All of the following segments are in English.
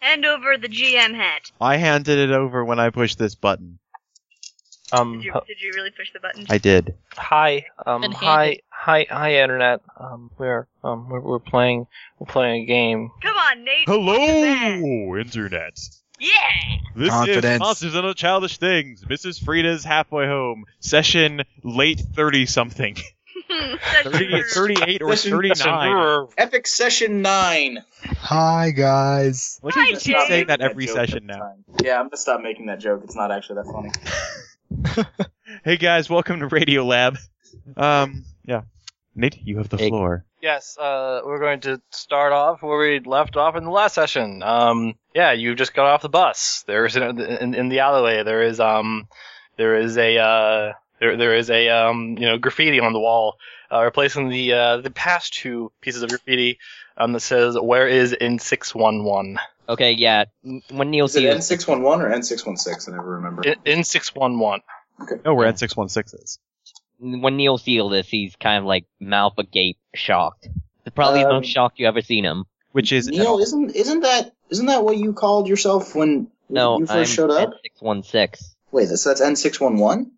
Hand over the GM hat. I handed it over when I pushed this button. Did Um, you, h- did you really push the button? I did. hi, um, Been hi, handed. hi, hi, internet. Um, we're um, we're, we're playing we're playing a game. Come on, Nate. Hello, Internet. Yeah. This is Confidence. Monsters and Other Childish Things. Mrs. Frida's Halfway Home. Session late 30 something. Such 30, a- 38 or Session- 39. Epic Session 9. Hi guys. Look at Hi, you keep Jay. saying that every joke session every now. time. Yeah, I'm gonna stop making that joke. It's not actually that funny. Hey guys, welcome to Radio Lab. Um, yeah. Nate, you have the Hey. floor. Yes, uh, we're going to start off where we left off in the last session. Um, yeah, you just got off the bus. There's in, in, in the alleyway. There is um, there is a uh, there there is a um, you know, graffiti on the wall, uh, replacing the uh, the past two pieces of graffiti um, that says "Where is in six one one Okay, yeah. n- When Neil Is it sees N611 or N616? I never remember. in six one one." No, Oh, we're at 616 is. when Neil sees this, he's kind of like mouth agape, shocked. It's probably the Um, most shocked you ever seen him. Which is Neil, isn't isn't that isn't that what you called yourself when No, you 1st I'm showed up? six one six. Wait, so that's N611.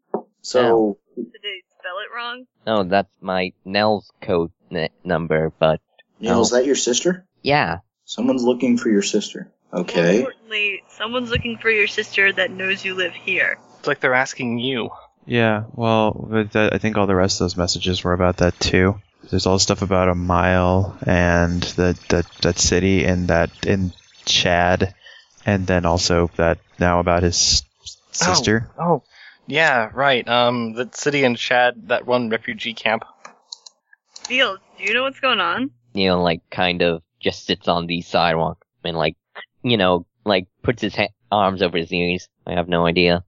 So Did they spell it wrong? No, that's my Nell's code n- number, but Neil, is that your sister? yeah, Someone's looking for your sister. More Okay. importantly, someone's looking for your sister that knows you live here. It's like they're asking you. Yeah, well, but that, I think all the rest of those messages were about that too. There's all stuff about a mile and the, the that city and that in Chad, and then also that now about his s- Oh. sister. Oh, yeah, right. Um, the city in Chad, that one refugee camp. Neil, do you know what's going on? Neil like kind of just sits on the sidewalk and like, you know, like puts his ha- arms over his knees. I have no idea.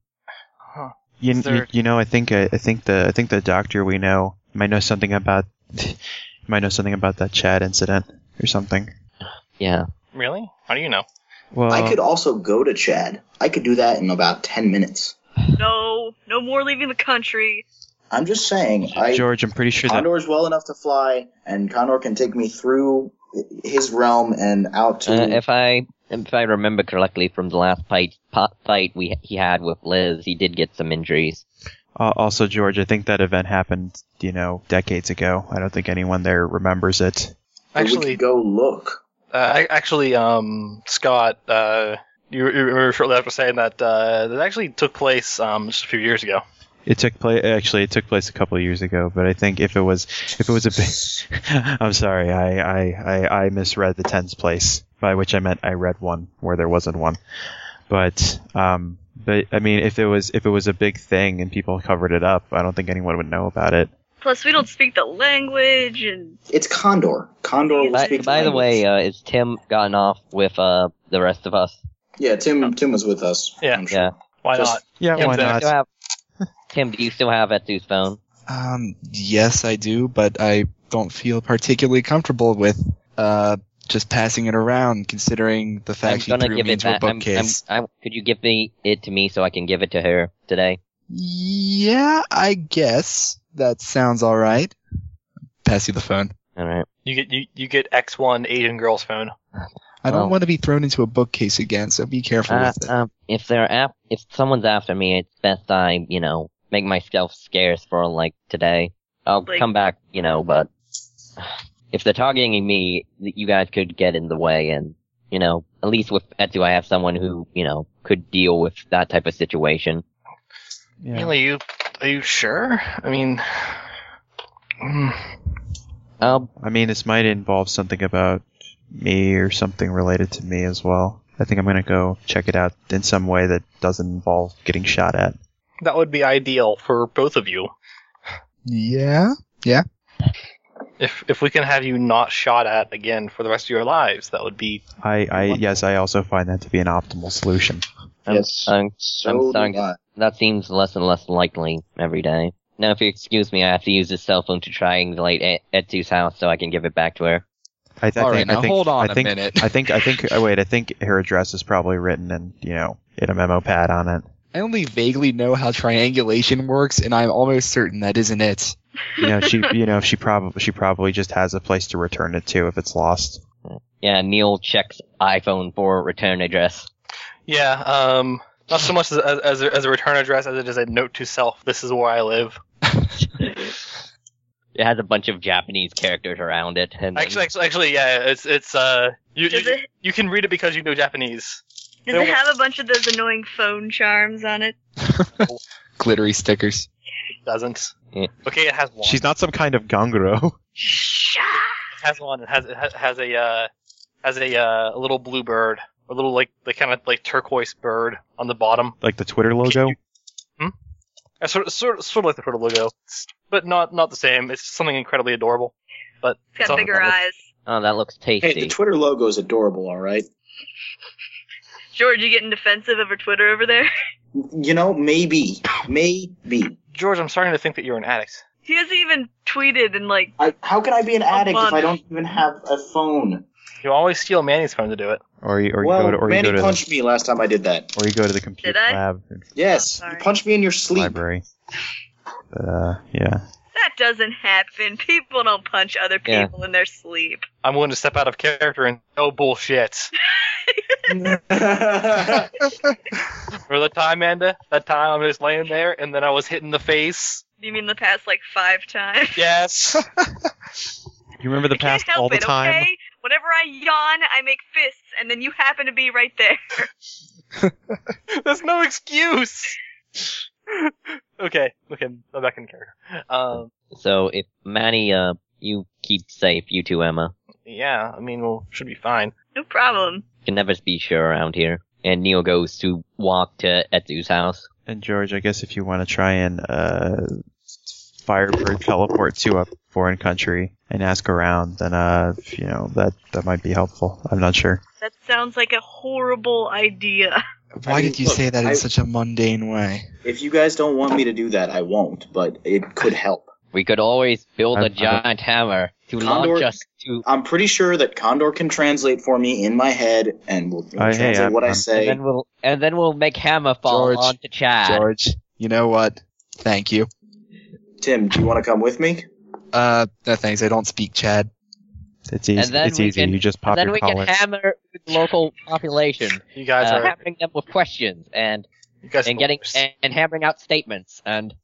You, Is you, there- you know, I think I, I think the I think the doctor we know might know something about might know something about that Chad incident or something. Yeah, Really? How do you know? Well, I could also go to Chad. I could do that in about ten minutes. No, no more leaving the country. I'm just saying. I George, I'm pretty sure that Condor's well enough to fly, and Condor can take me through his realm and out to. uh, if I if I remember correctly from the last fight pot fight we he had with Liz, he did get some injuries. Uh, also, George, I think that event happened, you know, decades ago. I don't think anyone there remembers it. but we Actually, could go look. Uh, I- actually, um, Scott, uh, you, you remember shortly after saying that uh, that actually took place um, just a few years ago. It took place actually. It took place a couple of years ago, but I think if it was if it was a big, I'm sorry, I, I I I misread the tens place, by which I meant I read one where there wasn't one. But um, but I mean, if it was if it was a big thing and people covered it up, I don't think anyone would know about it. Plus, we don't speak the language, and It's Condor. Condor will By, speak by the language. way, uh, is Tim gotten off with uh, the rest of us? Yeah, Tim. Tim was with us. Yeah. I'm Yeah. Why Just- not? Yeah, Yeah, why but- Do you not? still have, Tim, do you still have Etsu's phone? Um yes I do, but I don't feel particularly comfortable with uh just passing it around considering the I'm fact he gonna threw give me it into a back. I'm, I'm, bookcase. I'm, could you give me it to me so I can give it to her today? Yeah, I guess that sounds all right. Pass you the phone. All right. You get you, you get X one Asian girl's phone. I don't Well- want to be thrown into a bookcase again, so be careful Uh, with it. um, if they're af- if someone's after me, it's best I you know make myself scarce for like today. I'll Like- come back, you know, but if they're targeting me, you guys could get in the way, and you know, at least with Etsu, I have someone who you know could deal with that type of situation. Yeah. Neil, are you are you sure? I mean, mm, Um, I mean, this might involve something about me or something related to me as well. I think I'm gonna go check it out in some way that doesn't involve getting shot at. that would be ideal for both of you. Yeah. If if we can have you not shot at again for the rest of your lives, that would be I, I yes, I also find that to be an optimal solution. yes. um, so sorry. do I. That seems less and less likely every day. Now, if you excuse me, I have to use this cell phone to triangulate E- Etsu's house so I can give it back to her. I, th- I All right, think, now I think, hold on I a think, minute. I think I think oh, wait, I think her address is probably written in you know in a memo pad on it. I only vaguely know how triangulation works, and I'm almost certain that isn't it. You know she you know she probably she probably just has a place to return it to if it's lost. Yeah, Neil checks iPhone for return address. Yeah, um, not so much as, as, as, a, as a return address as it is a note to self. This is where I live. It has a bunch of Japanese characters around it. And Actually, actually, actually yeah, it's it's uh, you, Does you it you can read it because you know Japanese. does it have a bunch of those annoying phone charms on it? Glittery stickers. It doesn't. Yeah. Okay, it has one. She's not some kind of gonguro. Shut. It has one. It has it ha- has a uh, has a uh, a little blue bird, a little like the kind of like turquoise bird on the bottom. like the Twitter logo. Uh, Sort of, sort of, sort of like the turtle logo, It's- but not not the same. It's something incredibly adorable. But It's got on- bigger eyes. Oh, that looks tasty. Hey, the Twitter logo is adorable, all right? George, you getting defensive over Twitter over there? You know, maybe. Maybe. George, I'm starting to think that you're an addict. He hasn't even tweeted in like I, how can I be an addict if fun. I don't even have a phone? You always steal Manny's phone to do it. Or you, or you well, go to, or you Manny go to, the, punched me last time I did that. or you go to the computer Did I? Oh, lab and Yes, sorry. you punched me in your sleep. library. But uh, yeah, that doesn't happen. People don't punch other Yeah. people in their sleep. I'm willing to step out of character and oh bullshit. For the time, Amanda, that time I'm just laying there and then I was hit in the face. You mean the past like five times? Yes. you remember the I can't past all help the it, time. okay? Whenever I yawn, I make fists, and then you happen to be right there. There's no excuse. okay, okay, I'm back in character. Um, So if Manny, uh, you keep safe, you too, Emma. yeah, I mean, well, should be fine. No problem. Can never be sure around here. And Neil goes to walk to Etsu's house. And George, I guess if you want to try and uh, Firebird teleport to a foreign country and ask around, then uh, you know that that might be helpful. I'm not sure. That sounds like a horrible idea. Why mean, did you look, say that in I- such a mundane way? if you guys don't want me to do that, I won't, but it could help. We could always build I- I a don't- giant hammer to Condor- launch us to. I'm pretty sure that Condor can translate for me in my head and will will I- Oh, hey, translate I'm- what i I'm- And say. then we'll and then we'll make hammer fall George, onto Chad. George, you know what? Thank you. Tim, do you want to come with me? Uh, no thanks. I don't speak Chad. It's easy. then It's we easy. can- you just pop and then your we collar. can hammer the local population, You guys uh, are. hammering them with questions and You guys and are getting worse. and, and hammering out statements and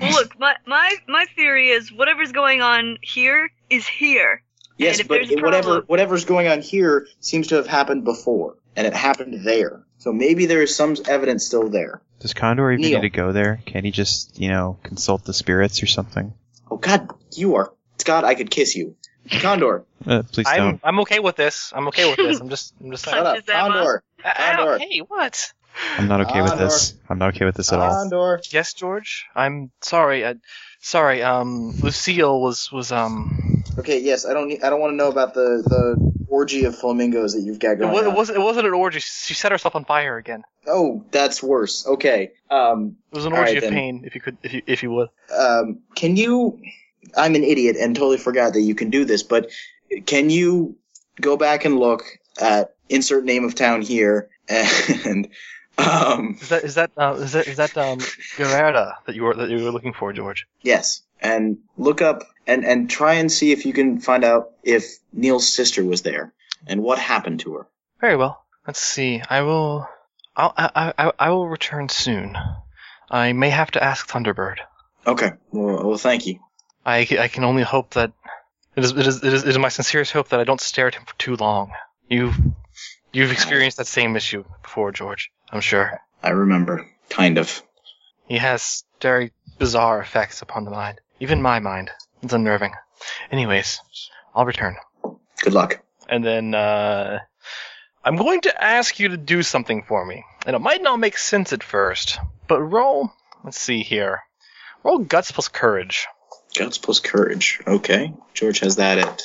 Well, look, my my my theory is whatever's going on here is here. Yes, And if but there's a it- whatever problem- whatever's going on here seems to have happened before, and it happened there. So maybe there is some evidence still there. Does Condor even Neil. need to go there? Can't he just you know consult the spirits or something? Oh God, you are Scott. I could kiss you, Condor. Uh, please I'm don't. I'm okay with this. I'm okay with this. I'm just I'm just saying. Shut up, Punches Emma. Condor. I, I don't, Condor. hey, what? I'm not okay with Condor. Uh, this. I'm not okay with this at all. Condor. Yes, George. I'm sorry. I, sorry. Um, Lucille was was um. Okay, yes, I don't. Need, I don't want to know about the the orgy of flamingos that you've got It, going was, it on. wasn't. It wasn't an orgy. She set herself on fire again. oh, that's worse. Okay. Um. It was an All orgy right, of then. pain. If you could, if you if you would. Um. Can you? I'm an idiot and totally forgot that you can do this, but can you go back and look at insert name of town here and um Is that is that uh, is that is that um Gerarda that you were that you were looking for, George? yes and look up and and try and see if you can find out if Neil's sister was there and what happened to her. Very well. Let's see. I will. I'll, I I I- I will return soon. I may have to ask Thunderbird. Okay. Well, well thank you. I, c- I can only hope that it is, it is it is it is my sincerest hope that I don't stare at him for too long. You you've experienced that same issue before, George. I'm sure I remember kind of. he has very bizarre effects upon the mind, even my mind. It's unnerving. Anyways, I'll return. Good luck. and then uh, I'm going to ask you to do something for me. And it might not make sense at first, but roll. Let's see here. Roll guts plus courage. Guts plus courage. Okay. George has that at,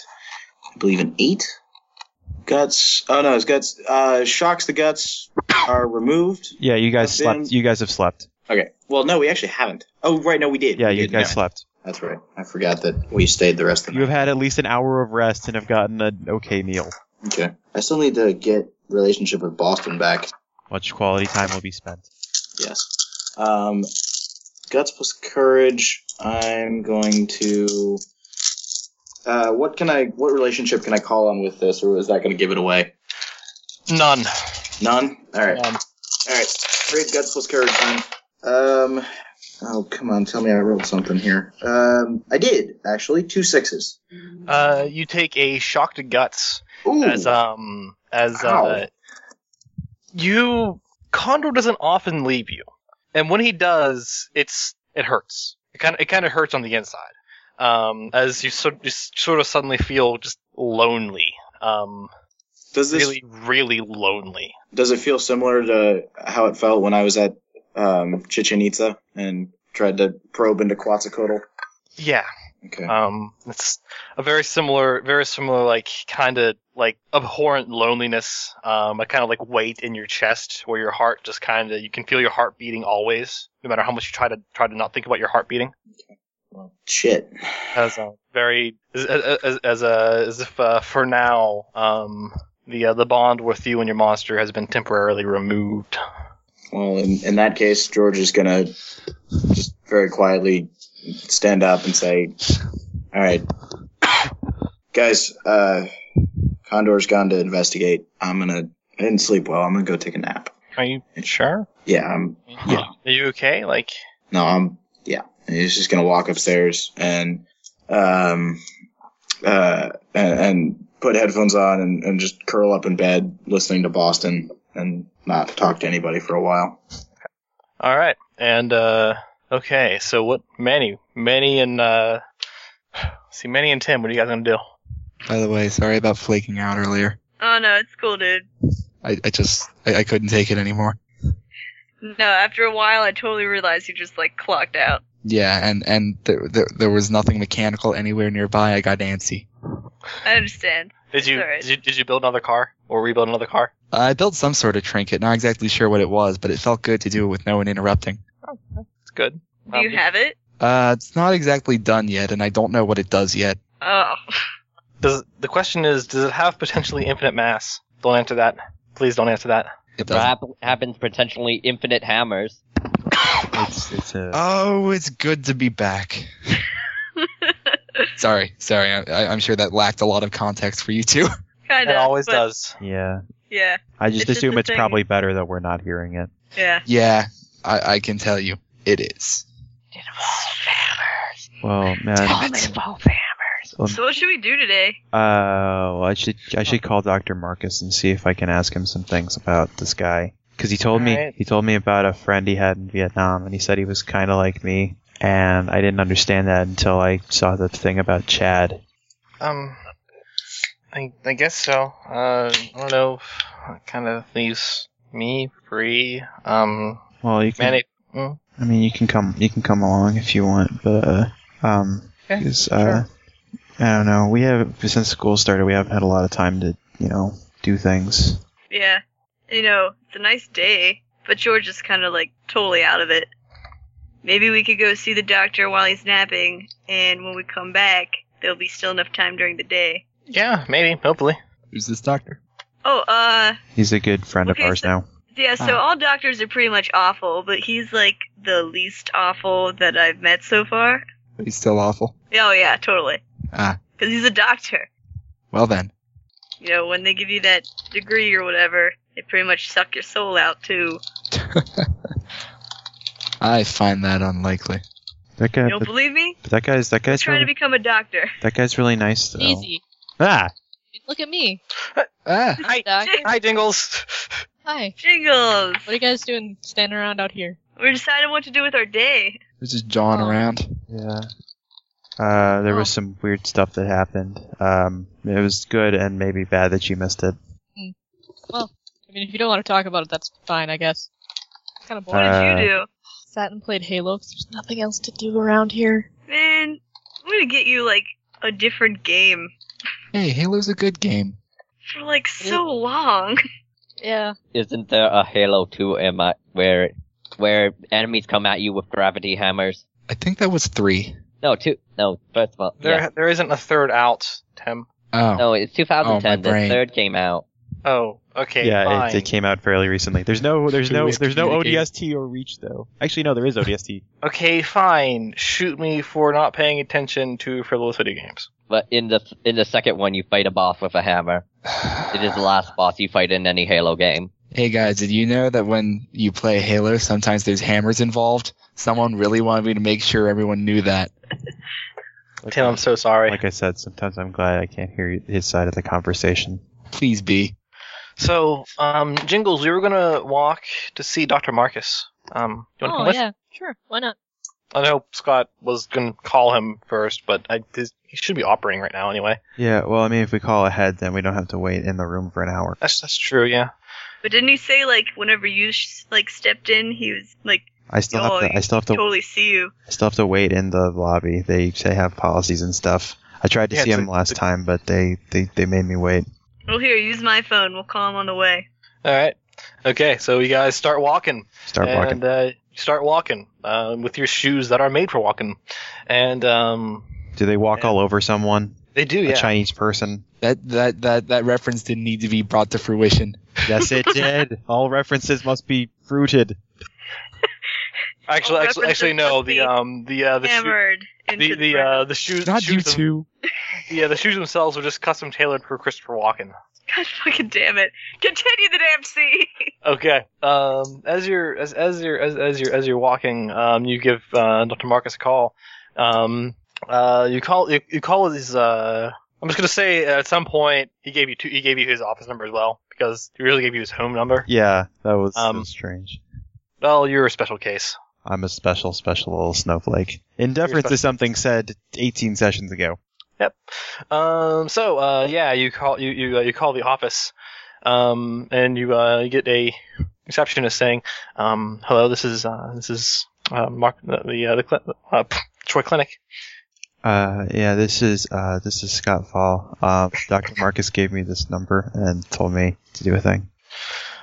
I believe, an eight. Guts. Oh no, his guts. Uh, shocks the guts are removed. Yeah, you guys I've been- slept. You guys have slept. Okay. Well, no, we actually haven't. Oh, right. No, we did. Yeah, We you did, guys yeah. slept. That's right. I forgot that we stayed the rest of the You have had at least an hour of rest and have gotten an okay meal. night. Okay. I still need to get relationship with Boston back. Much quality time will be spent. Yes. Um, guts plus courage. I'm going to. Uh, what can I? What relationship can I call on with this, or is that going to give it away? None. None. All right. None. All right. Great guts plus courage time. Um. Oh come on! Tell me I rolled something here. Um. I did actually two sixes. Uh, you take a shock to guts. Ooh. as um as uh Ow. you Condor doesn't often leave you, and when he does, it's it hurts. It kind of it kind of hurts on the inside. Um, as you sort just sort of suddenly feel just lonely. Um, does this really really lonely. does it feel similar to how it felt when I was at um, Chichen Itza and tried to probe into Quetzalcoatl? Yeah. Okay. Um, it's a very similar, very similar, like kind of like abhorrent loneliness. Um, a kind of like weight in your chest where your heart just kind of you can feel your heart beating always, no matter how much you try to try to not think about your heart beating. Well, shit. As a very as as, as a as if uh, for now, um, the uh, the bond with you and your monster has been temporarily removed. Well, in, in that case, George is gonna just very quietly stand up and say, "All right, guys, uh, Condor's gone to investigate. I'm gonna. I didn't sleep well. I'm gonna go take a nap. Are you sure? Yeah, I'm. Yeah. Are you okay? Like, No, I'm. Yeah, And he's just gonna walk upstairs and um uh and, and put headphones on and, and just curl up in bed listening to Boston and not talk to anybody for a while. All right, and uh, okay. So what, Manny, Manny, and uh, see, Manny and Tim. What are you guys gonna do? By the way, sorry about flaking out earlier. Oh no, it's cool, dude. I, I just I, I couldn't take it anymore. No, after a while, I totally realized you just like clocked out. Yeah, and and there there, there was nothing mechanical anywhere nearby. I got antsy. I understand. Did you, It's all right. did you did you build another car or rebuild another car? I built some sort of trinket, not exactly sure what it was, but it felt good to do it with no one interrupting. It's good. Do you Um, have it? Uh, it's not exactly done yet, and I don't know what it does yet. Oh, Does the question is does it have potentially infinite mass? Don't answer that. Please don't answer that. It does. Perhaps happens potentially infinite hammers. It's it's a Oh, it's good to be back. sorry, sorry. I- I, I'm sure that lacked a lot of context for you too. kind of. it always but, does. yeah. Yeah, I just It's just assume a it's thing. probably better that we're not hearing it. yeah. yeah, I, I can tell you, it is. Well, man. So what should we do today? Uh, well, I should I should call Doctor Marcus and see if I can ask him some things about this guy because he told me Alright. he told me about a friend he had in Vietnam and he said he was kind of like me and I didn't understand that until I saw the thing about Chad. Um, I I guess so. Uh, I don't know. Kind of leaves me free. Um, Well, you can, Manny. I mean, you can come you can come along if you want, but uh, um, Okay, 'cause, uh, I don't know. We have since school started, we haven't had a lot of time to you know do things. Yeah, you know, it's a nice day, but George is kind of like totally out of it. Maybe we could go see the doctor while he's napping, and when we come back, there'll be still enough time during the day. Yeah, maybe. Hopefully. Who's this doctor? Oh, uh, He's a good friend Okay, of ours so- now. yeah, so all doctors are pretty much awful, but he's like the least awful that I've met so far. He's still awful. Oh, yeah, totally. Ah. Because he's a doctor. Well then, You know, when they give you that degree or whatever, they pretty much suck your soul out, too. I find that unlikely. That guy, You don't but, believe me? but that guy's that guy's Trying really, to become a doctor. that guy's really nice though. Easy. Ah, Look at me. Ah, Hi, Doctor. hi, Dingles. Hi. Jingles! What are you guys doing standing around out here? We're deciding what to do with our day. this is John Oh. around. Yeah. Uh, there was Oh. some weird stuff that happened. Um, it was good and maybe bad that you missed it. I mean, if you don't want to talk about it, that's fine, I guess. It's kind of What boring. did Uh, you do? Sat and played Halo 'cause there's nothing else to do around here. Man, I'm gonna get you like a different game Hey, Halo's a good game. for like so long. Yeah. Isn't there a Halo 2 am I, where where enemies come at you with gravity hammers? I think that was three. No, two. No, first of all, There, yeah. there isn't a third out, Tim. Oh, No, it's 2010. Oh, my the brain. third came out. Oh, Okay, yeah, fine. it, it came out fairly recently. There's no, there's Should no, we there's no communicate? ODST or Reach though. Actually, no, there is ODST. okay, fine. Shoot me for not paying attention to frivolous video games. But in the in the second one, you fight a boss with a hammer. It is the last boss you fight in any Halo game. Hey guys, did you know that when you play Halo, sometimes there's hammers involved? Someone really wanted me to make sure everyone knew that. Tim, I'm so sorry. Like I said, sometimes I'm glad I can't hear his side of the conversation. Please be. so, um, Jingles, we were gonna walk to see Dr. Marcus. Um, you wanna come Oh with? yeah, sure. Why not? I know Scott was gonna call him first, but I his- he should be operating right now anyway. Yeah, well, I mean, if we call ahead, then we don't have to wait in the room for an hour. That's that's true, yeah. But didn't he say like whenever you sh- like stepped in, he was like I still Oh, have to, I still have to, totally see you. I still have to wait in the lobby. They say have policies and stuff. I tried to Yeah, see it's him a- last time, but they, they, they made me wait. Well, here, use my phone. We'll call him on the way. All right. Okay, so you guys start walking. Start and, walking. Uh, start walking uh, with your shoes that are made for walking, and um, Do they walk yeah. all over someone? they do. Yeah. A Chinese person? That that that that reference didn't need to be brought to fruition. Yes, it did. All references must be fruited. actually, All actually, actually, references no. must be The um, the uh, the shoe, Hammered into the the, the uh, the shoes. Not you shoes them- two. yeah, the shoes themselves are just custom tailored for Christopher Walken. God fucking damn it! Continue the damn scene. Okay. Um, as you're as as you're as, as you're as you're walking, um, you give uh, Dr. Marcus a call. Um, uh, you call you, you call his. Uh, I'm just gonna say at some point he gave you two, he gave you his office number as well because he really gave you his home number. Yeah, that was, that Um, was strange. Well, you're a special case. I'm a special, special little snowflake. In deference special. to something said 18 sessions ago. Um, so uh, yeah, you call you you, uh, you call the office, um, and you uh, get a receptionist saying, um, "Hello, this is uh, this is uh, Mark the the, uh, the cl- uh, Troy Clinic." Uh, yeah, this is uh, this is Scott Fall. Uh, Dr. Marcus gave me this number and told me to do a thing.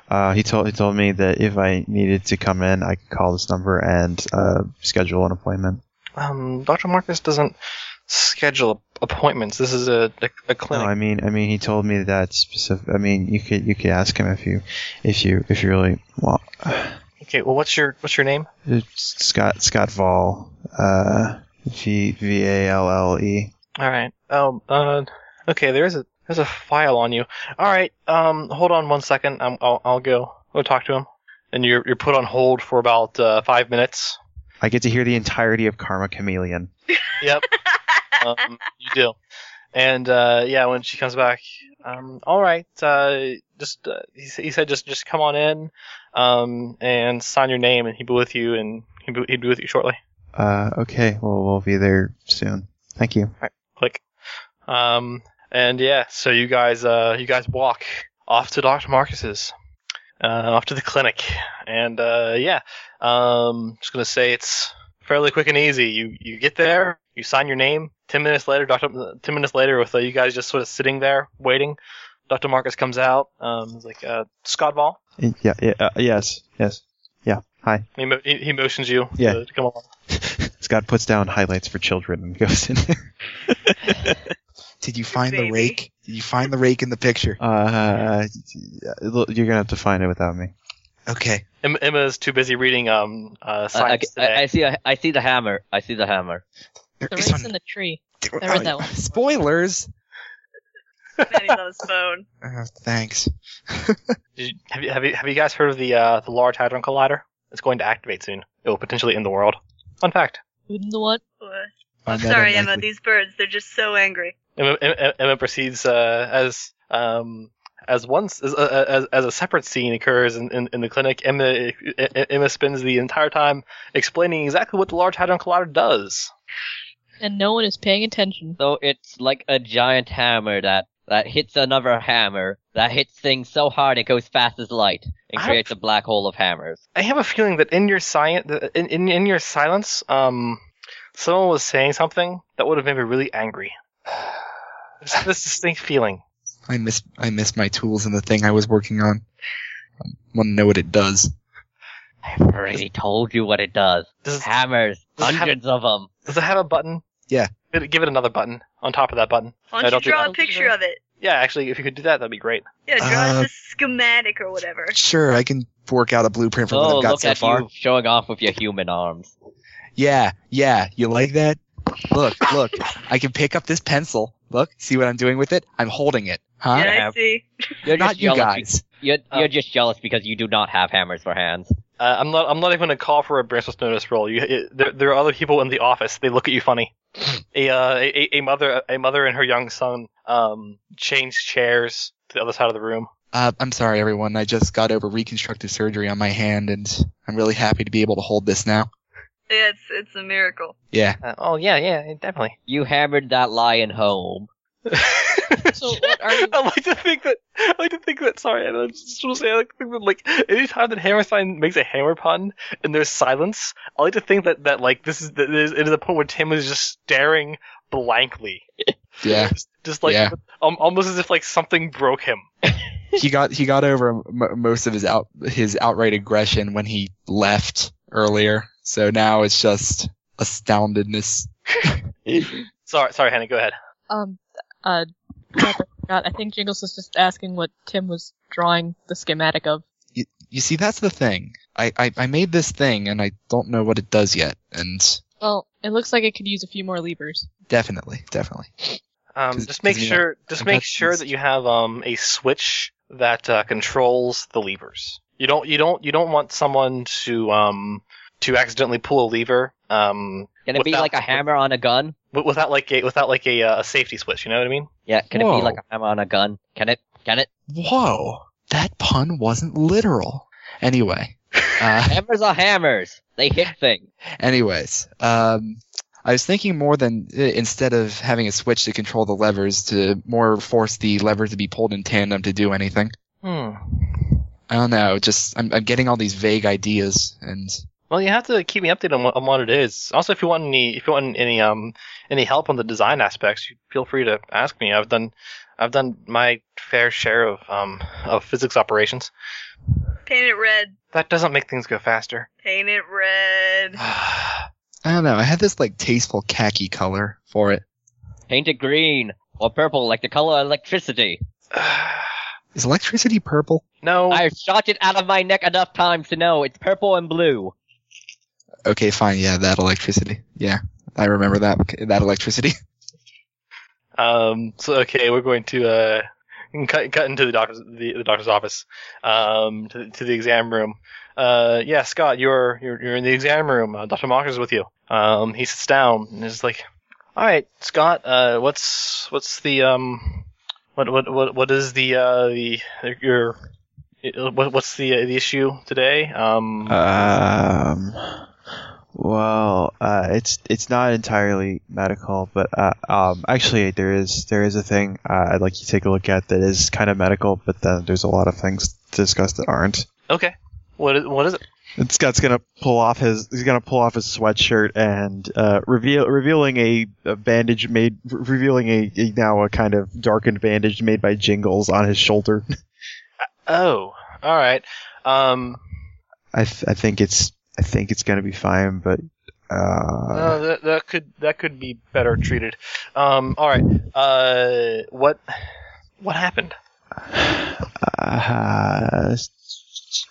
Uh, he told he told me that if I needed to come in, I could call this number and uh, schedule an appointment. Um, Doctor Marcus doesn't schedule appointments. This is a a, a No, clinic. I mean, I mean, he told me that specific. I mean, you could you could ask him if you if you if you really want. okay, well, what's your what's your name? It's Scott Scott Fall. Uh, V V A L L E. All right. Um. Uh. Okay. There's a there's a file on you. All right. Um. Hold on one second. I'm, I'll I'll go. Go talk to him. And you're you're put on hold for about uh, five minutes. I get to hear the entirety of Karma Chameleon. Yep. um, you do. And uh, yeah, when she comes back, um, all right. Uh, just uh, he, sa- he said, just just come on in, um, and sign your name, and he'll be with you, and he'll be, he'll be with you shortly. Uh, okay, well, we'll be there soon. Thank you. Click. Um, and yeah, so you guys, uh, you guys walk off to Doctor Marcus's, uh, off to the clinic, and uh, yeah, um, just gonna say it's fairly quick and easy. You you get there, you sign your name. Ten minutes later, Doctor. Ten minutes later, with uh, you guys just sort of sitting there waiting, Doctor Marcus comes out. Um, he's like uh, Scott Ball. Yeah, yeah, uh, yes, yes. Yeah, hi. He, mo- he he motions you Yeah. to, to come along. Scott puts down highlights for children and goes in there. Did you find the Baby. rake? Did you find the rake in the picture? Uh, you're gonna have to find it without me. Okay. Em- Emma's too busy reading um uh, I, science I- I- today. I see. I see the hammer. I see the hammer. There The is race in the tree. there- I read that one. Spoilers. Manny's on his phone. Oh, thanks. Did you, have you have you have you guys heard of the uh, the Large Hadron Collider? It's going to activate soon. It will potentially end the world. Fun fact. Wouldn't the one? What? I'm Find that sorry, Emma. unlikely. These birds—they're just so angry. Emma, Emma, Emma proceeds uh, as um as once as uh, as, as a separate scene occurs in, in, in the clinic. Emma Emma spends the entire time explaining exactly what the Large Hadron Collider does. And no one is paying attention. So it's like a giant hammer that that hits another hammer that hits things so hard it goes fast as light and I don't- creates a black hole of hammers. I have a feeling that in your science in, in in your silence, um, someone was saying something that would have made me really angry. There's this distinct feeling. I miss I miss my tools and the thing I was working on. I want to know what it does. I've already told you what it does. Does it- Hammers, does it have- hundreds of them. Does it have a button? Yeah. Give it, give it another button on top of that button. Why I don't don't you do draw that. a picture of it? Yeah, actually, if you could do that, that'd be great. Yeah, draw us Uh, a schematic or whatever. Sure, I can work out a blueprint from what Oh, I've got look so at far. you showing off with your human arms. Yeah, yeah. You like that? Look, look. I can pick up this pencil. Look, see what I'm doing with it? I'm holding it. Huh? yeah, I have- see. You're Not just you jealous. guys. You're, Oh. you're just jealous because you do not have hammers for hands. Uh, I'm not. I'm not even gonna call for a braceless notice roll. You, it, there, there are other people in the office. They look at you funny. a, uh, a a mother, a mother and her young son, um, change chairs to the other side of the room. Uh, I'm sorry, everyone. I just got over reconstructive surgery on my hand, and I'm really happy to be able to hold this now. Yeah, it's it's a miracle. Yeah. Uh, oh yeah, yeah, definitely. You hammered that lion home. So what are you- I like to think that. I like to think that. Sorry, I just want to say I like to think that like anytime that Hammerstein makes a hammer pun and there's silence, I like to think that that like this is that there's, it is a point where Tim is just staring blankly, Yeah. just, just like Yeah. um, almost as if like something broke him. he got he got over m- most of his out his outright aggression when he left earlier. So now it's just astoundedness. Sorry, sorry, Hannah, go ahead. Um, uh, God, I think Jingles was just asking what Tim was drawing the schematic of. You see, that's the thing. I, I I made this thing, and I don't know what it does yet. And Well, it looks like it could use a few more levers. definitely, definitely. Um, 'Cause- just make 'cause, yeah, sure, just I've make got sure these- that you have um a switch that uh, controls the levers. You don't, you don't, you don't want someone to um to accidentally pull a lever um Can it be Without- like a hammer on a gun? wi- without like a without like a, uh, a safety switch. You know what I mean? Yeah, can it Whoa. be like a hammer on a gun? Can it? Can it? Whoa, that pun wasn't literal. Anyway, uh, Hammers are hammers. They hit things. anyways, um, I was thinking more than eh, instead of having a switch to control the levers, to more force the levers to be pulled in tandem to do anything. Hmm. I don't know. Just I'm, I'm getting all these vague ideas, and Well, you have to keep me updated on what, on what it is. Also, if you want any, if you want any um any help on the design aspects, you feel free to ask me. I've done, I've done my fair share of um of physics operations. Paint it red. That doesn't make things go faster. Paint it red. I don't know. I had this like tasteful khaki color for it. Paint it green or purple, like the color of electricity. Is electricity purple? no. I've shot it out of my neck enough times to know it's purple and blue. Okay, fine. Yeah, that electricity. Yeah, I remember that that electricity. Um. So okay, we're going to uh cut cut into the doctor's the, the doctor's office. Um. To, to the exam room. Uh. Yeah, Scott, you're you're you're in the exam room. Uh, Doctor Mockers is with you. Um. He sits down and is like, "All right, Scott. Uh. What's what's the um. What what what what is the uh the your what what's the uh, the issue today? Um. Um. Well, uh, it's it's not entirely medical, but uh, um, actually there is there is a thing uh, I'd like you to take a look at that is kind of medical, but then there's a lot of things to discuss that aren't. okay. What is what is it? And Scott's gonna pull off his he's gonna pull off his sweatshirt and uh, reveal revealing a, a bandage made re- revealing a, a now a kind of darkened bandage made by Jingles on his shoulder. Oh. All right. Um. I, th- I think it's I think it's gonna be fine, but uh, No, that, that could that could be better treated. Um, all right. Uh, what what happened? uh,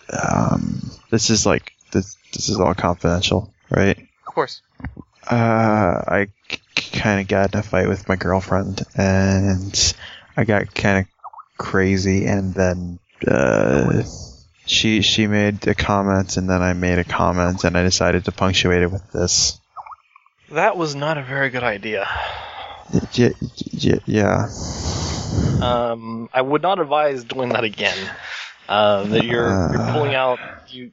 um, this is like this this is all confidential, right? Of course. Uh, I kind of got in a fight with my girlfriend, and I got kind of crazy, and then uh, she she made a comment, and then I made a comment, and I decided to punctuate it with this. That was not a very good idea. Y- y- y- yeah. Um, I would not advise doing that again. Uh, that you're you're pulling out you.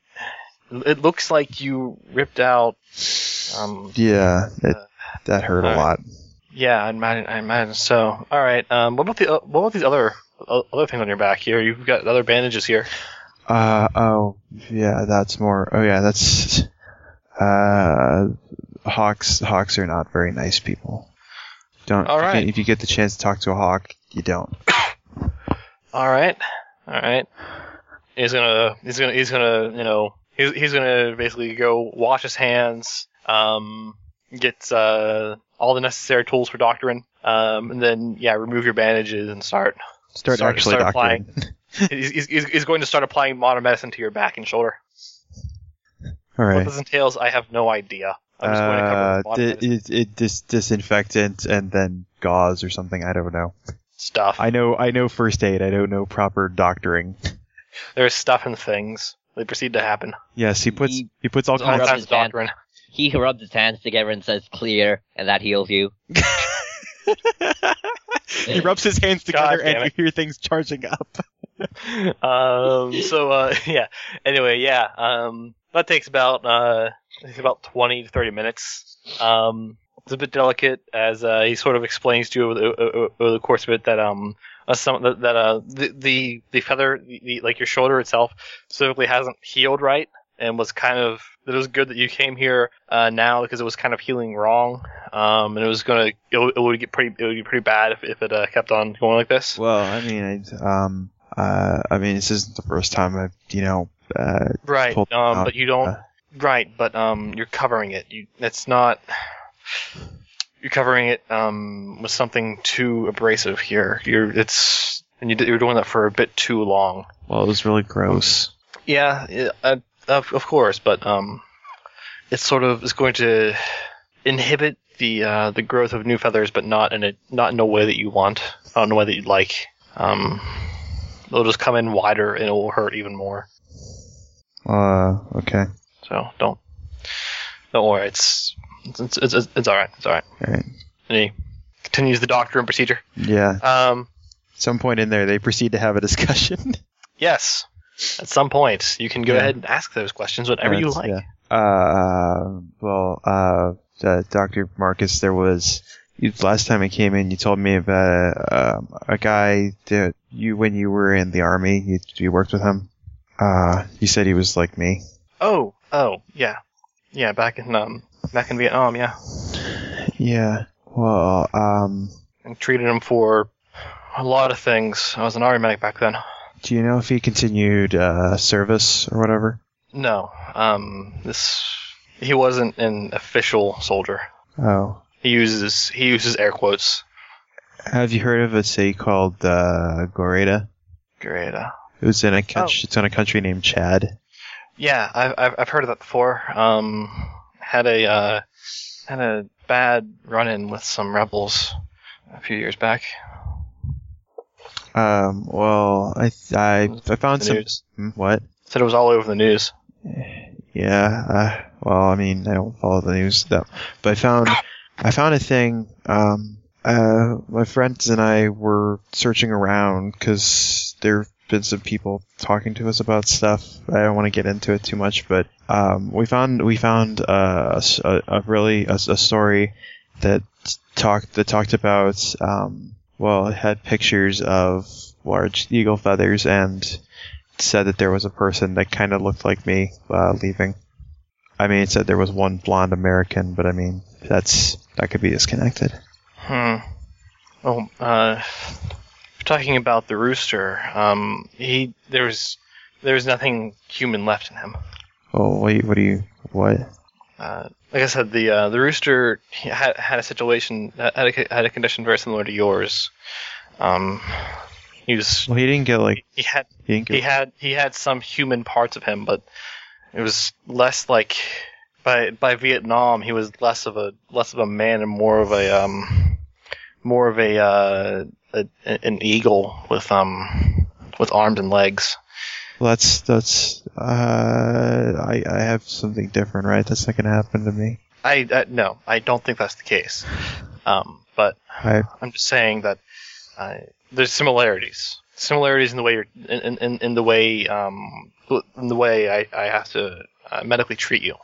It looks like you ripped out. Um, Yeah, it, that hurt a Alright. lot. yeah, I imagine, I imagine so. All right. Um, what about the what about these other uh, other things on your back here? You've got other bandages here. Uh oh yeah, that's more. Oh yeah, that's uh hawks. Hawks are not very nice people. Don't. All if you- right. If you get the chance to talk to a hawk, you don't. All right, all right. He's gonna, he's gonna, he's gonna, you know, he's he's gonna basically go wash his hands, um, get uh, all the necessary tools for doctoring, Um, and then yeah, remove your bandages and start. Start, Start- actually start doctoring. he's, he's- he's, he's going to start applying modern medicine to your back and shoulder. All What right. this entails, I have no idea. I'm just going to cover Uh, with modern di- medicine it, it dis- disinfectant and then gauze or something. I don't know. stuff. I know I know first aid. I don't know proper doctoring. There's stuff and things. They proceed to happen. Yes, he puts He- he puts all It's all kinds rubs of science his hand. doctrine. He rubs his hands together and says clear, and that heals you. he rubs his hands together God damn and you hear things charging up. um, so uh, yeah. Anyway, yeah. Um, that takes about uh, takes about twenty to thirty minutes. Um, it's a bit delicate as uh, he sort of explains to you over the, over over the course of it that um uh, some that, that uh the the, the feather the, the, like your shoulder itself specifically hasn't healed right and was kind of it was good that you came here uh, now because it was kind of healing wrong um, and it was gonna it, would- it would get pretty it would be pretty bad if, if it uh, kept on going like this. Well, I mean, I, um, uh, I mean, this isn't the first time I've you know, uh, Right. pulled Um, out, but you don't. uh, right, but um, you're covering it. You that's not. You're covering it um with something too abrasive here. You're it's and you, d- you're doing that for a bit too long. well, it was really gross. Yeah, yeah, uh, of of course, but um, it's sort of it's going to inhibit the uh, the growth of new feathers, but not in a not in a way that you want, not in a way that you'd like. Um, it'll just come in wider and it will hurt even more. Uh, okay, So don't don't worry. It's it's it's, it's, it's all right. It's all right. all right, And he continues the doctoring procedure. yeah. Um, Some point in there, they proceed to have a discussion. yes. At some point, you can go Yeah. ahead and ask those questions whenever you That's- like. yeah. Uh, well, uh, uh, Doctor Marcus, there was you, last time I came in, you told me about uh, um, a guy that you when you were in the army, you you worked with him. Uh, you said he was like me. Oh, oh, yeah, yeah. Back in um, back in Vietnam, yeah, Yeah. Well, um, and treated him for a lot of things. I was an army medic back then. do you know if he continued uh, service or whatever? No, um, this he wasn't an official soldier. Oh, He uses he uses air quotes. have you heard of a city called uh, Goreta? Great. Uh, It was in a country. It's in a country named Chad. Yeah, I've I've, I've heard of that before. Um, had a uh, had a bad run-in with some rebels a few years back. Um, well, I I, I found The some. news. Hmm, What? Said it was all over the news. Yeah. Uh, well, I mean, I don't follow the news though, but I found I found a thing. Um, uh, my friends and I were searching around because there've been some people talking to us about stuff. I don't want to get into it too much, but um, we found we found uh, a s- a, a really a, s- a story that talked that talked about um, well, it had pictures of large eagle feathers and said that there was a person that kind of looked like me uh, leaving. I mean, it said there was one blonde American, but I mean, that's that could be disconnected. Hmm. Oh, uh, talking about the rooster. Um, he there was there was nothing human left in him. Oh, wait, what do you what? Uh, like I said, the uh, the rooster he had had a situation had a, co- had a condition very similar to yours. Um, he was Well, he didn't get like he had he didn't get. he had he had some human parts of him, but it was less like by by Vietnam he was less of a less of a man and more of a um more of a, uh, a an eagle with um with arms and legs. well, that's that's uh, I I have something different, right? That's not gonna happen to me. I, I no, I don't think that's the case. Um, but I I'm just saying that uh, there's similarities. Similarities in the way you're in, in- in, in the way um, in the way I, I have to uh, medically treat you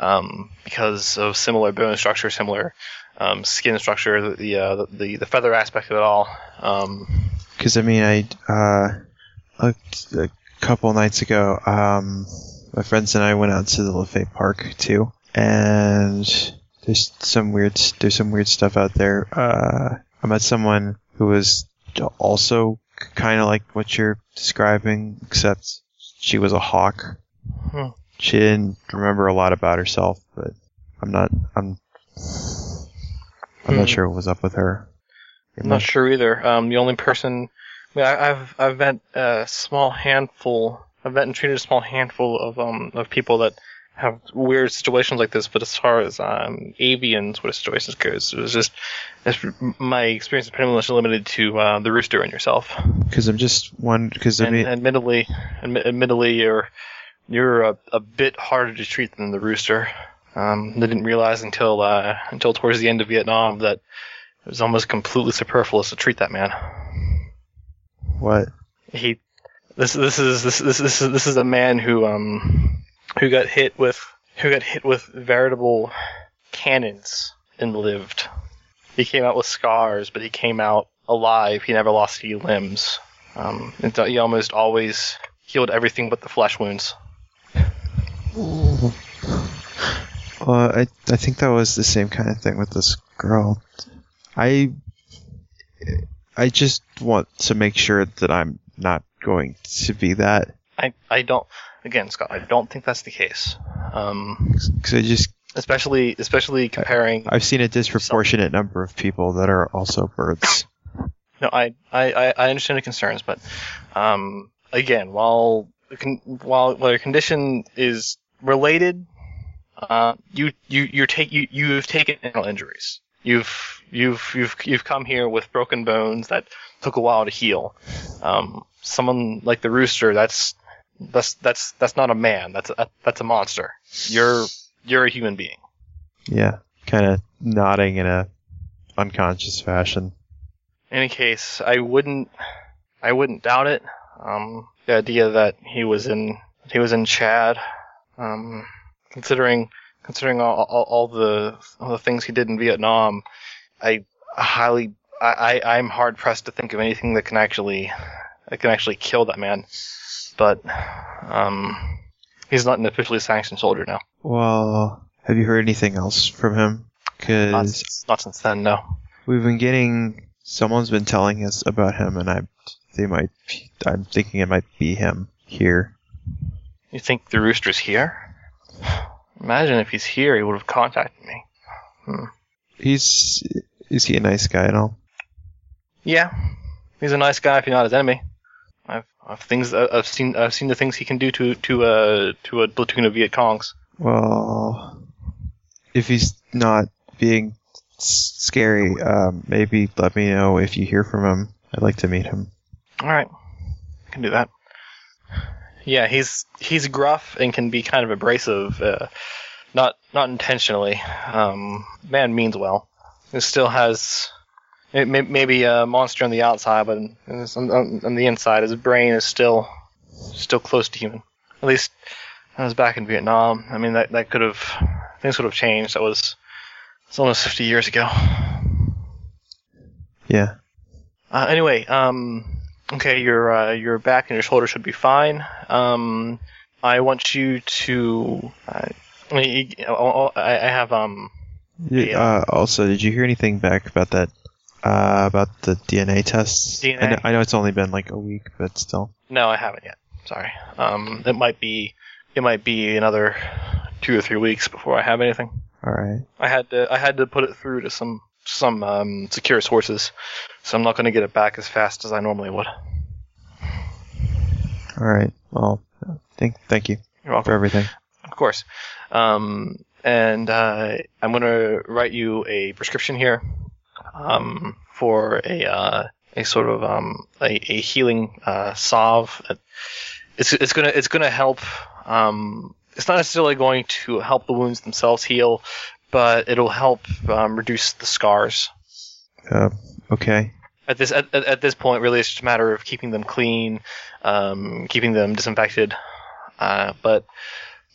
um, because of similar bone structure, similar um, skin structure, the the, uh, the the feather aspect of it all. Um, because I mean I uh, a, a couple nights ago, um, my friends and I went out to the Lafayette Park too, and there's some weird there's some weird stuff out there. Uh, I met someone who was also kind of like what you're describing, except she was a hawk. Hmm. She didn't remember a lot about herself, but I'm not I'm I'm Hmm. not sure what was up with her. I'm not sure either. Um, the only person, I mean, I, I've I've met a small handful. I've met and treated a small handful of um of people that have weird situations like this. But as far as um avian sort of situations goes, it was just that's, my experience is pretty much limited to uh, the rooster and yourself. Because I'm just one. Because I And mean, admittedly, admi- admittedly, you're you're a, a bit harder to treat than the rooster. Um, they didn't realize until uh, until towards the end of Vietnam that it was almost completely superfluous to treat that man. what? He this this is this this this is this is a man who um who got hit with who got hit with veritable cannons and lived. He came out with scars, but he came out alive. He never lost any limbs. Um, and so he almost always healed everything but the flesh wounds. Uh, I I think that was the same kind of thing with this girl. I I just want to make sure that I'm not going to be that I, I don't again, Scott. I don't think that's the case. Um, because I just especially especially comparing. I've seen a disproportionate number of people that are also birds. No, I, I, I I understand the concerns, but um, again, while the con- while while your condition is related, uh, you you you take you you've taken internal injuries. You've you've you've you've come here with broken bones that took a while to heal. Um, someone like the rooster, that's that's that's that's not a man. That's a, that's a monster. You're you're a human being. yeah, kind of nodding in a unconscious fashion. In any case, I wouldn't, I wouldn't doubt it. Um, the idea that he was in, he was in Chad, um, considering, considering all, all, all the, all the things he did in Vietnam, I highly, I, I, I'm hard pressed to think of anything that can actually, that can actually kill that man. But, um, he's not an officially sanctioned soldier now. Well, have you heard anything else from him? Not, Because since- not since then, no. We've been getting someone's been telling us about him, and I they might I'm thinking it might be him here. You think the rooster's here? Imagine if he's here, he would have contacted me. He's is he a nice guy and all? Yeah, he's a nice guy if you're not his enemy. I've, I've things I've seen I've seen the things he can do to to uh to a platoon of Viet Congs. Well, if he's not being s- scary, um, maybe let me know if you hear from him. I'd like to meet him. All right, I can do that. Yeah, he's he's gruff and can be kind of abrasive, uh, not not intentionally. Um, man means well. It still has it may, maybe a monster on the outside, but on, on, on the inside, his brain is still still close to human. At least I was back in Vietnam. I mean, that that could have things would have changed. That was it's almost 50 years ago. Yeah. Uh, anyway, um, okay, your uh, your back and your shoulder should be fine. Um, I want you to. Uh, I, I oh, I have um. Y- Uh, also, did you hear anything back about that? Uh, about the DNA tests. I, DNA? know, I know it's only been like a week, but still. No, I haven't yet. Sorry. Um, it might be it might be another two or three weeks before I have anything. All right. I had to I had to put it through to some some um, secure sources, so I'm not going to get it back as fast as I normally would. All right. Well, thank thank you You're welcome. for everything. of course. Um, and uh, I'm gonna write you a prescription here um, for a uh, a sort of um, a, a healing uh, salve. It's it's gonna it's gonna help. Um, it's not necessarily going to help the wounds themselves heal, but it'll help um, reduce the scars. Uh, okay. At this at, at, at this point, really, it's just a matter of keeping them clean, um, keeping them disinfected. Uh, but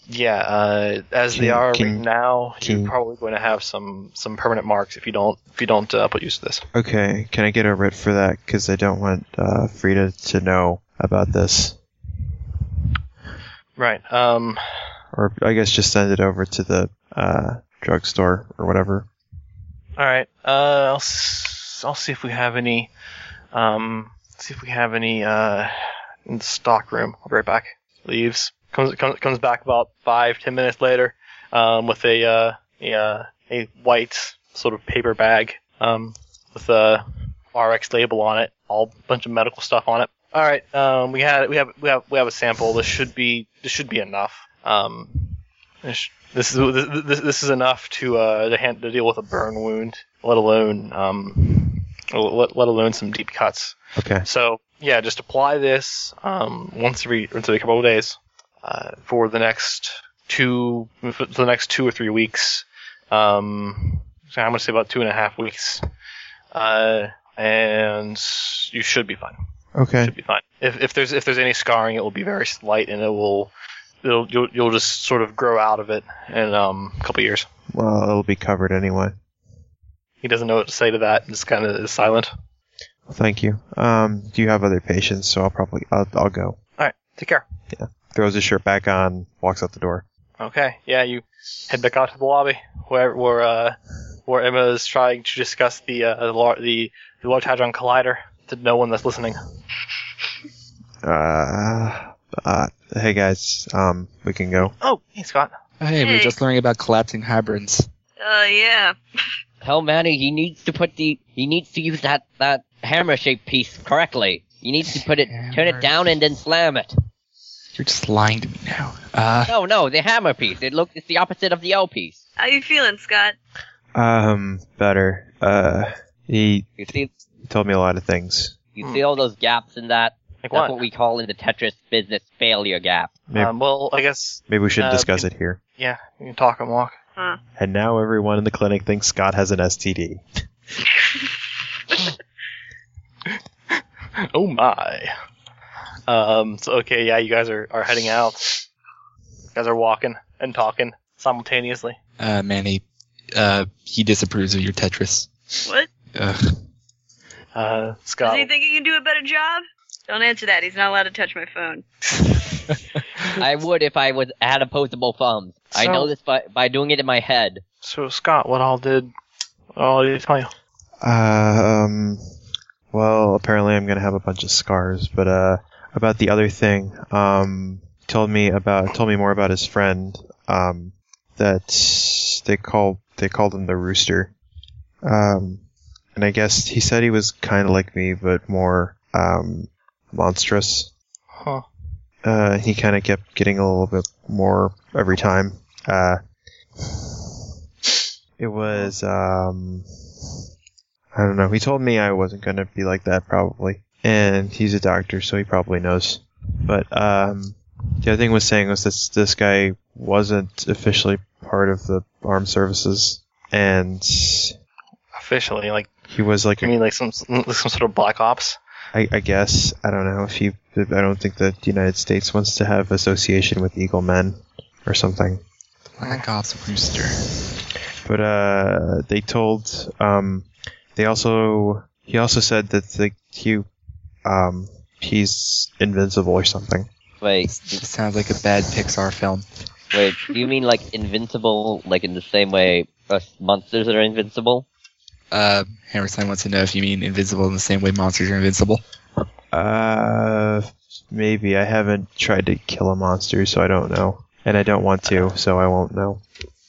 yeah, uh, as they Can- are right can- now, can- you're probably going to have some some permanent marks if you don't if you don't uh, put use to this. Okay. Can I get a writ for that? Because I don't want uh, Frida to know about this. Right. Um, Or I guess just send it over to the uh, drugstore or whatever. all right. Uh, I'll s- I'll see if we have any. Um, see if we have any uh, in the stock room. I'll be right back. Leaves. Comes comes comes back about five ten minutes later. um, with a uh, a, uh, a white sort of paper bag um, with a RX label on it, all bunch of medical stuff on it. All right, um, we had we have we have we have a sample. This should be this should be enough. Um, this, sh- this is this, this is enough to uh to, hand, to deal with a burn wound, let alone um, let, let alone some deep cuts. Okay. So yeah, just apply this um, once every once every couple of days uh, for the next two for the next two or three weeks. Um, so I'm gonna say about two and a half weeks, uh, and you should be fine. Okay. Should be fine. If, if there's if there's any scarring, it will be very slight, and it will it'll you'll, you'll just sort of grow out of it in um, a couple of years. Well, it'll be covered anyway. He doesn't know what to say to that. and Just kind of is silent. Thank you. Um, do you have other patients? So I'll probably I'll, I'll go. Take care. Throws his shirt back on, walks out the door. Okay, yeah, you head back out to the lobby where where uh, where Emma is trying to discuss the uh, the, lar- the the Large Hadron Collider to no one that's listening. Uh, uh, hey guys, um, we can go. Oh, hey Scott. Hey, we were Hey. just learning about collapsing hybrids. Uh, yeah. Tell Manny he needs to put the he needs to use that that hammer shaped piece correctly. You need to put it, turn Hammer. it down, and then slam it. You're just lying to me now. Uh, No, no, the hammer piece. It looks it's the opposite of the L piece. How you feeling, Scott? Um, better. Uh, he You see, told me a lot of things. you see all those gaps in that. Like That's what? what we call in the Tetris business failure gap. we- um, well, I guess Maybe we shouldn't Uh, discuss it here. yeah, you can talk and walk. And now everyone in the clinic thinks Scott has an STD. Oh my. Um. So okay, yeah, you guys are are heading out. You guys are walking and talking simultaneously. uh, Manny, uh, he disapproves of your Tetris. What? Ugh. Uh, Does Scott. he think he can do a better job? Don't answer that. He's not allowed to touch my phone. I would if I was had opposable thumbs. I So- know this by by doing it in my head. so Scott, what all did? Oh, did he tell you? Uh, um, well, apparently I'm gonna have a bunch of scars, but uh, about the other thing, um, told me about told me more about his friend, um, that they call they called him the rooster, um, and I guess he said he was kind of like me, but more um, monstrous. Huh. Uh, he kind of kept getting a little bit more every time. Uh, it was um, I don't know. He told me I wasn't gonna be like that probably, and he's a doctor, so he probably knows. But um, the other thing was saying was this this guy wasn't officially part of the armed services, and Officially, like he was like you a, mean like some like some sort of black ops? I, I guess I don't know if he I don't think the United States wants to have association with Eagle Men or something. Black Ops Rooster. But uh, they told um, they also he also said that the he um, he's invincible or something. Wait, sounds like a bad Pixar film. wait. Do you mean like invincible, like in the same way us monsters are invincible? Uh, Hammerstein wants to know if you mean invisible in the same way monsters are invincible. Uh, maybe I haven't tried to kill a monster, so I don't know, and I don't want to, so I won't know.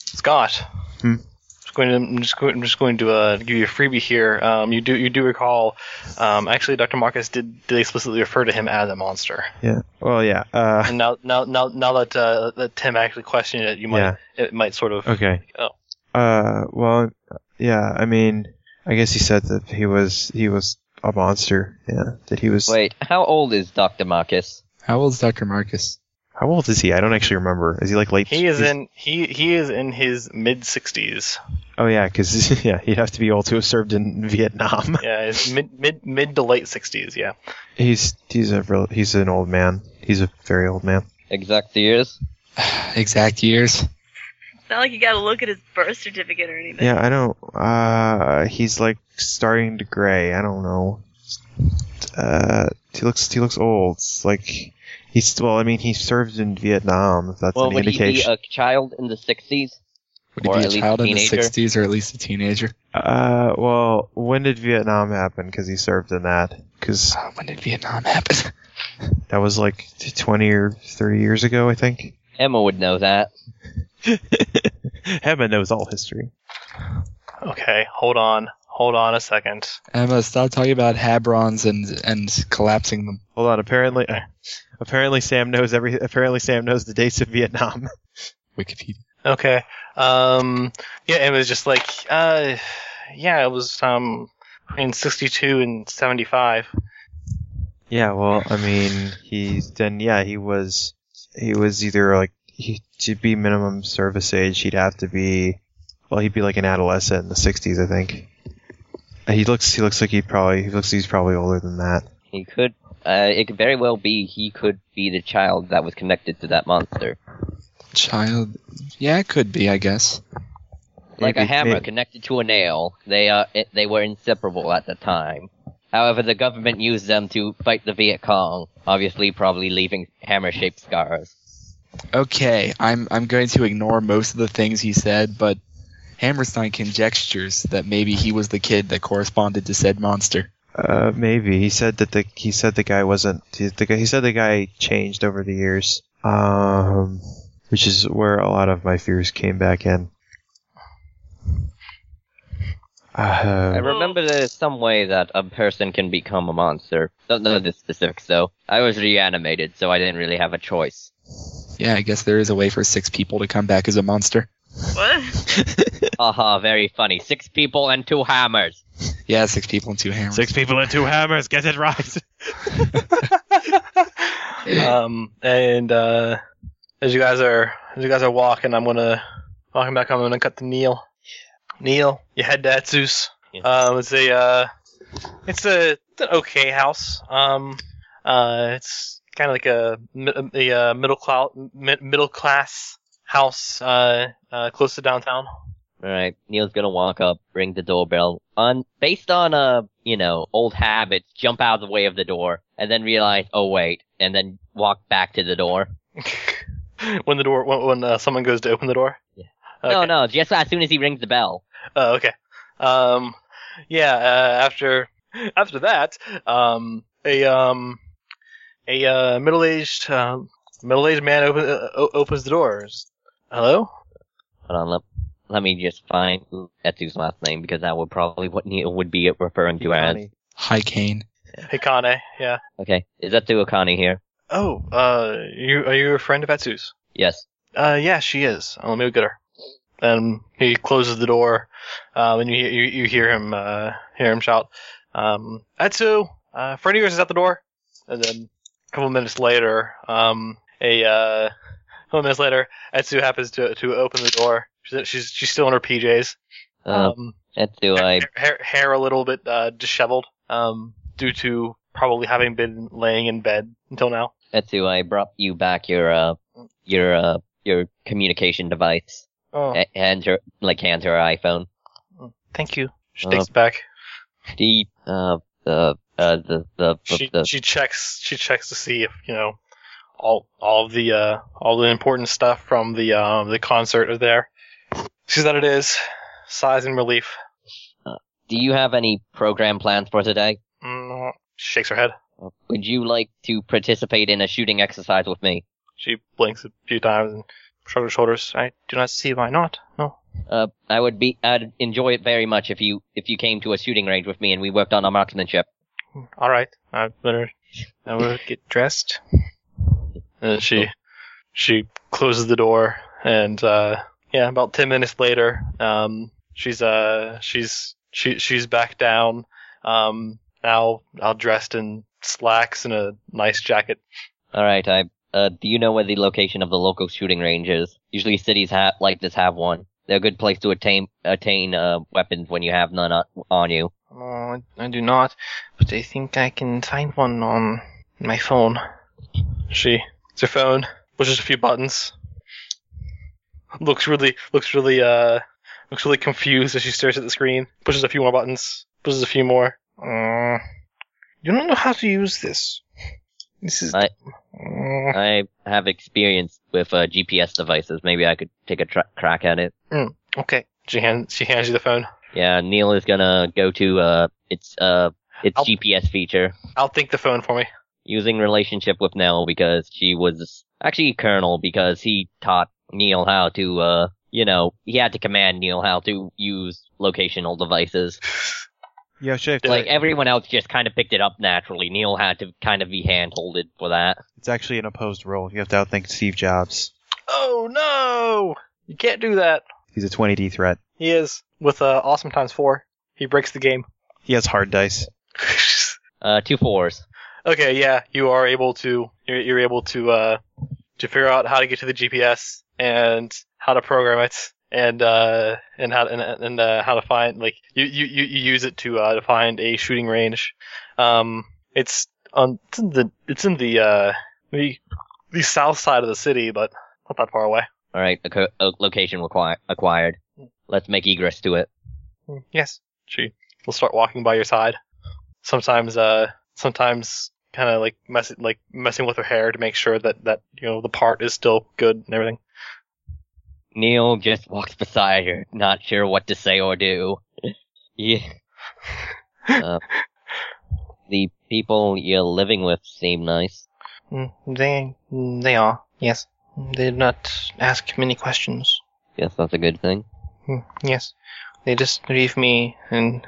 Scott. Hmm? Just going to, I'm just going, I'm just going to uh, give you a freebie here. Um, you do you do recall? Um, actually, Dr. Marcus did, did explicitly refer to him as a monster. Yeah. Well, yeah. Uh, And now now now now that uh, that Tim actually questioned it, you might yeah. it might sort of Okay. Oh. Uh, well, yeah. I mean, I guess he said that he was he was a monster. Yeah. That he was. Wait, how old is Doctor Marcus? How old is Dr. Marcus? How old is he? I don't actually remember. Is he like late? he is he's- in he he is in his mid sixties. Oh yeah, because yeah, he'd have to be old to have served in Vietnam. Yeah, his mid mid mid to late sixties. Yeah. he's he's a real, he's an old man. He's a very old man. Exact years? Exact years. It's not like you gotta look at his birth certificate or anything. Yeah, I don't. Uh, he's like starting to gray. I don't know. Uh, he looks he looks old. It's Like he's well, I mean, he served in Vietnam. If that's Well, an would he be indication. a child in the sixties? Would he Or be a at least child a in the teenager. 60s or at least a teenager? Uh, well, when did Vietnam happen? Because he served in that. Because Uh, when did Vietnam happen? that was like 20 or 30 years ago, I think. Emma would know that. Heaven knows all history. Okay, hold on, Hold on a second. Emma, stop talking about Habrons and and collapsing them. Hold on. Apparently, apparently Sam knows every. Apparently Sam knows the dates of Vietnam. Wikipedia. Okay. Um. Yeah, it was just like, uh, yeah, it was um between sixty-two and seventy-five. Yeah, well, I mean, he's then yeah, he was he was either like he, to be minimum service age, he'd have to be well, he'd be like an adolescent in the '60s, I think. Uh, He looks he looks like he probably he looks he's probably older than that. He could. Uh, it could very well be he could be the child that was connected to that monster, Child. Yeah, it could be, I guess. like a Maybe- hammer maybe- connected to a nail. They uh, it, they were inseparable at the time. However, the government used them to fight the Viet Cong, obviously probably leaving hammer-shaped scars. Okay, I'm I'm going to ignore most of the things he said, but Hammerstein conjectures that maybe he was the kid that corresponded to said monster. Uh, maybe he said that the he said the guy wasn't he, the guy, he said the guy changed over the years. Um, which is where a lot of my fears came back in. I Uh, remember there's some way that a person can become a monster. Don't know the specifics though. I was reanimated, so I didn't really have a choice. Yeah, I guess there is a way for six people to come back as a monster. What? Haha, very funny. Six people and two hammers. Yeah, six people and two hammers. Six people and two hammers. Get it right. um, and uh, as you guys are as you guys are walking, I'm gonna walking back. I'm gonna cut to Neil. Neil, you head to Zeus. Yeah. Um, it's a uh, it's a it's an okay house. Um, uh, it's kind of like a mi- a, uh middle clout mi- middle class house. Uh, uh, close to downtown. Alright, Neil's gonna walk up, ring the doorbell. On based on uh, you know, old habits, jump out of the way of the door, and then realize, oh wait, and then walk back to the door. when the door when, when uh, someone goes to open the door. Yeah. Okay. No, no, just as soon as he rings the bell. Oh, okay. Um, yeah. Uh, after after that, um, a um, a uh, middle aged uh, middle aged man open, uh, o- opens the doors. Hello. Hold on, let, let me just find Etsu's last name because that would probably what Neil would be referring to as. Hi, Kane. Hikane. Yeah. Okay, is Etsu Akane here? Oh, uh, you are you a friend of Atsu's? Yes. Uh, yeah, she is. Uh, let me go get her. And he closes the door, um, and you you, you hear him uh, hear him shout, um, "Atsu, uh, friend of yours is at the door." And then a couple minutes later, um, a uh, couple minutes later, Atsu happens to to open the door. She's she's, she's still in her PJs. Uh, Um, Etsu, I hair, hair, hair a little bit uh, disheveled, um, due to probably having been laying in bed until now. Etsu, I brought you back your uh your uh your communication device. Oh, A- hand her like hand her iPhone. thank you. She Uh, takes it back. The uh the uh the the, she the she checks she checks to see if you know all all of the uh all the important stuff from the um the concert are there. Sees that it is. Sighs in relief. do you have any program plans for today? Uh, Mm, she shakes her head. Would you like to participate in a shooting exercise with me? She blinks a few times and shrugs her shoulders. I do not see why not. No. Uh, I would be I'd enjoy it very much if you if you came to a shooting range with me and we worked on our marksmanship. All right. I better I will get dressed. And Uh, she she closes the door and uh yeah, about 10 minutes later, um she's uh she's she she's back down um now now dressed in slacks and a nice jacket. All right, I uh do you know where the location of the local shooting range is? Usually cities ha- like this have one. They're a good place to attain attain uh weapons when you have none on, on you. No, I, Oh, I do not, but I think I can find one on my phone. She, it's her phone, pushes a few buttons. Looks really, looks really, uh, looks really confused as she stares at the screen. Pushes a few more buttons. Pushes a few more. Uh, you don't know how to use this. This is. I- Mm. I have experience with uh, GPS devices. Maybe I could take a tra- crack at it. Hmm, okay. She hands, she hands you the phone. Yeah, Neil is gonna go to uh, its uh, its I'll- GPS feature I'll think the phone for me. using relationship with Nell because she was actually Colonel because he taught Neil how to uh, you know, he had to command Neil how to use locational devices. Yeah, sure. Like everyone else just kind of picked it up naturally. Neil had to kind of be handholded for that. It's actually an opposed role. You have to outthink Steve Jobs. Oh no! You can't do that. He's a 20D threat. He is with uh, awesome times four. He breaks the game. He has hard dice. Uh, two fours. okay, yeah, you are able to you're, you're able to uh to figure out how to get to the GPS and how to program it and uh and how and, and uh, how to find like you you you you use it to uh to find a shooting range. Um, it's on it's in the it's in the uh the the south side of the city, but not that far away. All right, a, co- a location require- acquired. Let's make egress to it. Mm, Yes, she will start walking by your side. Sometimes, uh, sometimes kind of like mess like messing with her hair to make sure that that you know the part is still good and everything. Neil just walks beside her, not sure what to say or do. yeah. Uh, the people you're living with seem nice. Mm, They they are yes. They did not ask many questions. Mm, Guess that's a good thing. Yes, they just leave me and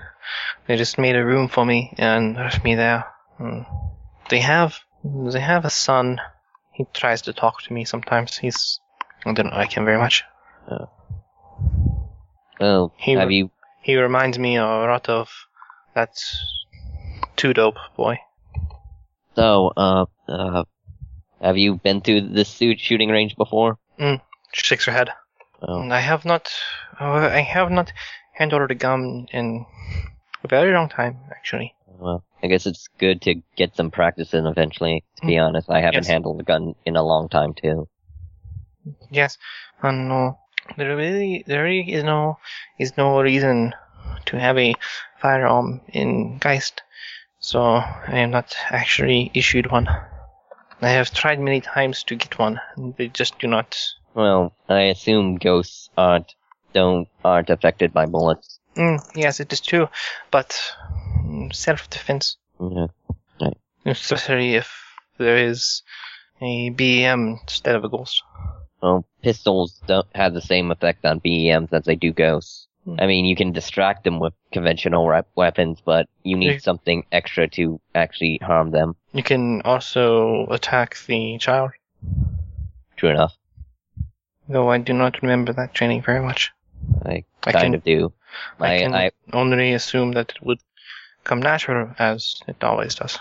they just made a room for me and left me there. Mm. They have they have a son. He tries to talk to me sometimes. He's I don't like him very much. Oh, He- have you? He reminds me a lot of that too dope boy. So, uh, uh, have you been to the suit shooting range before? She shakes her head. Oh, I have not, uh, I have not hand ordered a gun in a very long time, actually. well, I guess it's good to get some practice in eventually. To be honest, I haven't Hmm. Yes. handled a gun in a long time too. Yes, and no, there really, there really is no, is no reason to have a firearm in Geist, so I am not actually issued one. I have tried many times to get one, and they just do not. Well, I assume ghosts aren't don't aren't affected by bullets. Mm, yes, it is true, but mm, self-defense. Yeah. Especially if there is a BM instead of a ghost. Well, Um, pistols don't have the same effect on BEMs as they do ghosts. Hmm. I mean, you can distract them with conventional rep- weapons, but you need Yeah. something extra to actually harm them. You can also attack the child, True enough, though I do not remember that training very much. I I kind can- of do. I I, can- I Only assume that it would come natural as it always does.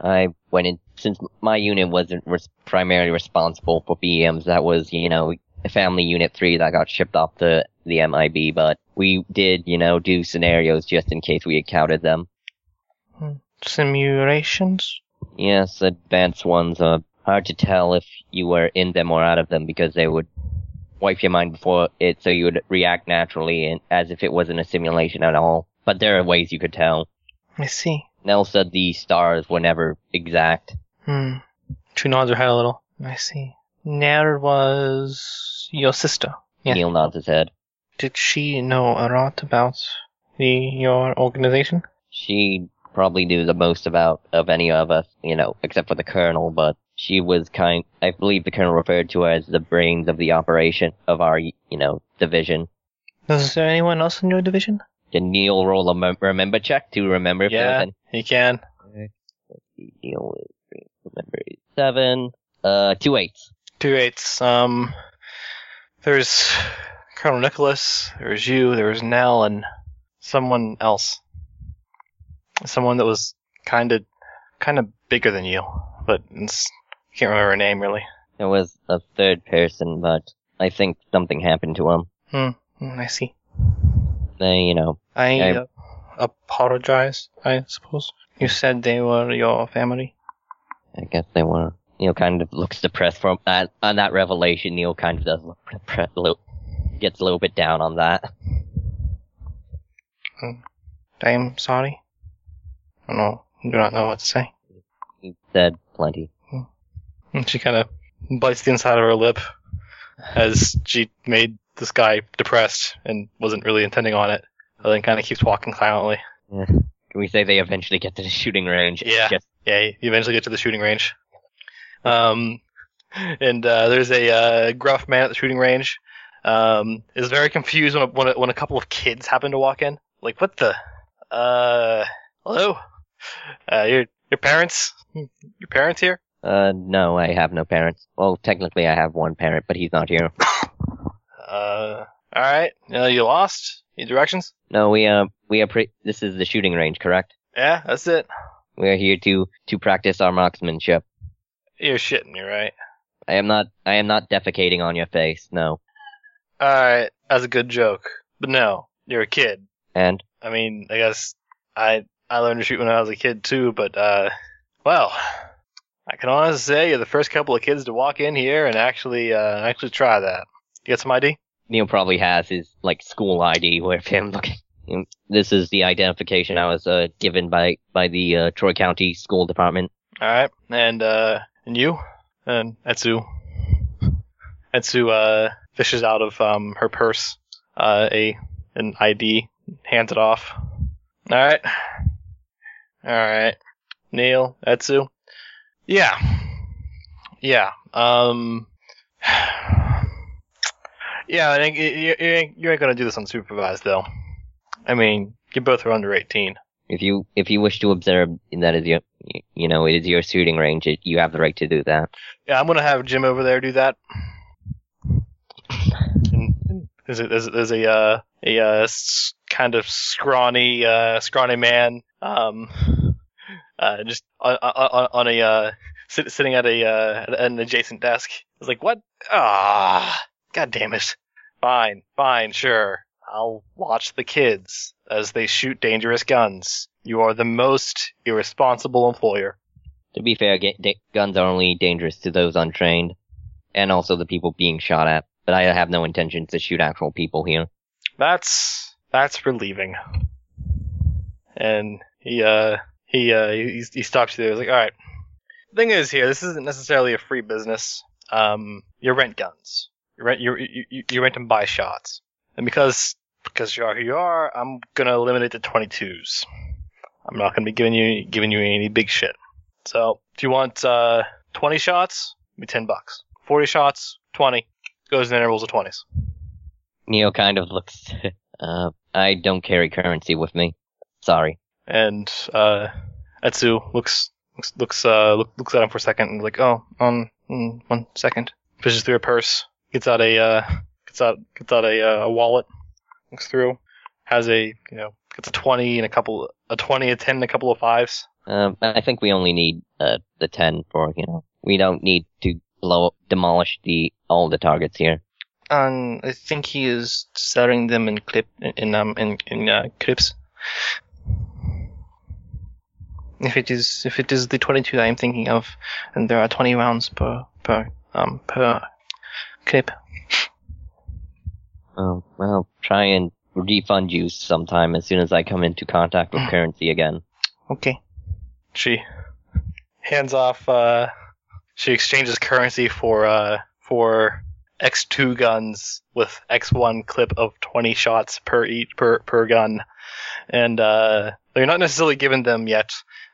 I went in since my unit wasn't res- primarily responsible for BEMs. That was, you know, Family Unit Three that got shipped off to the MIB. But we did, you know, do scenarios just in case we encountered them. Simulations? Yes, advanced ones are hard to tell if you were in them or out of them because they would wipe your mind before it, so you would react naturally and as if it wasn't a simulation at all. But there are ways you could tell. I see. Nell said the stars were never exact. Hmm. She nods her head a little. I see. Nair was your sister. Yeah. Neil nods his head. Did she know a lot about the your organization? she probably knew the most about of any of us, you know, except for the colonel, but she was kind I believe the colonel referred to her as the brains of the operation of our, you know, division. Is there anyone else in your division? Can Neil roll a mem- remember check to remember if Yeah. there's He can. any Neil is- remember is seven uh two eights. two eights. Um, there's Colonel Nicholas. There's you. There's Nell, and someone else. Someone that was kind of, kind of bigger than you, but it's, can't remember her name really. There was a third person, but I think something happened to him. Mm, I see. They, you know, I Okay. uh, apologize. I suppose you said they were your family. I guess they were. Neil kind of looks depressed from that on that revelation. Neil kind of does look depre- lo- gets a little bit down on that. I am sorry. I don't know. I Do not know what to say. He said plenty. And she kind of bites the inside of her lip as she made this guy depressed and wasn't really intending on it. And then kind of keeps walking silently. Can we say they eventually get to the shooting range? It's Yeah. Just, Yeah, you eventually get to the shooting range. Um, and uh, there's a uh, gruff man at the shooting range. Um, is very confused when a, when, a, when a couple of kids happen to walk in. Like, what the? Uh, hello? Uh, your your parents? Hmm, Your parents here? Uh, no, I have no parents. Well, technically, I have one parent, but he's not here. Uh, all right. Uh, you lost? Need directions? No, we uh, we are. Pre- this is the shooting range, correct? Yeah, that's it. We are here to to practice our marksmanship. You're shitting me, right? I am not. I am not defecating on your face. No. All right, that's a good joke, but no, you're a kid. And I mean, I guess I I learned to shoot when I was a kid too, but uh, well, I can honestly say you're the first couple of kids to walk in here and actually uh actually try that. You got some ID? Neil probably has his like school ID with him. Looking. This is the identification I was uh, given by by the uh, Troy County School Department. All right, and uh, and you and Etsu. Etsu uh fishes out of um her purse uh a an ID, hands it off. All right, all right, Neil, Etsu. Yeah. Yeah. Um. Yeah, I think you, you, you ain't, you ain't gonna do this unsupervised though. I mean, you both are under eighteen. If you if you wish to observe, that is your you know it is your shooting range. It, you have the right to do that. Yeah, I'm gonna have Jim over there do that. And there's a there's a, there's a, uh, a uh, s- kind of scrawny uh, scrawny man. Um, uh, just on, on, on a uh, sit, sitting at a uh, at an adjacent desk. It's like, what? Ah, god damn it! Fine, fine, sure. I'll watch the kids as they shoot dangerous guns. You are the most irresponsible employer. To be fair, ga- da- guns are only dangerous to those untrained, and also the people being shot at. But I have no intentions to shoot actual people here. That's that's relieving. And he uh he uh he, he stops you there. He's like, all right. Thing is, here this isn't necessarily a free business. Um, you rent guns. You rent you you, you- you rent and buy shots. And because because you are who you are, I'm gonna limit it to 22s. I'm not gonna be giving you giving you any big shit. So if you want uh 20 shots, it'll be 10 bucks. 40 shots, 20 goes in intervals of 20s. Neo kind of looks. uh, I don't carry currency with me. Sorry. and uh, Etsu looks looks looks uh look, looks at him for a second and like oh um mm, one second fishes through her purse gets out a uh gets out gets out a uh, a wallet looks through has a you know gets a twenty and a couple a twenty a ten and a couple of fives Um, I think we only need uh, the ten for you know. We don't need to blow demolish the all the targets here. um I think he is selling them in clip in um in in uh, clips if it is if it is the 22 I am thinking of, and there are 20 rounds per per um per clip. Oh, well, try and refund you sometime as soon as I come into contact with currency again. Okay. She hands off. Uh, she exchanges currency for uh for X2 guns with X1 clip of 20 shots per each per per gun, and uh, they're not necessarily given them yet.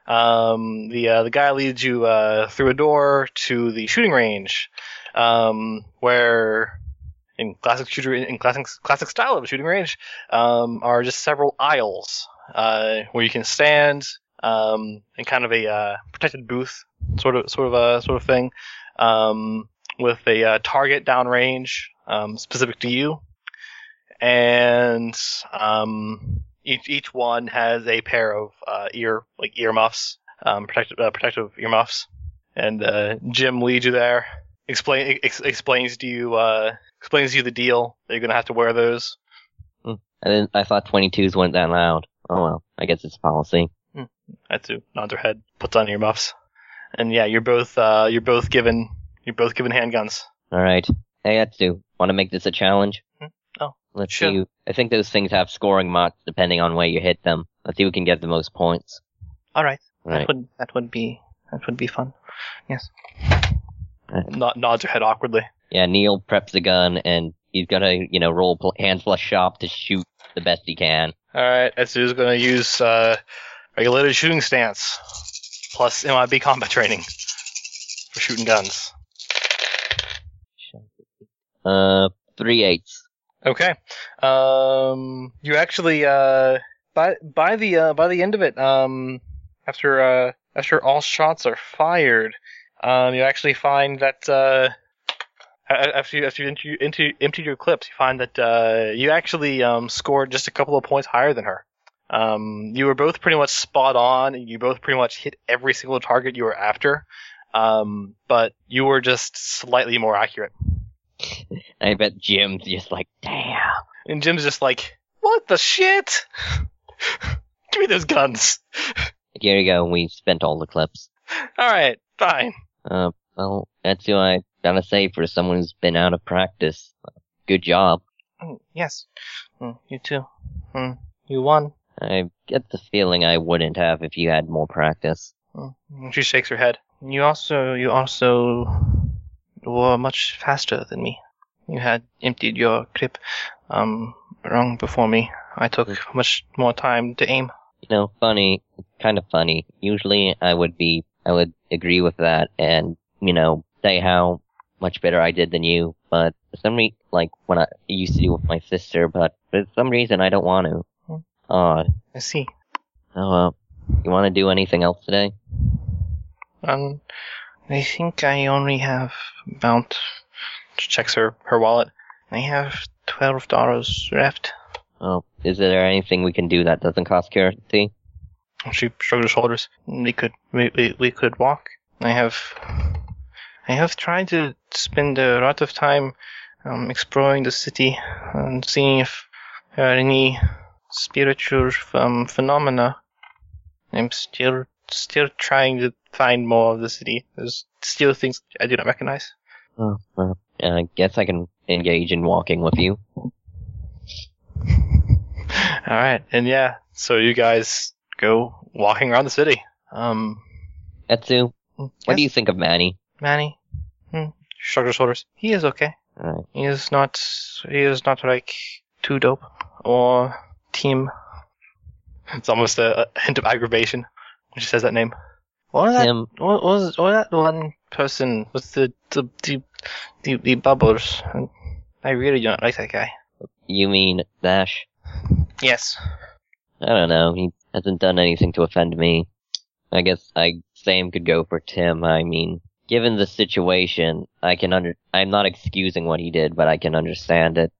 Um, the uh, the guy leads you uh, through a door to the shooting range, um, where in classic shooter in classic classic style of a shooting range um, are just several aisles uh, where you can stand um, in kind of a uh, protected booth sort of sort of a sort of thing um, with a uh, target downrange um, specific to you, and um, each each one has a pair of uh, ear like earmuffs, um, protective uh, protective earmuffs, and uh, Jim leads you there. Explain ex- explains to you uh, explains to you the deal that you're gonna have to wear those. I didn't, I thought 22s weren't that loud. Oh well, I guess it's policy. Etsu nods her head, puts on earmuffs, and yeah, you're both uh, you're both given you're both given handguns. Alright. Hey, Etsu, want to make this a challenge? Hmm. Oh, Let's sure. see. who- I think those things have scoring marks depending on where you hit them. Let's see who can get the most points. All right. Right. would that would be that would be fun. Yes. Nod, nods her head awkwardly. Yeah, Neil preps the gun and he's gonna, you know, roll pl- hand plus shop to shoot the best he can. All right, Etsu's gonna use uh, regulated shooting stance plus MIB combat training for shooting guns. Uh, Three eights. Okay. Um, you actually uh, by by the uh, by the end of it, um, after uh, after all shots are fired, um, you actually find that uh, a- a- after you, after you empty, empty, emptied your clips, you find that uh, you actually um, scored just a couple of points higher than her. Um, you were both pretty much spot on. and You both pretty much hit every single target you were after, um, but you were just slightly more accurate. I bet Jim's just like, damn. And Jim's just like, "What the shit? Give me those guns." Here you go. We spent all the clips. All right, fine. Uh, well, that's who I gotta say for someone who's been out of practice. Good job. Mm, Yes, Mm, you too. Mm, You won. I get the feeling I wouldn't have if you had more practice. Mm, She shakes her head. You also, you also were much faster than me. You had emptied your clip, um, wrong before me. I took much more time to aim. You know, funny, kind of funny. Usually I would be, I would agree with that and, you know, say how much better I did than you, but for some reason, like when I I used to do with my sister, but for some reason I don't want Hmm. to. Odd. I see. Oh well. You wanna do anything else today? Um, I think I only have about. She checks her her wallet. I have twelve dollars left. Oh, is there anything we can do that doesn't cost currency? She shrugs her shoulders. We could we, we, we could walk. I have I have tried to spend a lot of time um, exploring the city and seeing if there are any spiritual um, phenomena. I'm still still trying to find more of the city. There's still things I do not recognize. Oh, well, I guess I can engage in walking with you. All right, and yeah, so you guys go walking around the city. Um, Etsu, what what do you think of Manny? Manny? Hmm, shrugged her shoulders. He is okay. Alright. He is not. He is not like too dope or team. It's almost a, a hint of aggravation when she says that name. What was that? Tim, What was what that one person with the the the the, the bubbles? I really do not like that guy. you mean Dash? Yes. I don't know. He hasn't done anything to offend me. I guess I same could go for Tim. I mean, given the situation, I can under. I'm not excusing what he did, but I can understand it.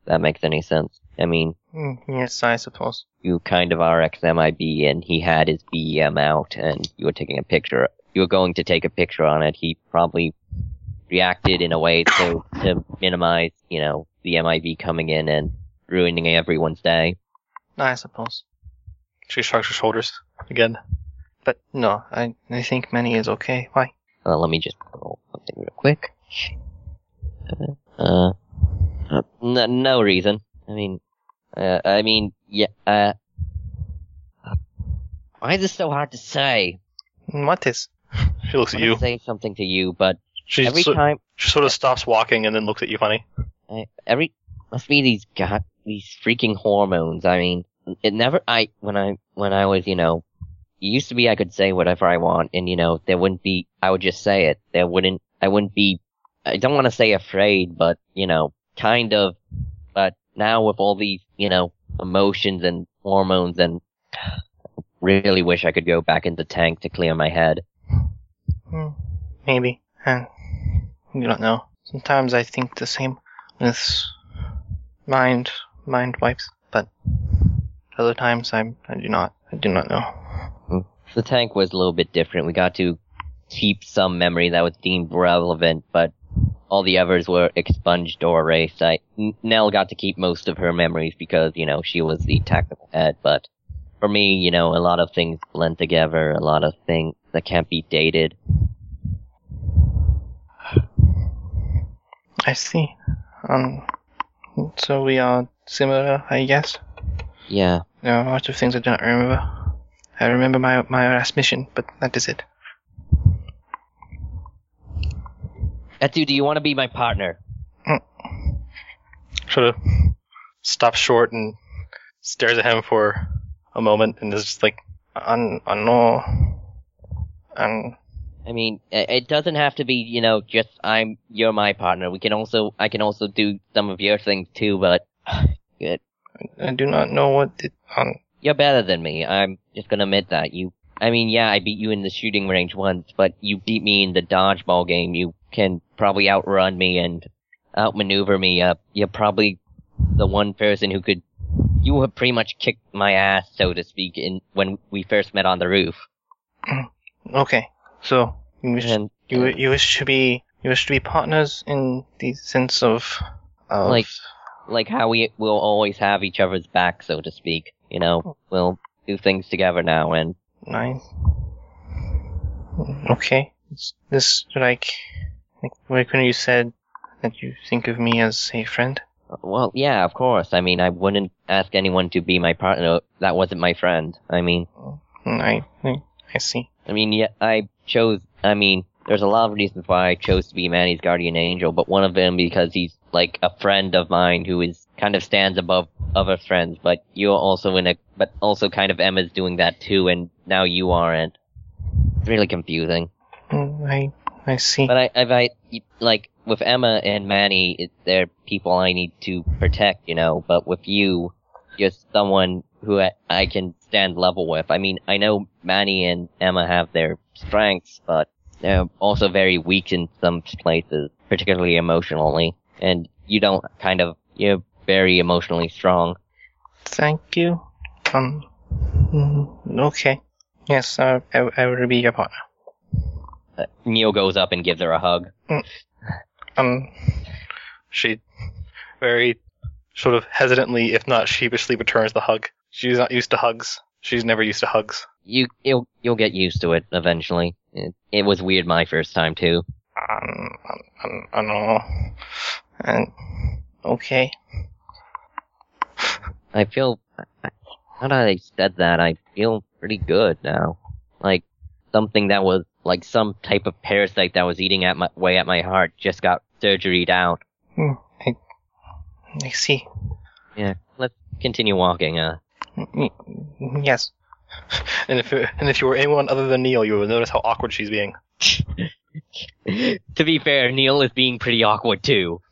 If that makes any sense. I mean, Hmm, yes, I suppose. you kind of are XMIB, and he had his BEM out, and you were taking a picture. You were going to take a picture on it. He probably reacted in a way so to minimize, you know, the MIB coming in and ruining everyone's day. I suppose. She shrugs her shoulders again. But no, I I think Manny is okay. Why? Uh, let me just roll something real quick. Uh, uh, no, no reason. I mean, uh, I mean, yeah. Uh, why is this so hard to say? What is? She looks I at wanna you. say something to you, but She, every so- time, she sort of stops walking and then looks at you funny. I, every must be these god, these freaking hormones. I mean, it never. I when I when I was, you know, it used to be I could say whatever I want, and you know, there wouldn't be. I would just say it. There wouldn't. I wouldn't be. I don't want to say afraid, but you know, kind of. But now with all these, you know, emotions and hormones, and really wish I could go back in the tank to clear my head. Hmm, maybe. Huh. You don't know. Sometimes I think the same with mind mind wipes, but other times I I do not I do not know. the tank was a little bit different. We got to keep some memory that was deemed relevant, but all the others were expunged or erased. I, N- Nell got to keep most of her memories because, you know, she was the tactical head, but for me, you know, a lot of things blend together, a lot of things that can't be dated. I see. Um. So we are similar, I guess. Yeah. There are a lot of things I do not remember. I remember my my last mission, but that is it. Etu, do you want to be my partner? Sort of stops short and stares at him for "Oh, a moment, and is just like, "I I know, and I mean, i- it doesn't have to be, you know, just I'm you're my partner. We can also I can also do some of your things too, but I do not know what. The, um, you're better than me. I'm just gonna admit that. You I mean, yeah, I beat you in the shooting range once, but you beat me in the dodgeball game. You can probably outrun me and outmaneuver me. Uh, you're probably the one person who could you have pretty much kicked my ass, so to speak, in when we first met on the roof. okay, so you wish, And you you wish to be you wish to be partners in the sense of, of Like- like how we will always have each other's back, so to speak. You know, we'll do things together now, and nine. Okay, it's this like like when you said that you think of me as a friend. well, yeah, of course. I mean, I wouldn't ask anyone to be my partner that wasn't my friend. I mean, I I see. I mean, yeah, I chose. I mean, there's a lot of reasons why I chose to be Manny's guardian angel, but one of them because he's like a friend of mine who is kind of stands above other friends. But you're also in a, but also kind of Emma's doing that too, and now you aren't. Really confusing. Mm, I I see. But I, if I like with Emma and Manny, it, they're people I need to protect, you know. But with you, you're someone who I, I can stand level with. I mean, I know Manny and Emma have their strengths, but they're also very weak in some places, particularly emotionally. And you don't kind of you're very emotionally strong. Thank you. Um. mm, Okay. Yes, uh, I I will be your partner. Uh, Neil goes up and gives her a hug. Mm. Um. She very sort of hesitantly, if not sheepishly, returns the hug. She's not used to hugs. She's never used to hugs. You you'll you'll get used to it eventually. It, it was weird my first time too. Um. I, I don't know. And okay. I feel. I- Now that I said that, I feel pretty good now. Like something that was like some type of parasite that was eating at my way at my heart just got surgeried out. Hmm. I see. Yeah, let's continue walking. Uh, Mm, mm, Yes. And if and if you were anyone other than Neil, you would notice how awkward she's being. to be fair, Neil is being pretty awkward too.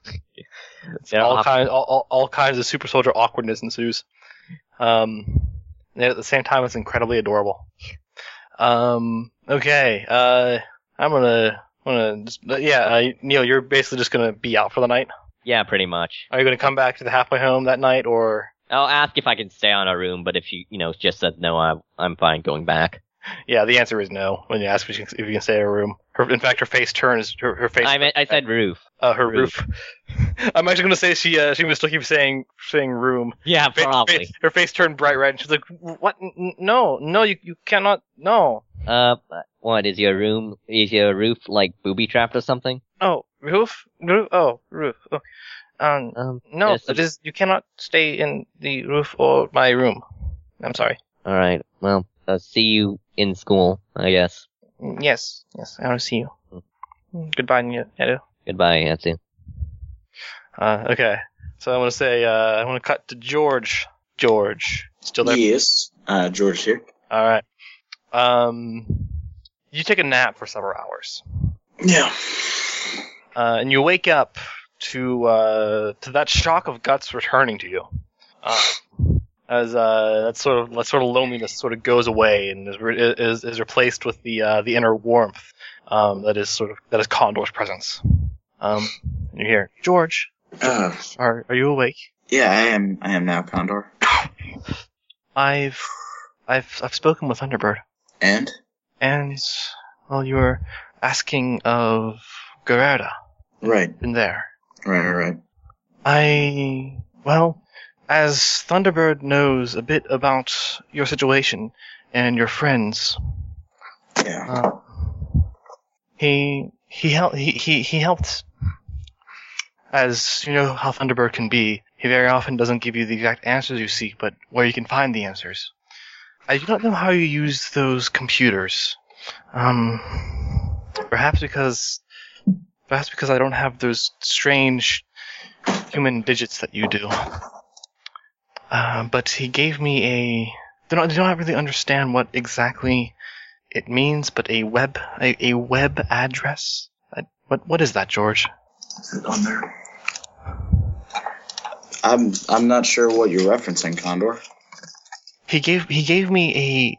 They're all op- kind, all, all, all kinds of super soldier awkwardness ensues. Um, and at the same time, it's incredibly adorable. Um, okay, uh, I'm gonna, I'm gonna, just, but yeah, uh, Neil, you're basically just gonna be out for the night. yeah, pretty much. Are you gonna come back to the halfway home that night, or I'll ask if I can stay on a room, but if you you know just said no, I, I'm fine going back. yeah, the answer is no. When you ask if you can, if you can stay in a room, her, in fact, her face turns, her, her face, I meant I said roof. uh, her roof. I'm actually gonna say she, uh, she mistook you for saying, saying room. Yeah, Fa- probably. face- her face turned bright red, and she's like, "What? N- n- No, no, you you cannot. No, Uh, what is your room? Is your roof like booby trapped or something? oh, roof, roof, oh, roof. Oh. Um, Um, no, there's it is. You cannot stay in the roof or my room. I'm sorry. All right. Well, uh, see you in school, I guess. Yes, yes, I will see you. Hmm. Goodbye, N- Edo. Goodbye, Ansu. Uh, okay. So I want to say, uh, I want to cut to George. George, still there? Yes, uh, George here. All right. Um, you take a nap for several hours. Yeah. uh, and you wake up to uh, to that shock of guts returning to you, uh, as uh, that sort of that sort of loneliness sort of goes away and is re- is, is replaced with the uh, the inner warmth um, that is sort of that is Condor's presence. Um, and you hear George, Uh, are are you awake? yeah, I am. I am now Condor. I've I've I've spoken with Thunderbird, And and well, you were asking of Gerarda right, in there. right, right, right. I, well, as Thunderbird knows a bit about your situation and your friends, Yeah. uh, he he helped he, he he helped. As you know how Thunderbird can be, he very often doesn't give you the exact answers you seek, but where you can find the answers. I do not know how you use those computers. Um, perhaps because perhaps because I don't have those strange human digits that you do. Uh, but he gave me a. Do not do not really understand what exactly It means, but a web, a, a web address. I, what what is that, George? on there. I'm I'm not sure what you're referencing, Condor. He gave he gave me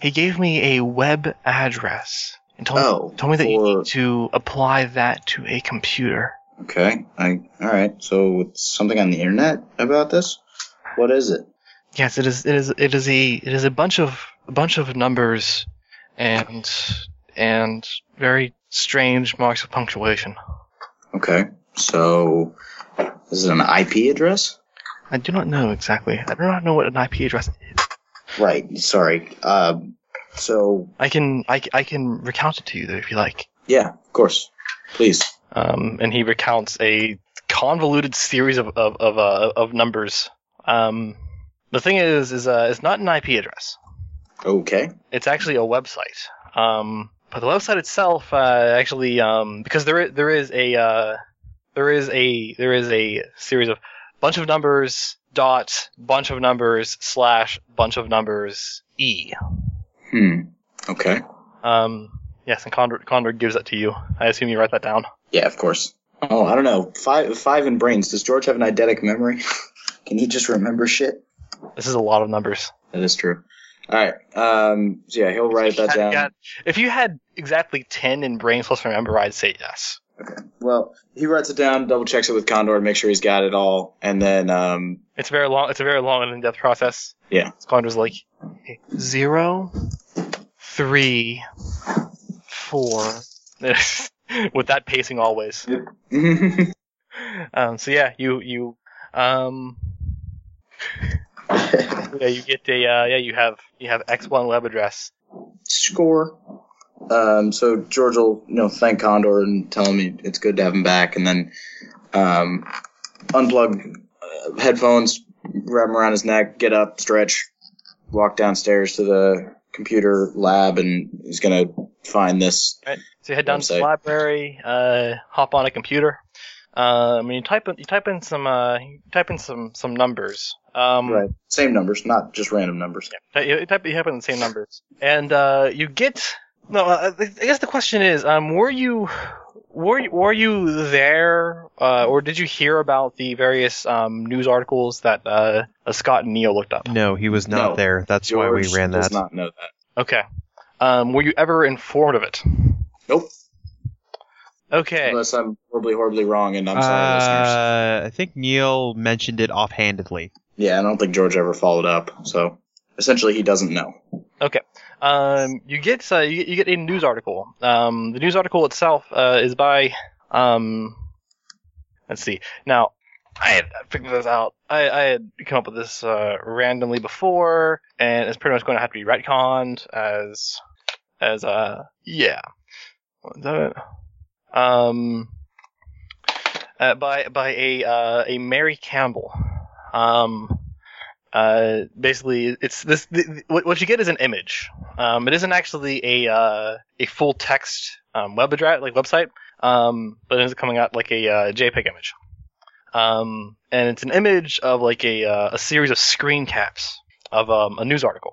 a he gave me a web address and told Oh, me, told me that you for- need to apply that to a computer. Okay. I all right. So it's something on the internet about this. What is it? Yes, it is. It is. It is a. It is a bunch of a bunch of numbers, and and very strange marks of punctuation. Okay. So is it an IP address? I do not know exactly. I do not know what an IP address is. Right. Sorry. Um, so I can. I, c- I can recount it to you though, if you like. yeah, of course. Please. Um, and he recounts a convoluted series of of of, uh, of numbers. Um, the thing is, is uh, it's not an IP address. Okay. it's actually a website. Um, but the website itself, uh, actually, um, because there is, there is a uh, there is a there is a series of bunch of numbers dot bunch of numbers slash bunch of numbers e. Hmm. Okay. Um, yes, and Condor Condor gives that to you. I assume you write that down. Yeah, of course. Oh, I don't know. Five five in brains. Does George have an eidetic memory? Can he just remember shit? This is a lot of numbers. That is true. All right. Um, so yeah, he'll write that Had- down. had- if you had exactly ten in brains plus remember, I'd say yes. Well, he writes it down, double checks it with Condor, make sure he's got it all, and then um, It's a very long. It's a very long and in-depth process. Yeah. Condor's like zero, three, four. With that pacing always. Um, so yeah, you you um. yeah, you get a uh, yeah. You have you have X one web address. score. Um, so George will you know thank Condor and tell him it's good to have him back, and then um, unplug uh, headphones, wrap 'em around his neck, get up, stretch, walk downstairs to the computer lab, and he's gonna find this. So you head down to the Website. library, uh, hop on a computer. Um, and you type in you type in some uh, you type in some some numbers. Um, Right, same numbers, not just random numbers. Yeah, you type, you type in the same numbers, and uh, you get. No, uh, I guess the question is, um, were you, were you, were you there, uh, or did you hear about the various um, news articles that uh, Scott and Neil looked up? No, he was not No. there. That's why we George ran does that. not know that. Okay. Um, were you ever informed of it? Nope. Okay. Unless I'm horribly, horribly wrong, and I'm sorry, listeners. uh, I think Neil mentioned it offhandedly. Yeah, I don't think George ever followed up. So essentially, he doesn't know. Um, you get uh, you, get- you get a news article. Um, the news article itself uh, is by um, let's see. Now, I had figured this out. I, I had come up with this uh, randomly before, and it's pretty much going to have to be retconned as as uh yeah. What is that? Um, uh, by by a uh, a Mary Campbell. Um. Uh, basically, it's this. The, the- what, what you get is an image. Um, it isn't actually a uh, a full text um, web address like website, um, but it is coming out like a uh, JPEG image. Um, and it's an image of like a uh, a series of screen caps of um, a news article.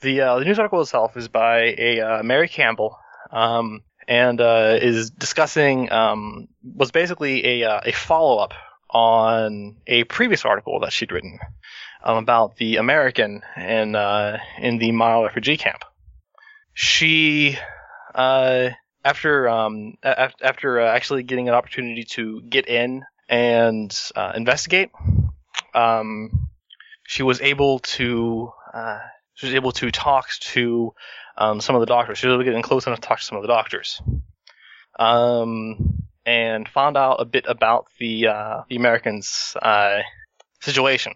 The uh, the news article itself is by a uh, Mary Campbell. Um, and uh, is discussing um, was basically a uh, a follow up on a previous article that she'd written um, about the American in uh, in the Mile refugee camp. She, uh, after um, a- af- after uh, actually getting an opportunity to get in and uh, investigate, um, she was able to uh, she was able to talk to um, some of the doctors. She was able to get in close enough to talk to some of the doctors. Um, and found out a bit about the uh, the Americans' uh, situation.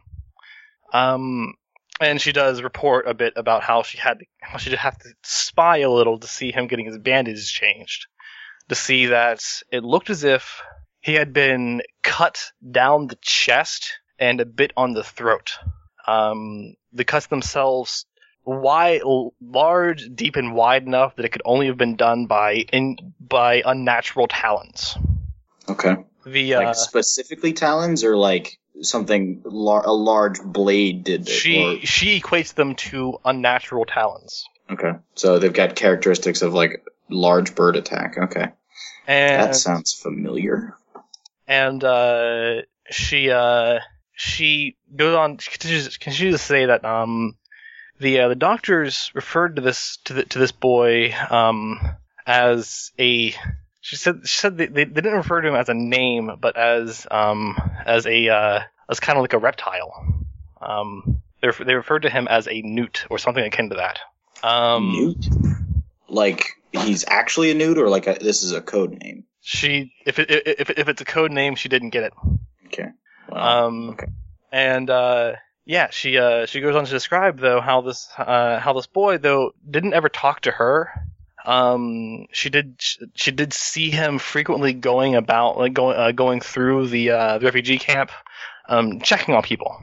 Um, and she does report a bit about how she had how she did have to spy a little to see him getting his bandages changed, to see that it looked as if he had been cut down the chest and a bit on the throat. Um, the cuts themselves wide, large, deep, and wide enough that it could only have been done by in by unnatural talons. Okay. The uh, Like specifically talons, or like something lar- a large blade did. it, she she equates them to unnatural talons. or- Okay. So they've got characteristics of like large bird attack. Okay. And That sounds familiar. and uh, she uh, she goes on she continues, continues to say that um, the uh, the doctors referred to this to the, to this boy um, as a she said she said they, they they didn't refer to him as a name but as um as a uh, as kind of like a reptile um they refer- they referred to him as a newt or something akin to that um Newt? Like he's actually a newt, or like a, this is a code name? she if it, if if it's a code name she didn't get it Wow. Um, okay. And uh, yeah, she uh, she goes on to describe though how this uh, how this boy though didn't ever talk to her. Um, she did she did see him frequently going about like going uh, going through the uh, the refugee camp, um, checking on people.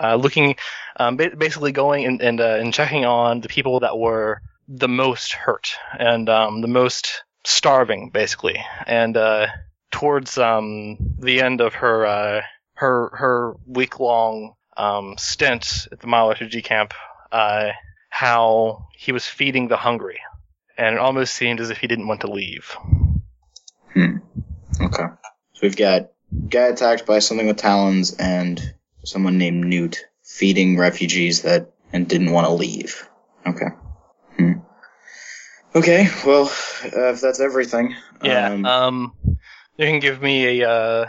Uh, looking, um, ba- basically going and and, uh, and checking on the people that were the most hurt and um, the most starving, basically. And uh, towards um, the end of her uh, her her week long um, stint at the Mile refugee camp, uh, how he was feeding the hungry, and it almost seemed as if he didn't want to leave. okay. So we've got guy attacked by something with talons and someone named Newt feeding refugees that and didn't want to leave. Okay. Hmm. Okay. Well, uh, if that's everything. Yeah. um, Um, you can give me a. Uh,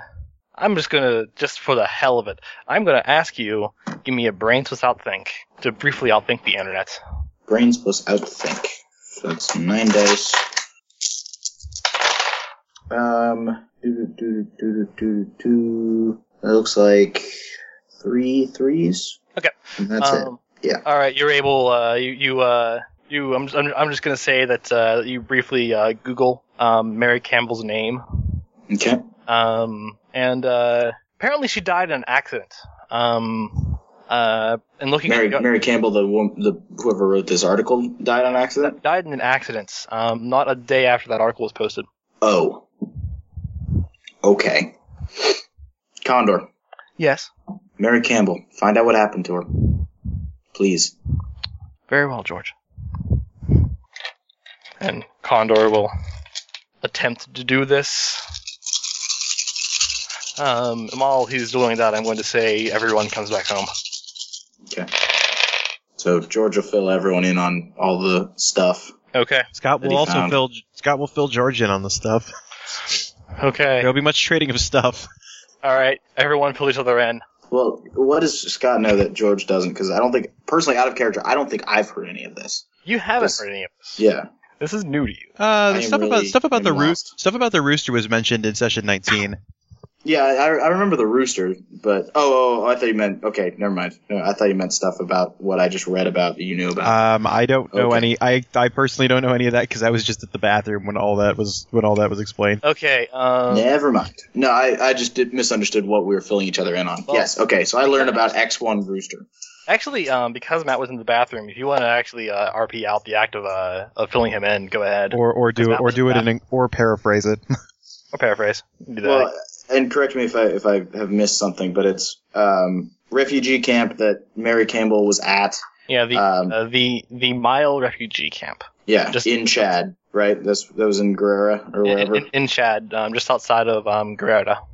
I'm just gonna just for the hell of it. I'm gonna ask you give me a brains without think to briefly outthink the internet. brains plus outthink. So that's nine dice. Um, doo doo doo doo doo doo. That looks like three threes. Okay. And that's it. um, Yeah. All right, you're able. Uh, you you uh, you. I'm just, I'm, I'm just gonna say that uh, you briefly uh, Google um, Mary Campbell's name. Okay. Um, and uh, apparently she died in an accident. Um, uh, and looking Mary at Mary Campbell, the wo- the whoever wrote this article, died on accident. died in an accident. Um, not a day after that article was posted. Oh. Okay. Condor, Yes. Mary Campbell, find out what happened to her, please. Very well, George. And Condor will attempt to do this. Um, and while he's doing that, I'm going to say everyone comes back home. So George will fill everyone in on all the stuff. Okay. Scott That will he also found. fill Scott will fill George in on the stuff. Okay. There will be much trading of stuff. All right. Everyone pull each other in. Well, what does Scott know that George doesn't? Because I don't think, personally, out of character, I don't think I've heard any of this. You haven't This- heard any of this. Yeah. This is new to you. Uh, the I stuff about really stuff about am the roost lost. stuff about the rooster was mentioned in session 19. Yeah, I, I remember the rooster, but oh, oh, I thought you meant okay. Never mind. No, I thought you meant stuff about what I just read about that you knew about. Um, I don't know Okay. any. I I personally don't know any of that because I was just at the bathroom when all that was when all that was explained. Okay. Um, Never mind. No, I, I just did, misunderstood what we were filling each other in on. Well- yes, okay. So I learned about X one rooster. Actually, um, because Matt was in the bathroom, if you want to actually uh, RP out the act of uh, of filling him in, go ahead. Or, Or or do it That or was do it bad. in an, or paraphrase it. paraphrase. You can do that. Well, and correct me if I if I have missed something, but it's um, refugee camp that Mary Campbell was at. yeah. The Um, uh, the the Mile refugee camp yeah, just- in Chad, right? That's that was in Guerrera or in, wherever. in, in Chad, um, just outside of um, Guerrero.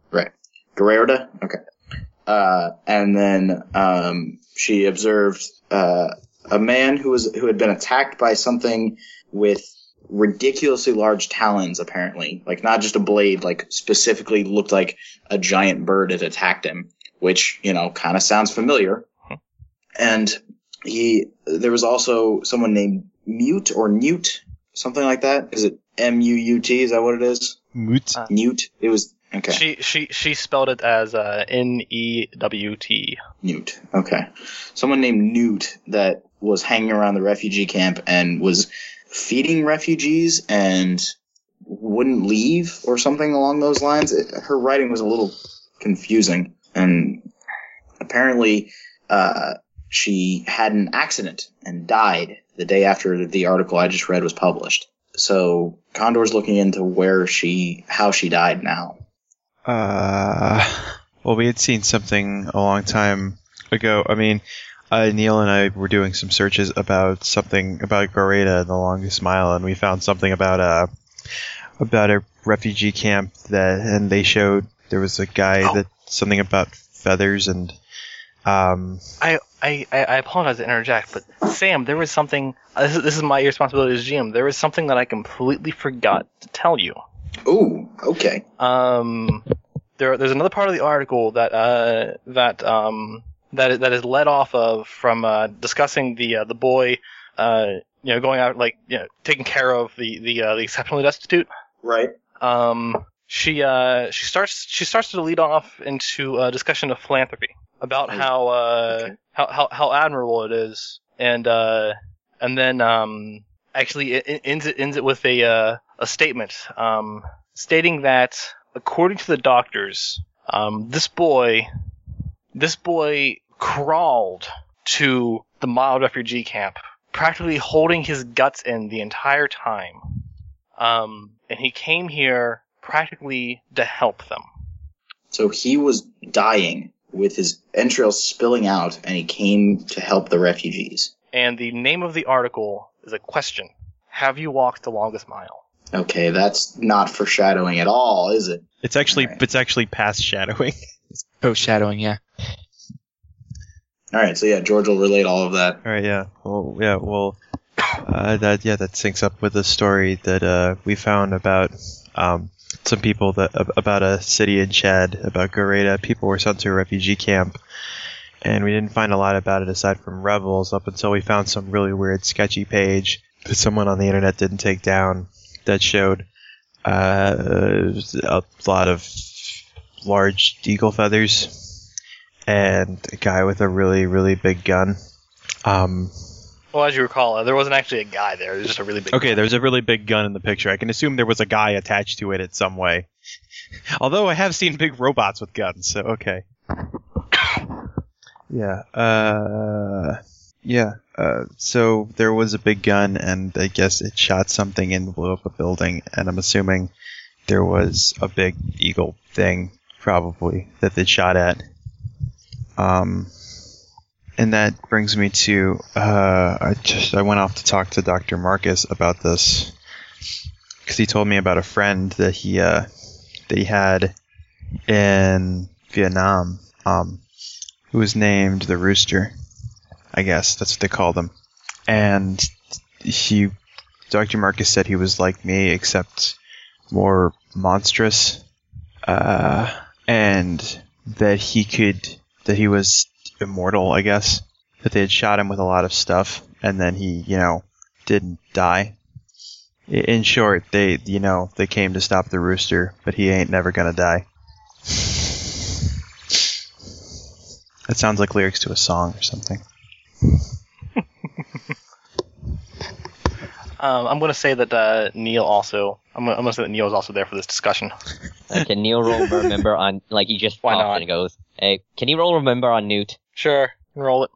Guerrera? Okay. Uh, and then um, she observed uh, a man who was who had been attacked by something with ridiculously large talons. Apparently, like not just a blade, like specifically looked like a giant bird had attacked him, which you know kind of sounds familiar. And he, there was also someone named Mute or Newt, something like that. Is it M U U T? Is that what it is? Moot. Uh, Newt. It was okay. She she she spelled it as uh, N E W T. Newt. Okay. Someone named Newt that was hanging around the refugee camp and was feeding refugees and wouldn't leave or something along those lines. It, her writing was a little confusing. And apparently, uh, she had an accident and died the day after the article I just read was published. So Condor's looking into where she, how she died now. Uh, well, we had seen something a long time ago. I mean, uh, Neil and I were doing some searches about something about Goreta and the longest mile, and we found something about a about a refugee camp that, and they showed there was a guy that something about feathers and um I, I, I I apologize to interject, but Sam, there was something. uh, This is, this is my responsibility as GM. There was something that I completely forgot to tell you. Ooh, okay. Um, there, there's another part of the article that uh, that um, that that is led off of from uh, discussing the uh, the boy, uh, you know, going out like you know, taking care of the the uh, the exceptionally destitute. Right. Um, she uh, she starts she starts to lead off into a discussion of philanthropy about Hmm. how uh, how, how how admirable it is, and uh, and then um, actually it, it ends it ends it with a uh, a statement um, stating that according to the doctors, um, this boy this boy crawled to the mild refugee camp, practically holding his guts in the entire time. Um, and he came here practically to help them. So he was dying with his entrails spilling out, and he came to help the refugees. And the name of the article is a question. Have you walked the longest mile? Okay, that's not foreshadowing at all, is it? it's actually it's actually past shadowing. Post shadowing, yeah. All right, so yeah, George will relate all of that. All right, yeah. Well, Oh, yeah, well, uh, that yeah, that syncs up with the story that uh, we found about um, some people that ab- about a city in Chad about Gareda. People were sent to a refugee camp, and we didn't find a lot about it aside from rebels up until we found some really weird, sketchy page that someone on the internet didn't take down that showed uh, a lot of large eagle feathers and a guy with a really, really big gun. Um, Well, as you recall, uh, there wasn't actually a guy there. It was just a really big. Okay, there's a really big gun in the picture. I can assume there was a guy attached to it in some way. Although I have seen big robots with guns, so okay. Yeah. Uh, yeah. Uh, so there was a big gun, and I guess it shot something and blew up a building. And I'm assuming there was a big eagle thing, probably that they shot at. Um, and that brings me to uh, I just I went off to talk to Dr. Marcus about this because he told me about a friend that he uh, that he had in Vietnam um, who was named the Rooster. I guess that's what they called him. And he, Dr. Marcus said he was like me except more monstrous, uh, and that he could that he was immortal, I guess. That they had shot him with a lot of stuff, and then he, you know, didn't die. I- In short, they, you know, they came to stop the rooster, but he ain't never gonna die. That sounds like lyrics to a song or something. Um, I'm going to say that uh, Neil also. I'm, gonna- I'm going to say that Neil was also there for this discussion. Uh, can Neil roll remember on like he just Why pops not? and goes, "Hey, can you roll remember on Newt?" Sure, roll it.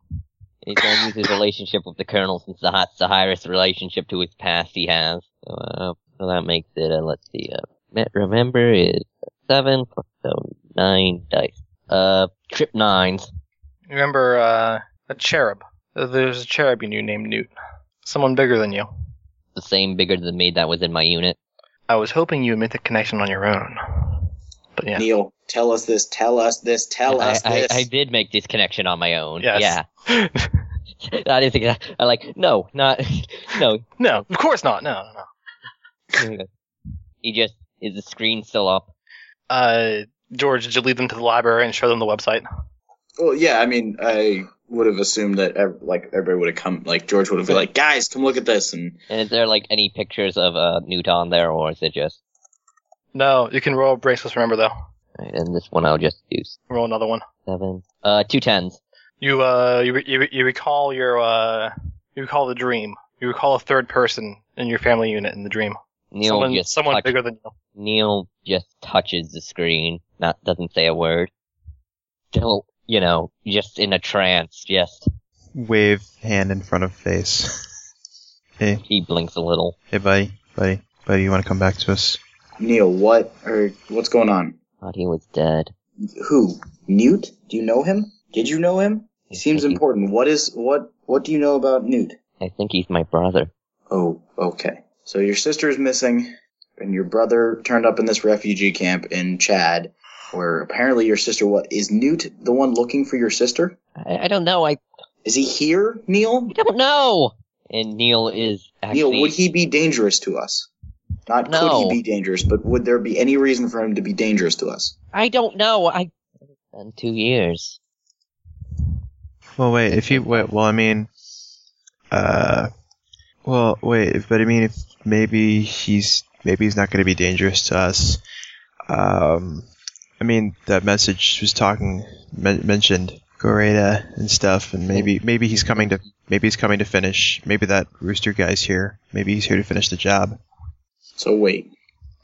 He's gonna use his relationship with the Colonel since the hot Sahira's relationship to his past he has. Uh, so that makes it. Uh, let's see. Uh, me- remember is seven plus so nine dice. Uh, trip nines. Remember uh, a cherub. There's a cherub you knew named Newt. Someone bigger than you. The same bigger than me that was in my unit. I was hoping you would make the connection on your own. But yeah. Neil, tell us this, tell us this, tell I, us I, this. I did make this connection on my own. Yes. Yeah. That is exactly. I like no, not no. no, of course not. No, no, no. Here we go. He just is the screen still up? Uh, George, did you lead them to the library and show them the website? well, yeah, I mean, I would have assumed that ev- like everybody would have come, like George would have been like, guys, come look at this, and And is there like any pictures of uh, Newt on there, or is it just? No, you can roll bracelets. Remember though, Right, and this one I'll just do roll another one. seven. Uh, two tens. You uh, you re- you, re- you recall your uh, you recall the dream. You recall a third person in your family unit in the dream. Neil someone just someone touch- bigger than you. Neil just touches the screen, not doesn't say a word. Still, you know, just in a trance. Just Wave hand in front of face. hey, he blinks a little. hey, buddy, buddy, buddy, you want to come back to us? Neil, what or what's going on? Thought he was dead. Who? Newt? Do you know him? Did you know him? He seems important. What is what? What do you know about Newt? I think he's my brother. Oh, okay. So your sister is missing, and your brother turned up in this refugee camp in Chad, where apparently your sister. What is Newt the one looking for your sister? I, I don't know. I Is he here, Neil? I don't know. And Neil is actually. Neil, would he be dangerous to us? Not No. could he be dangerous, but would there be any reason for him to be dangerous to us? I don't know. I. It's been two years. Well, wait. If you wait, well, I mean, uh, well, wait. But I mean, if maybe he's maybe he's not going to be dangerous to us. Um, I mean, that message was talking men- mentioned Goreta and stuff, and maybe maybe he's coming to maybe he's coming to finish. Maybe that rooster guy's here. Maybe he's here to finish the job. So wait,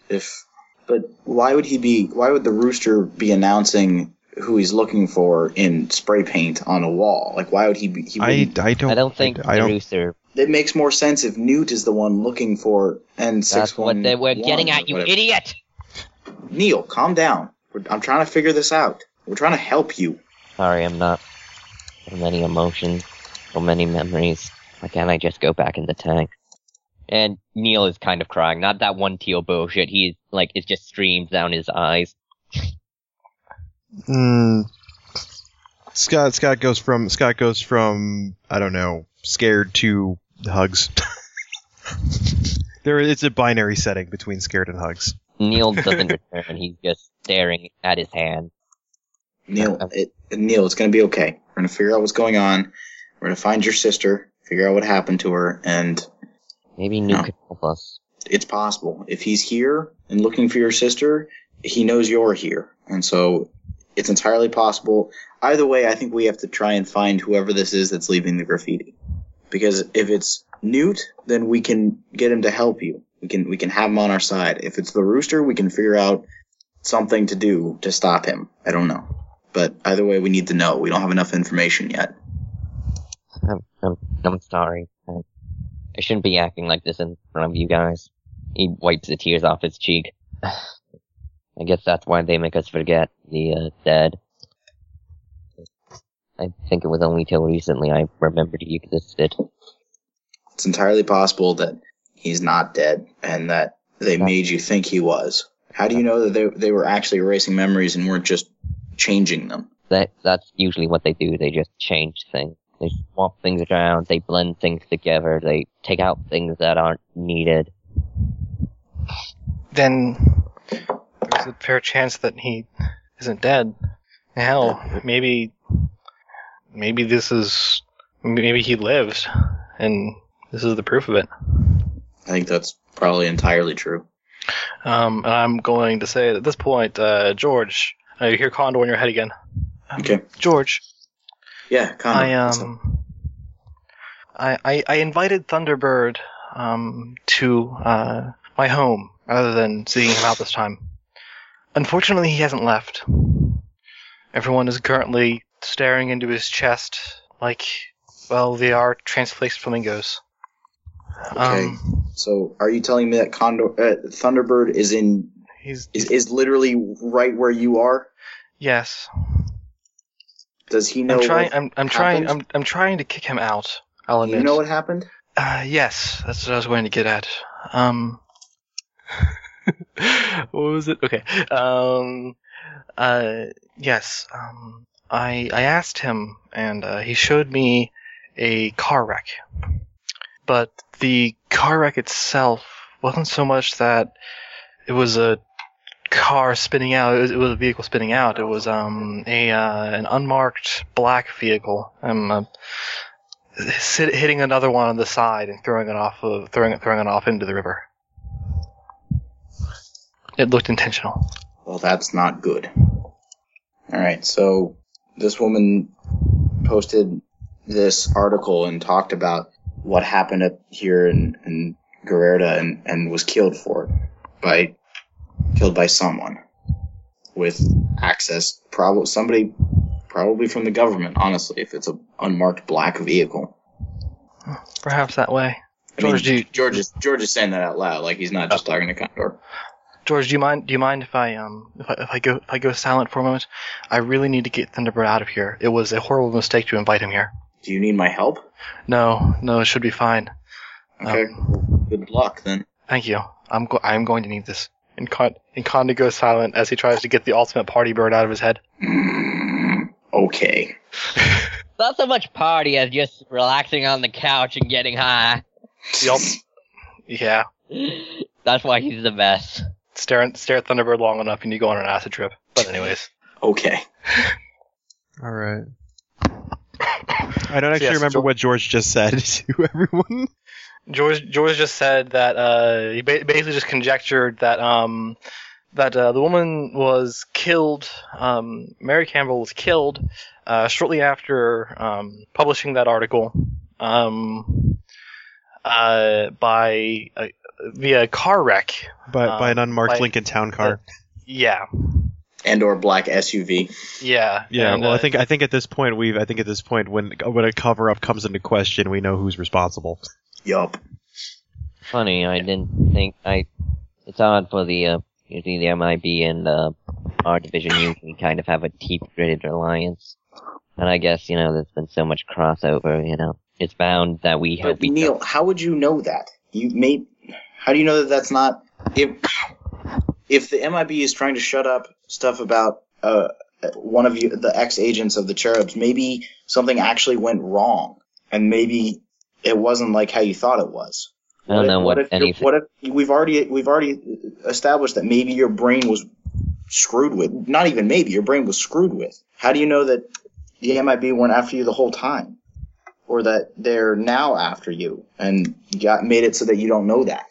if but why would he be? Why would the rooster be announcing who he's looking for in spray paint on a wall? Like why would he be? He I, wouldn't- I don't I don't think I the don't rooster. it makes more sense if Newt is the one looking for and six That's what they we're getting at, you idiot. Neil, calm down. We're, I'm trying to figure this out. We're trying to help you. Sorry, I'm not. So many emotions, so many memories. Why can't I just go back in the tank? And Neil is kind of crying. Not that one teal bullshit. He's like, it just streams down his eyes. Mm, Scott Scott goes from Scott goes from I don't know scared to hugs. there it's a binary setting between scared and hugs. Neil doesn't return. He's just staring at his hand. Neil, Uh, it, Neil, it's gonna be okay. We're gonna figure out what's going on. We're gonna find your sister, figure out what happened to her, and Maybe Nuke No. could help us. it's possible. If he's here and looking for your sister, he knows you're here. And so it's entirely possible. Either way, I think we have to try and find whoever this is that's leaving the graffiti. Because if it's Newt, then we can get him to help you. We can we can have him on our side. If it's the rooster, we can figure out something to do to stop him. I don't know. But either way, we need to know. We don't have enough information yet. I'm, I'm, I'm sorry. I, I shouldn't be acting like this in front of you guys. He wipes the tears off his cheek. I guess that's why they make us forget the uh, dead. I think it was only till recently I remembered he existed. It's entirely possible that he's not dead and that they made you think he was. How do you know that they, they were actually erasing memories and weren't just changing them? That that's usually what they do. They just change things. They swap things around. They blend things together. They take out things that aren't needed. Then there's a fair chance that he isn't dead. Hell, maybe, maybe this is, maybe he lived, and this is the proof of it. I think that's probably entirely true. Um, and I'm going to say that at this point, uh, George, uh, you hear Condor in your head again. Okay. George, Yeah, Connor. I um, I, I I invited Thunderbird um to uh my home rather than seeing him out this time. Unfortunately, he hasn't left. Everyone is currently staring into his chest like, well, they are transplaced flamingos. Okay. so are you telling me that Condor uh, Thunderbird is in he's is, is literally right where you are? yes. Does he know I'm trying. what- I'm, I'm trying. happened? I'm, I'm trying to kick him out. I'll do admit. you know what happened? uh, yes, that's what I was going to get at. Um, what was it? Okay. Um, uh, yes. Um, I I asked him, and uh, he showed me a car wreck. But the car wreck itself wasn't so much that it was a car spinning out. It was, it was a vehicle spinning out. It was um a uh, an unmarked black vehicle. Um, uh, sit, hitting another one on the side and throwing it off of throwing it throwing it off into the river. It looked intentional. Well, that's not good. All right, so this woman posted this article and talked about what happened up here in, in Guerrera and, and was killed for it by killed by someone with access probably somebody probably from the government honestly if it's a unmarked black vehicle Perhaps that way. I mean, George, do you- Oh. George is George is saying that out loud like he's not just talking to Condor George, do you mind? Do you mind if I um if I, if I go if I go silent for a moment? I really need to get Thunderbird out of here. It was a horrible mistake to invite him here. Do you need my help? No, no, it should be fine. Um, Okay. Good luck then. Thank you. I'm go- I'm going to need this. And Con- and Conda goes silent as he tries to get the ultimate party bird out of his head. Mm, Okay. Not so much party as just relaxing on the couch and getting high. Yup. Yeah. That's why he's the best. Stare at, stare at Thunderbird long enough and you go on an acid trip. But anyways. Okay. All right. I don't actually Yes, remember George- what George just said to everyone. George George just said that uh, he ba- basically just conjectured that um that uh, the woman was killed. Um, Mary Campbell was killed uh, shortly after um, publishing that article. Um, uh, by uh, via a car wreck. By, Uh, by an Um, unmarked by- Lincoln Town Car. Yeah, And or black SUV. yeah, yeah. and, well, uh, I think I think at this point we've I think at this point when when a cover up comes into question, we know who's responsible. Yup. Funny, I didn't think I. It's odd for the uh, usually the MIB and uh, our division usually kind of have a deep-gritted alliance, and I guess you know there's been so much crossover. You know, it's bound that we hope But we Neil, how would you know that? You made. How do you know that that's not if if the MIB is trying to shut up stuff about uh one of you the ex agents of the cherubs? Maybe something actually went wrong, and maybe it wasn't like how you thought it was. I don't know what if you're- anything- What if we've already we've already established that maybe your brain was screwed with? Not even maybe your brain was screwed with. How do you know that the MIB weren't after you the whole time, or that they're now after you and got made it so that you don't know that?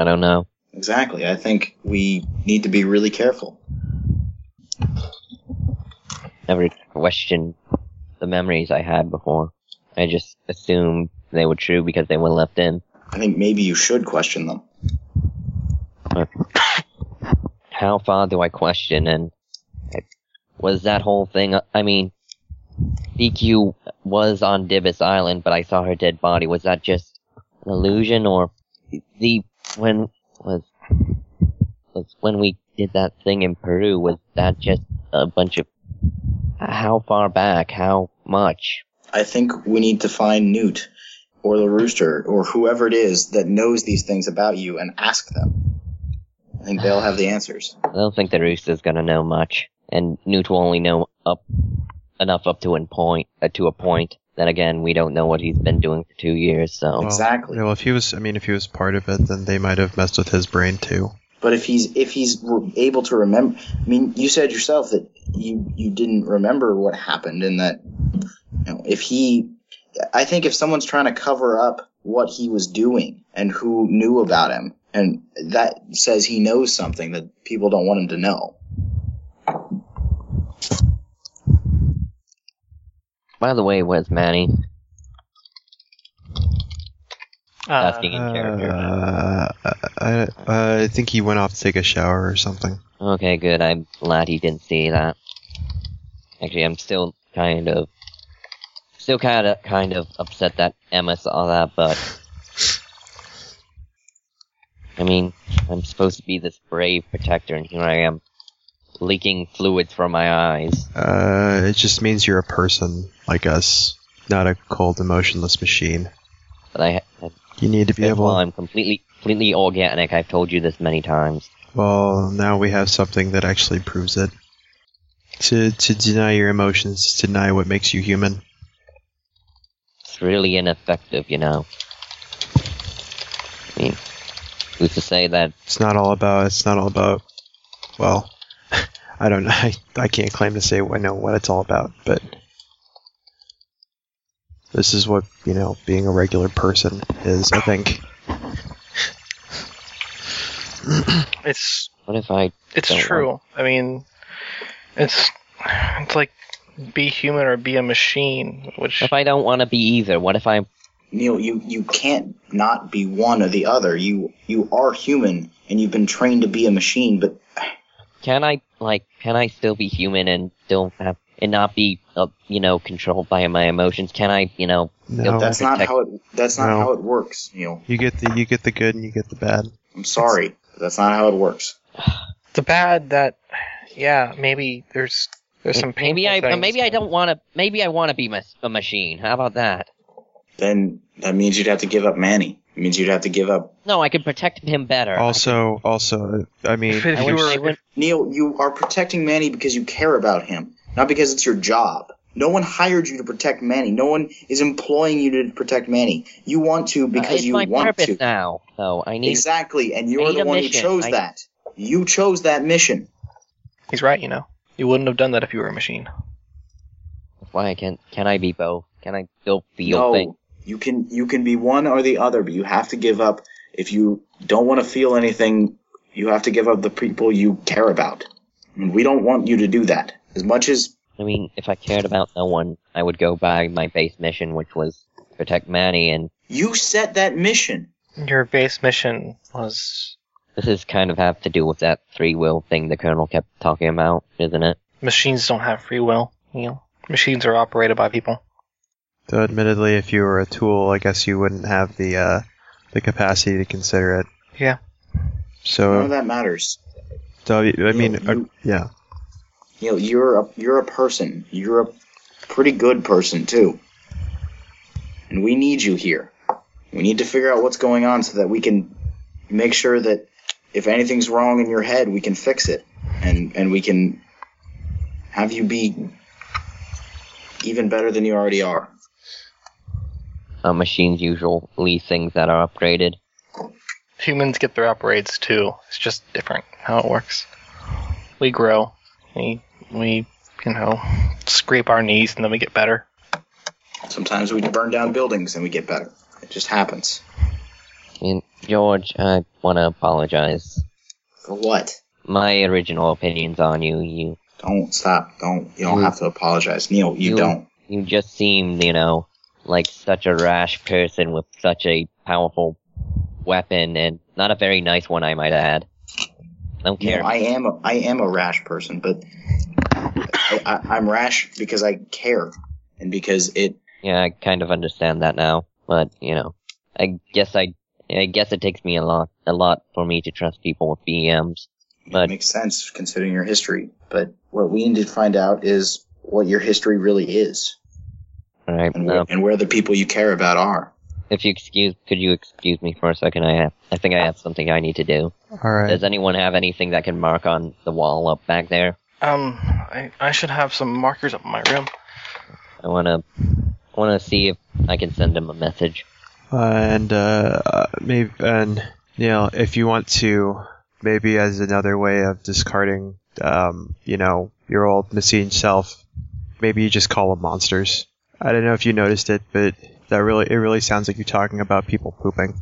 I don't know. Exactly. I think we need to be really careful. Never questioned the memories I had before. I just assumed they were true because they were left in. I think maybe you should question them. how far do I question? And it was that whole thing? I mean, DQ was on Dibbis Island, but I saw her dead body. Was that just an illusion, or the when was was when we did that thing in Peru? Was that just a bunch of how far back? How much? I think we need to find Newt or the rooster or whoever it is that knows these things about you and ask them. I think they'll have the answers. I don't think the Rooster's gonna know much, and Newt will only know up enough up to an point uh, to a point. Then again, we don't know what he's been doing for two years, so. Exactly. Yeah, well, if he was, I mean, if he was part of it, then they might have messed with his brain too. But if he's if he's re- able to remember, I mean, you said yourself that you you didn't remember what happened, and that you know, if he, I think if someone's trying to cover up what he was doing and who knew about him, and that says he knows something that people don't want him to know. By the way, where's Manny? uh, Asking in character. Uh, I, I think he went off to take a shower or something. Okay, good. I'm glad he didn't see that. Actually, I'm still kind of, still kind of, kind of upset that Emma saw that, but I mean, I'm supposed to be this brave protector, and here I am, leaking fluids from my eyes. Uh, it just means you're a person like us, not a cold, emotionless machine. But I, I You need to be well, able. I'm completely, completely organic. I've told you this many times. Well, now we have something that actually proves it. To to deny your emotions is to deny what makes you human. It's really ineffective, you know. I mean, who's to say that It's not all about. It's not all about. Well, I don't. I I can't claim to say I know what it's all about, but this is what you know. Being a regular person is, I think. it's What if I it's Don't true. I mean, it's it's like be human or be a machine, which what if I don't want to be either? What if I Neil, you you can't not be one or the other. You you are human, and you've been trained to be a machine, but can I like can I still be human and still have and not be uh, you know controlled by my emotions? Can I you know No, that's not how it that's not No. how it works, Neil. you get the you get the good and you get the bad. I'm sorry. That's not how it works. It's bad that, yeah, maybe there's there's some painful Maybe I things. maybe I don't want to. Maybe I want to be mas- a machine. How about that? Then that means you'd have to give up Manny. It means you'd have to give up No, I could protect him better. Also, also, I mean, If, if I you wish were I would- Neil. You are protecting Manny because you care about him, not because it's your job. No one hired you to protect Manny. No one is employing you to protect Manny. You want to Uh, because it's you my want purpose to. now. So I need. Exactly, and you're need the a one mission. who chose I- that. You chose that mission. he's right, you know. You wouldn't have done that if you were a machine. Why can can I be both? Can I still feel no, things? you can you can be one or the other, but you have to give up if you don't want to feel anything. You have to give up the people you care about. And we don't want you to do that. As much as I mean, if I cared about no one, I would go by my base mission, which was protect Manny, and you set that mission, Your base mission was this is kind of have to do with that free will thing the Colonel kept talking about, isn't it? machines don't have free will. You know, machines are operated by people. though admittedly, if you were a tool, I guess you wouldn't have the uh, the capacity to consider it. Yeah. none of So, that matters. so I mean, You- you- uh, yeah. You know, you're a you're a person. You're a pretty good person too. And we need you here. We need to figure out what's going on so that we can make sure that if anything's wrong in your head, we can fix it. And and we can have you be even better than you already are. Uh, machines usually things that are upgraded. Humans get their upgrades too. It's just different how it works. We grow. We we you know scrape our knees and then we get better. Sometimes we burn down buildings and we get better. It just happens. And George, I want to apologize. For what? My original opinions on you, you Don't stop. Don't you don't have to apologize. Neil, you You- don't. you just seemed, you know, like such a rash person with such a powerful weapon and not a very nice one, I might add. I don't No, care. I am a, I am a rash person, but I, I, I'm rash because I care and because it. yeah, I kind of understand that now, but you know, I guess I, I guess it takes me a lot, a lot for me to trust people with BMs. It But makes sense considering your history, but what we need to find out is what your history really is all right, and, where um, and where the people you care about are. if you excuse, could you excuse me for a second? I have, I think I have something I need to do. All right. Does anyone have anything that can mark on the wall up back there? Um, I, I should have some markers up in my room. I wanna, I wanna see if I can send him a message. And uh, uh, maybe and Neil, if you want to, maybe as another way of discarding, um, you know, your old machine self, maybe you just call them monsters. I don't know if you noticed it, but that really it really sounds like you're talking about people pooping.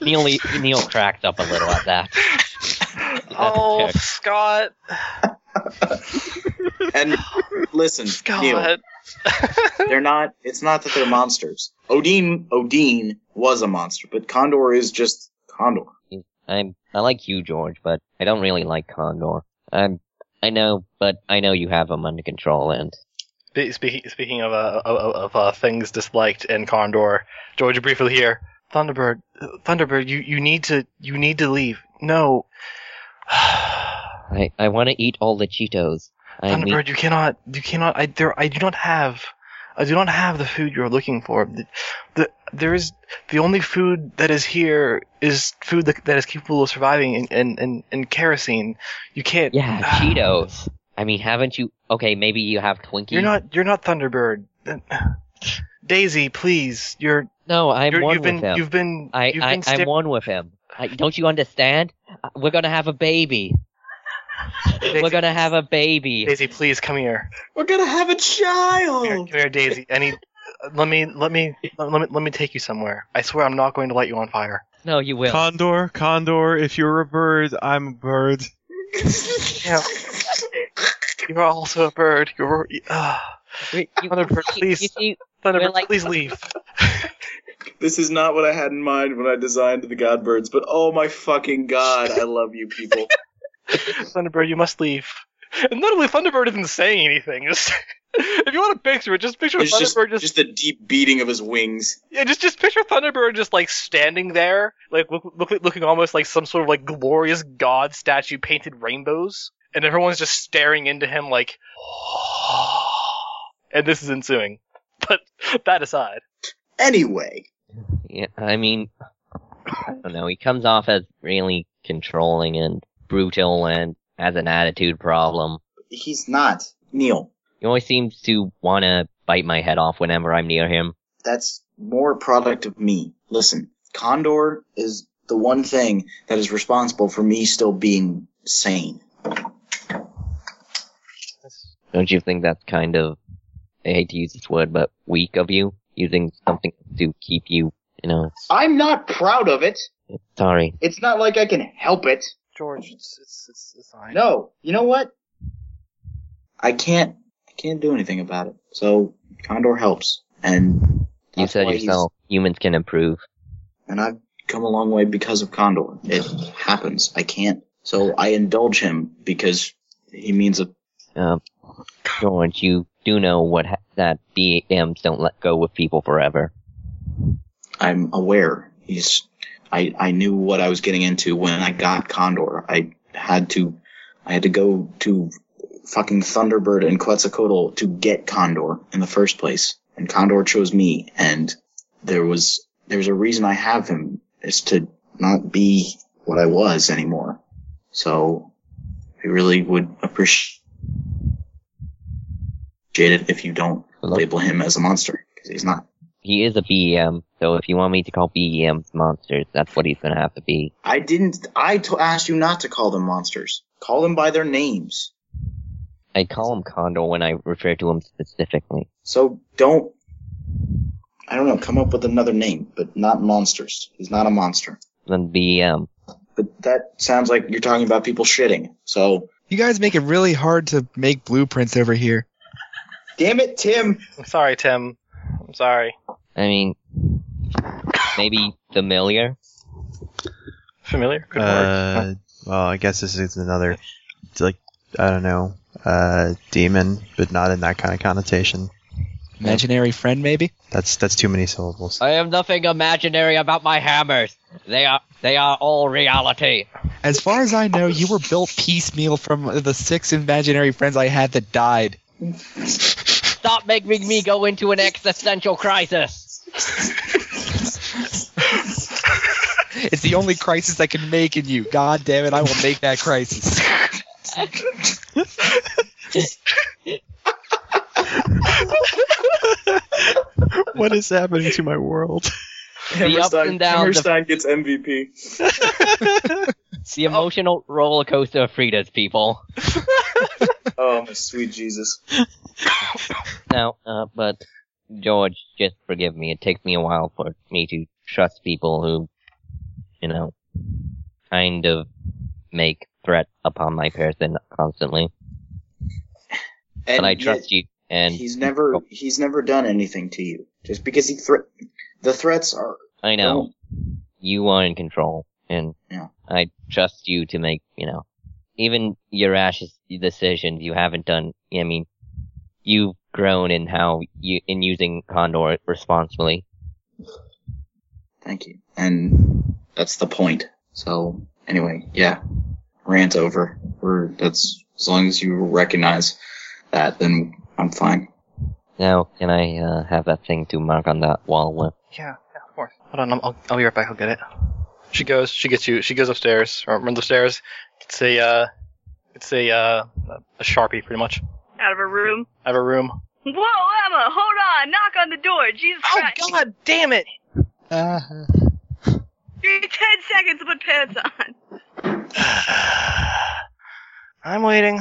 Neil, Neil cracked up a little at that. Oh, check. Scott, And listen, Neil, Scott. they're not. It's not that they're monsters. Odin, Odin was a monster, but Condor is just Condor. I'm, I like you, George, but I don't really like Condor. I'm, I know, but I know you have him under control, and Spe- Speaking, speaking of, uh, of, of uh, things disliked in Condor, George briefly here. Thunderbird, uh, Thunderbird, you, you need to you need to leave. No, I, I want to eat all the Cheetos. I mean, Thunderbird, you cannot you cannot. I there I do not have I do not have the food you're looking for. The, the there is the only food that is here is food that, that is capable of surviving in in, in, in kerosene. You can't. yeah, Cheetos. I mean, haven't you? Okay, maybe you have Twinkies. You're not you're not Thunderbird. Daisy, please. You're No, I'm You're, one you've with been, him. You've been. I, you've I, been I'm stip- one with him. I, don't you understand? Uh, We're gonna have a baby. We're Daisy, gonna have a baby. Daisy, please come here. We're gonna have a Come here, come child. here Daisy. I need. Let me, let me, let me, let me take you somewhere. I swear, I'm not going to light you on fire. No, you will. Condor, Condor, if you're a bird, I'm a bird. Yeah. You're also a bird. You're. Uh, We- you- Thunderbird, you- please. you see- Thunderbird, like- please leave. This is not what I had in mind when I designed the Godbirds, but oh my fucking god, I love you people. Thunderbird, you must leave. And notably, Thunderbird isn't saying anything. It's- if you want to picture it, just picture It's just, Thunderbird just, just the deep beating of his wings. yeah, just just picture Thunderbird just like standing there, like look, look, looking almost like some sort of like glorious god statue painted rainbows, and everyone's just staring into him like, and this is ensuing. But that aside, Anyway, Yeah, I mean, I don't know. He comes off as really controlling and brutal and has an attitude problem. he's not Neil. He always seems to want to bite my head off whenever I'm near him. That's more a product of me. Listen, Condor is the one thing that is responsible for me still being sane. Don't you think that's kind of, I hate to use this word, but weak of you? Using something to keep you, you know, I'm not proud of it. sorry. It's not like I can help it. George, it's it's it's, it's fine. No, you know what? I can't. I can't do anything about it. So Condor helps, and You that's said why he's- yourself, humans can improve. And I've come a long way because of Condor. It happens. I can't. So I indulge him because he means a. Um, George, you do know what ha- that BMs don't let go with people forever. I'm aware. He's. I I knew what I was getting into when I got Condor. I had to. I had to go to fucking Thunderbird and Quetzalcoatl to get Condor in the first place, and Condor chose me. And there was there's a reason I have him is to not be what I was anymore. So I really would appreciate it if you don't label him as a monster because he's not. He is a BEM, so if you want me to call BEMs monsters, that's what he's gonna have to be. I didn't. I to- asked you not to call them monsters. Call them by their names. I call him Condor when I refer to him specifically. So don't. I don't know. Come up with another name, but not monsters. He's not a monster. Then E BEM. But that sounds like you're talking about people shitting. So You guys make it really hard to make blueprints over here. damn it, Tim. I'm sorry, Tim. I'm sorry. I mean, maybe familiar? Familiar? Good word. Uh, well, I guess this is another it's like I don't know uh, demon, but not in that kind of connotation. Imaginary friend, maybe? That's that's too many syllables. I have nothing imaginary about my hammers. They are, they are all reality. As far as I know, you were built piecemeal from the six imaginary friends I had that died. Stop making me go into an existential crisis. It's the only crisis I can make in you. God damn it, I will make that crisis. what is happening to my world? The ups and downs, the, gets MVP. the emotional roller coaster of Frida's people. Oh my sweet Jesus. Now, uh, but George, just forgive me. It takes me a while for me to trust people who, you know, kind of make threats upon my person constantly. And but I yet trust you, and he's never. He's never done anything to you. Just because he threat. The threats are. I know you are in control, and Yeah. I trust you to make, you know, even your ashes decisions you haven't done. I mean, you've grown in how you in using Condor responsibly. Thank you. And that's the point. So anyway, yeah. Rant over. We're that's as long as you recognize that, then I'm fine. Now, can I uh, have that thing to mark on that wall where Yeah, yeah, of course. Hold on, I'm- I'll, I'll be right back. I'll get it. She goes. She gets you. She goes upstairs or runs upstairs. It's a. Uh, it's a. Uh, a sharpie, pretty much. Out of a room. I have a room. Whoa, Emma, hold on. Knock on the door. Jesus Christ. Oh, God damn it! Uh-huh. Give me ten seconds to put pants on. I'm waiting.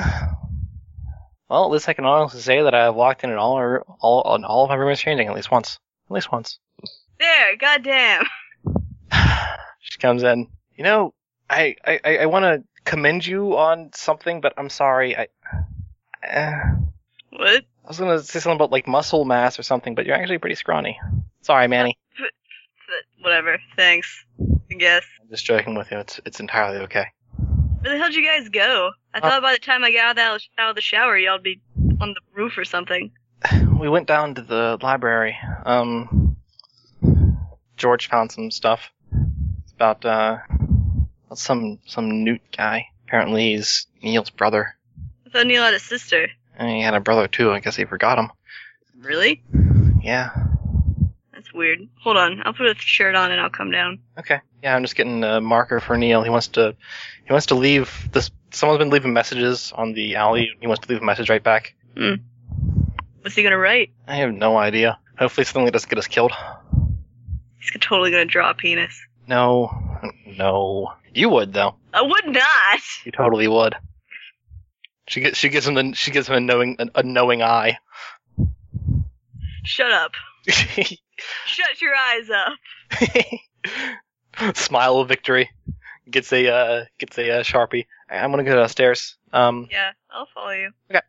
Well, at least I can honestly say that I have walked in and all our all on all of my roommates changing at least once. At least once. There, goddamn. She comes in. You know, I I I want to commend you on something, but I'm sorry. I. Uh, What? I was gonna say something about like muscle mass or something, but you're actually pretty scrawny. Sorry, Manny. But Whatever. Thanks. I guess. I'm just joking with you. It's it's entirely okay. Where the hell did Uh, you guys go? I thought by the time I got out of, that, out of the shower, y'all'd be on the roof or something. we went down to the library. Um, George found some stuff It's about uh, about some some Newt guy. Apparently, he's Neil's brother. I thought Neil had a sister. And he had a brother too. I guess he forgot him. Really? Yeah. That's weird. Hold on, I'll put a shirt on and I'll come down. Okay. Yeah, I'm just getting a marker for Neil. He wants to he wants to leave this. Someone's been leaving messages on the alley. He wants to leave a message right back. What's he gonna write? I have no idea. Hopefully, something that doesn't get us killed. He's totally gonna draw a penis. No, no. You would though. I would not. You totally would. She gets she gives him the, she gives him a knowing a knowing eye. Shut up. Shut your eyes up. Smile of victory. Gets a uh, gets a uh, sharpie. I- I'm gonna go downstairs. Um, Yeah, I'll follow you. Okay.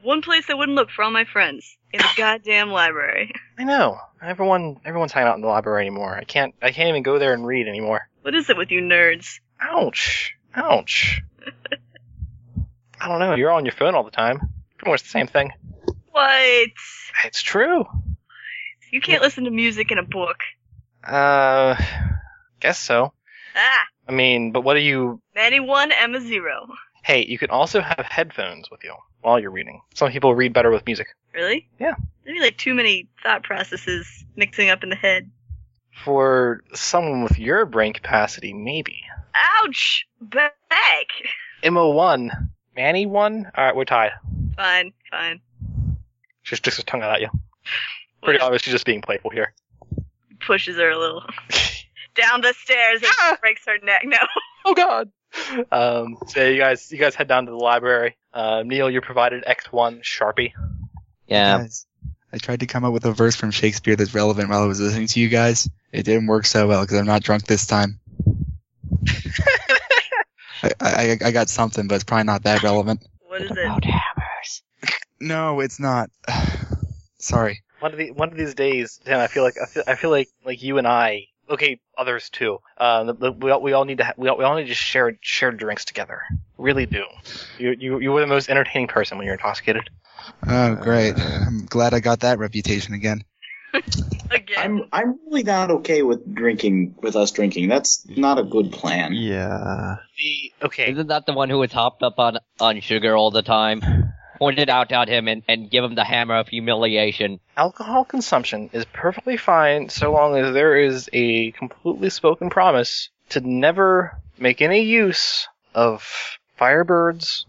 One place I wouldn't look for all my friends in the goddamn library. I know everyone everyone's hanging out in the library anymore. I can't I can't even go there and read anymore. What is it with you nerds? Ouch! Ouch! I don't know. You're on your phone all the time. Pretty much the same thing. What? It's true. You can't listen to music in a book. Uh, guess so. Ah, I mean, but what do you? Manny one, Emma zero. Hey, you can also have headphones with you while you're reading. Some people read better with music. Really? Yeah. There'd be like too many thought processes mixing up in the head. For someone with your brain capacity, maybe. Ouch! Back. Mo one, Manny one. All right, we're tied. Fine, fine. She sticks her tongue out at you. Pretty obvious she's just being playful here. Pushes her a little. Down the stairs and Ah! breaks her neck. No. Oh God. Um, so you guys, you guys head down to the library. Uh, Neil, you're provided X one Sharpie. Yeah. Guys, I tried to come up with a verse from Shakespeare that's relevant while I was listening to you guys. It didn't work so well because I'm not drunk this time. I, I I got something, but it's probably not that relevant. What is About it? hammers. No, it's not. Sorry. One of the one of these days, Tim. I feel like I feel, I feel like like you and I. Okay, others too. Uh, the, the, we all we all need to ha- we all, we all need to share share drinks together. Really do. You you you were the most entertaining person when you're intoxicated. Oh, great. I'm glad I got that reputation again. Again. I'm I'm really not okay with drinking with us drinking. That's not a good plan. Yeah. The okay. Isn't that the one who was hopped up on, on sugar all the time? Point it out at him and, and give him the hammer of humiliation. alcohol consumption is perfectly fine so long as there is a completely spoken promise to never make any use of firebirds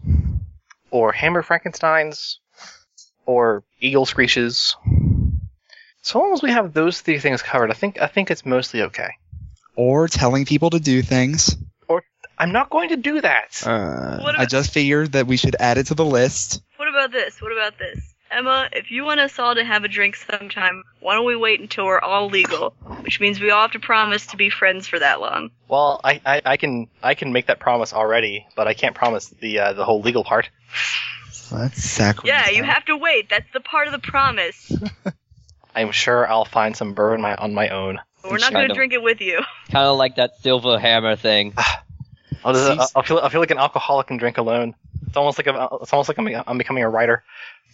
or hammer frankensteins or eagle screeches so long as we have those three things covered i think i think it's mostly okay Or telling people to do things. i'm not going to do that What I about- just figured that we should add it to the list. What about this? What about this? Emma, if you want us all to have a drink sometime, why don't we wait until we're all legal? Which means we all have to promise to be friends for that long. well i i, I can i can make that promise already but i can't promise the uh, the whole legal part Let's sacrifice. Yeah, you have to wait. That's the part of the promise. i'm sure i'll find some bourbon my, on my own But we're not Kind going to of. drink it with you. Kind of like that silver hammer thing. Ah, I'll, just, Seems- I'll- I'll feel I feel like an alcoholic and drink alone. It's almost like a, it's almost like I'm, I'm becoming a writer.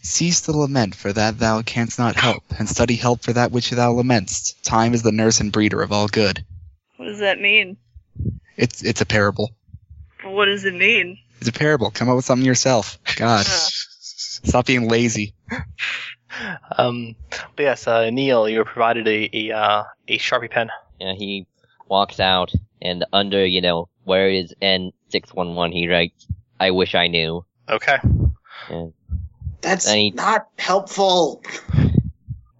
Cease to lament for that thou canst not help, and study help for that which thou lamentst. Time is the nurse and breeder of all good. What does that mean? It's it's a parable. What does it mean? It's a parable. Come up with something yourself. God, Uh, stop being lazy. Um, but yes, uh, Neil, you were provided a a, uh, a sharpie pen. Yeah, he walks out and under, you know, where is N611, he writes, I wish I knew. Okay. And, That's I- not helpful.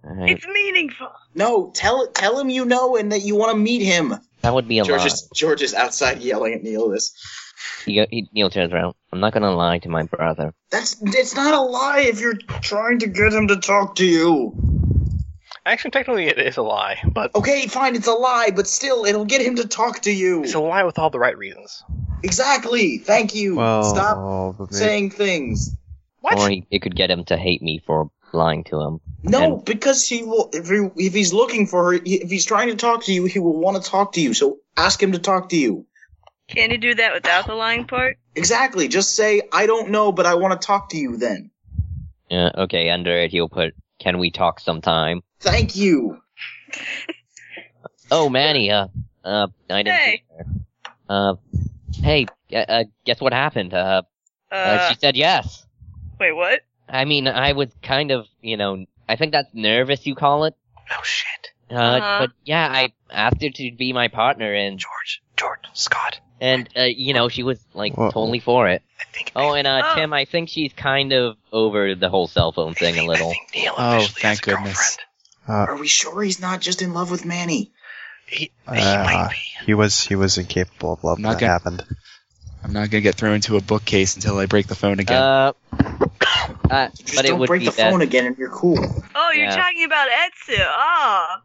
alright, it's meaningful. No, tell tell him you know and that you want to meet him. that would be a George lie. is, George is outside yelling at Neil this. He, go- he, Neil turns around. I'm not gonna lie to my brother. That's it's not a lie if you're trying to get him to talk to you. Actually, technically, it is a lie, but Okay, fine, it's a lie, but still it'll get him to talk to you. it's a lie with all the right reasons. exactly. Thank you. Well, Stop but maybe- saying things. What? Or he, it could get him to hate me for lying to him. No, And- because he will. If, he, if he's looking for her, if he's trying to talk to you, he will want to talk to you. So ask him to talk to you. Can you do that without the lying part? Exactly. Just say, "I don't know, but I want to talk to you." Then Yeah, okay, Uh, under it he'll put, Can we talk sometime? Thank you. Oh, Manny, uh, uh, I didn't. Hey. Uh, hey, uh, uh, guess what happened? Uh, Uh, uh, she said yes. wait, what? I mean, I was kind of, you know, I think that's nervous, you call it. Oh shit, Uh, Uh-huh. but yeah, I asked her to be my partner and, George, George, Scott. and, uh, you know, she was like Whoa. totally for it. I think. Oh, and, uh, Oh. Tim, I think she's kind of over the whole cell phone thing a I little. think Neil Oh, officially has thank a goodness. girlfriend. Uh, Are we sure he's not just in love with Manny? He, he Uh, might be. he was he was incapable of love. that Not gonna- happened. I'm not gonna get thrown into a bookcase until I break the phone again. Uh, uh, Just but it don't would break be the phone best. again, and you're cool. Oh, you're Yeah. talking about Etsu. Ah,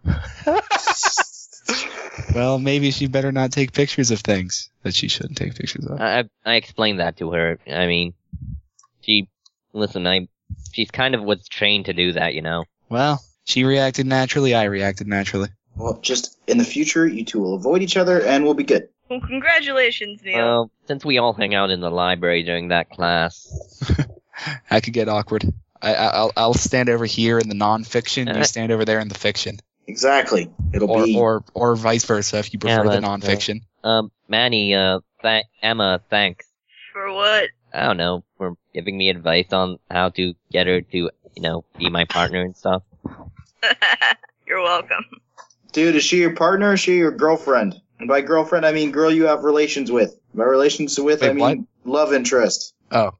well, maybe she better not take pictures of things that she shouldn't take pictures of. I, I explained that to her. I mean, she, listen, I, she's kind of was trained to do that, you know. Well, she reacted naturally. I reacted naturally. well, just in the future, you two will avoid each other, and we'll be good. well, congratulations, Neil. Well, Um, since we all hang out in the library during that class, I could get awkward. I, I- I'll, I'll stand over here in the nonfiction. You Uh, stand over there in the fiction, Exactly. It'll or be or or vice versa if you Yeah, prefer the that's right. nonfiction. um, Manny, uh, thank Emma, thanks. For what? I don't know for giving me advice on how to get her to, you know, be my partner and stuff. you're welcome. dude. Is she your partner? Or is she your girlfriend? And by girlfriend, I mean girl you have relations with. By relations with, I Wait, what? mean love interest. Oh,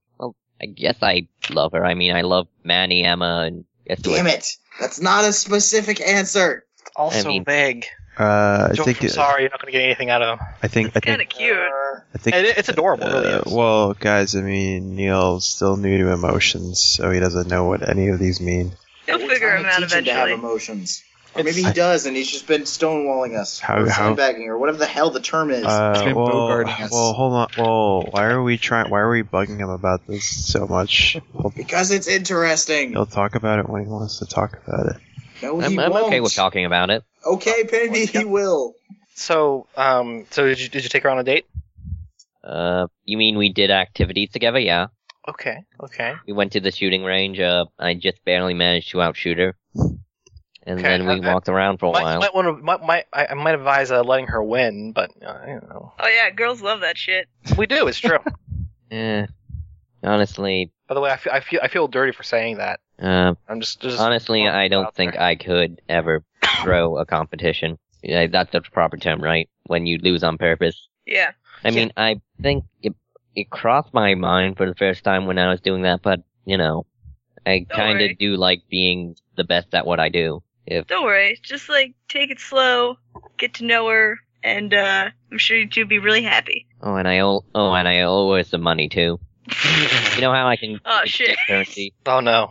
I guess I love her. I mean, I love Manny, Emma, and guess what? Damn it! That's not a specific answer. Also mean- vague. Uh, I George, think I'm sorry, you're not gonna get anything out of him. I think I Kind think of cute. Uh, I think It- it's adorable, it really. Uh, is. well, guys, I mean, Neil's still new to emotions, so he doesn't know what any of these mean. You'll We're figure him trying to out teach him To have eventually. emotions. Or It's- maybe he does, and he's just been stonewalling us, How- or how- sandbagging, or whatever the hell the term is. Uh, been well, bogarting us. well, hold on. Well, why are we trying? Why are we bugging him about this so much? He'll, because it's interesting. he'll talk about it when he wants to talk about it. No, he I'm, I'm won't. okay with talking about it. Okay, maybe he will. So, um, so did you did you take her on a date? Uh, you mean we did activities together? Yeah. Okay, okay. We went to the shooting range. Uh, I just barely managed to outshoot her. And Okay, then we I- I- walked around for a Might, while. might want to, might, might, I, I might advise uh, letting her win, but uh, you know Oh yeah, girls love that shit. we do. It's true. Eh, honestly, By the way, I feel, I feel I feel dirty for saying that. uh, I'm just, just honestly, I don't think I could ever throw a competition. Yeah, that's the proper term, right? When you lose on purpose. Yeah. I mean, I think it it crossed my mind for the first time when I was doing that, but you know, I Don't kind worry. of do like being the best at what I do. If Don't worry. Just like take it slow, get to know her, and uh, I'm sure you two will be really happy. oh, and I owe oh, and I owe her some money too. You know how I can Oh, exchange shit. currency? Oh no,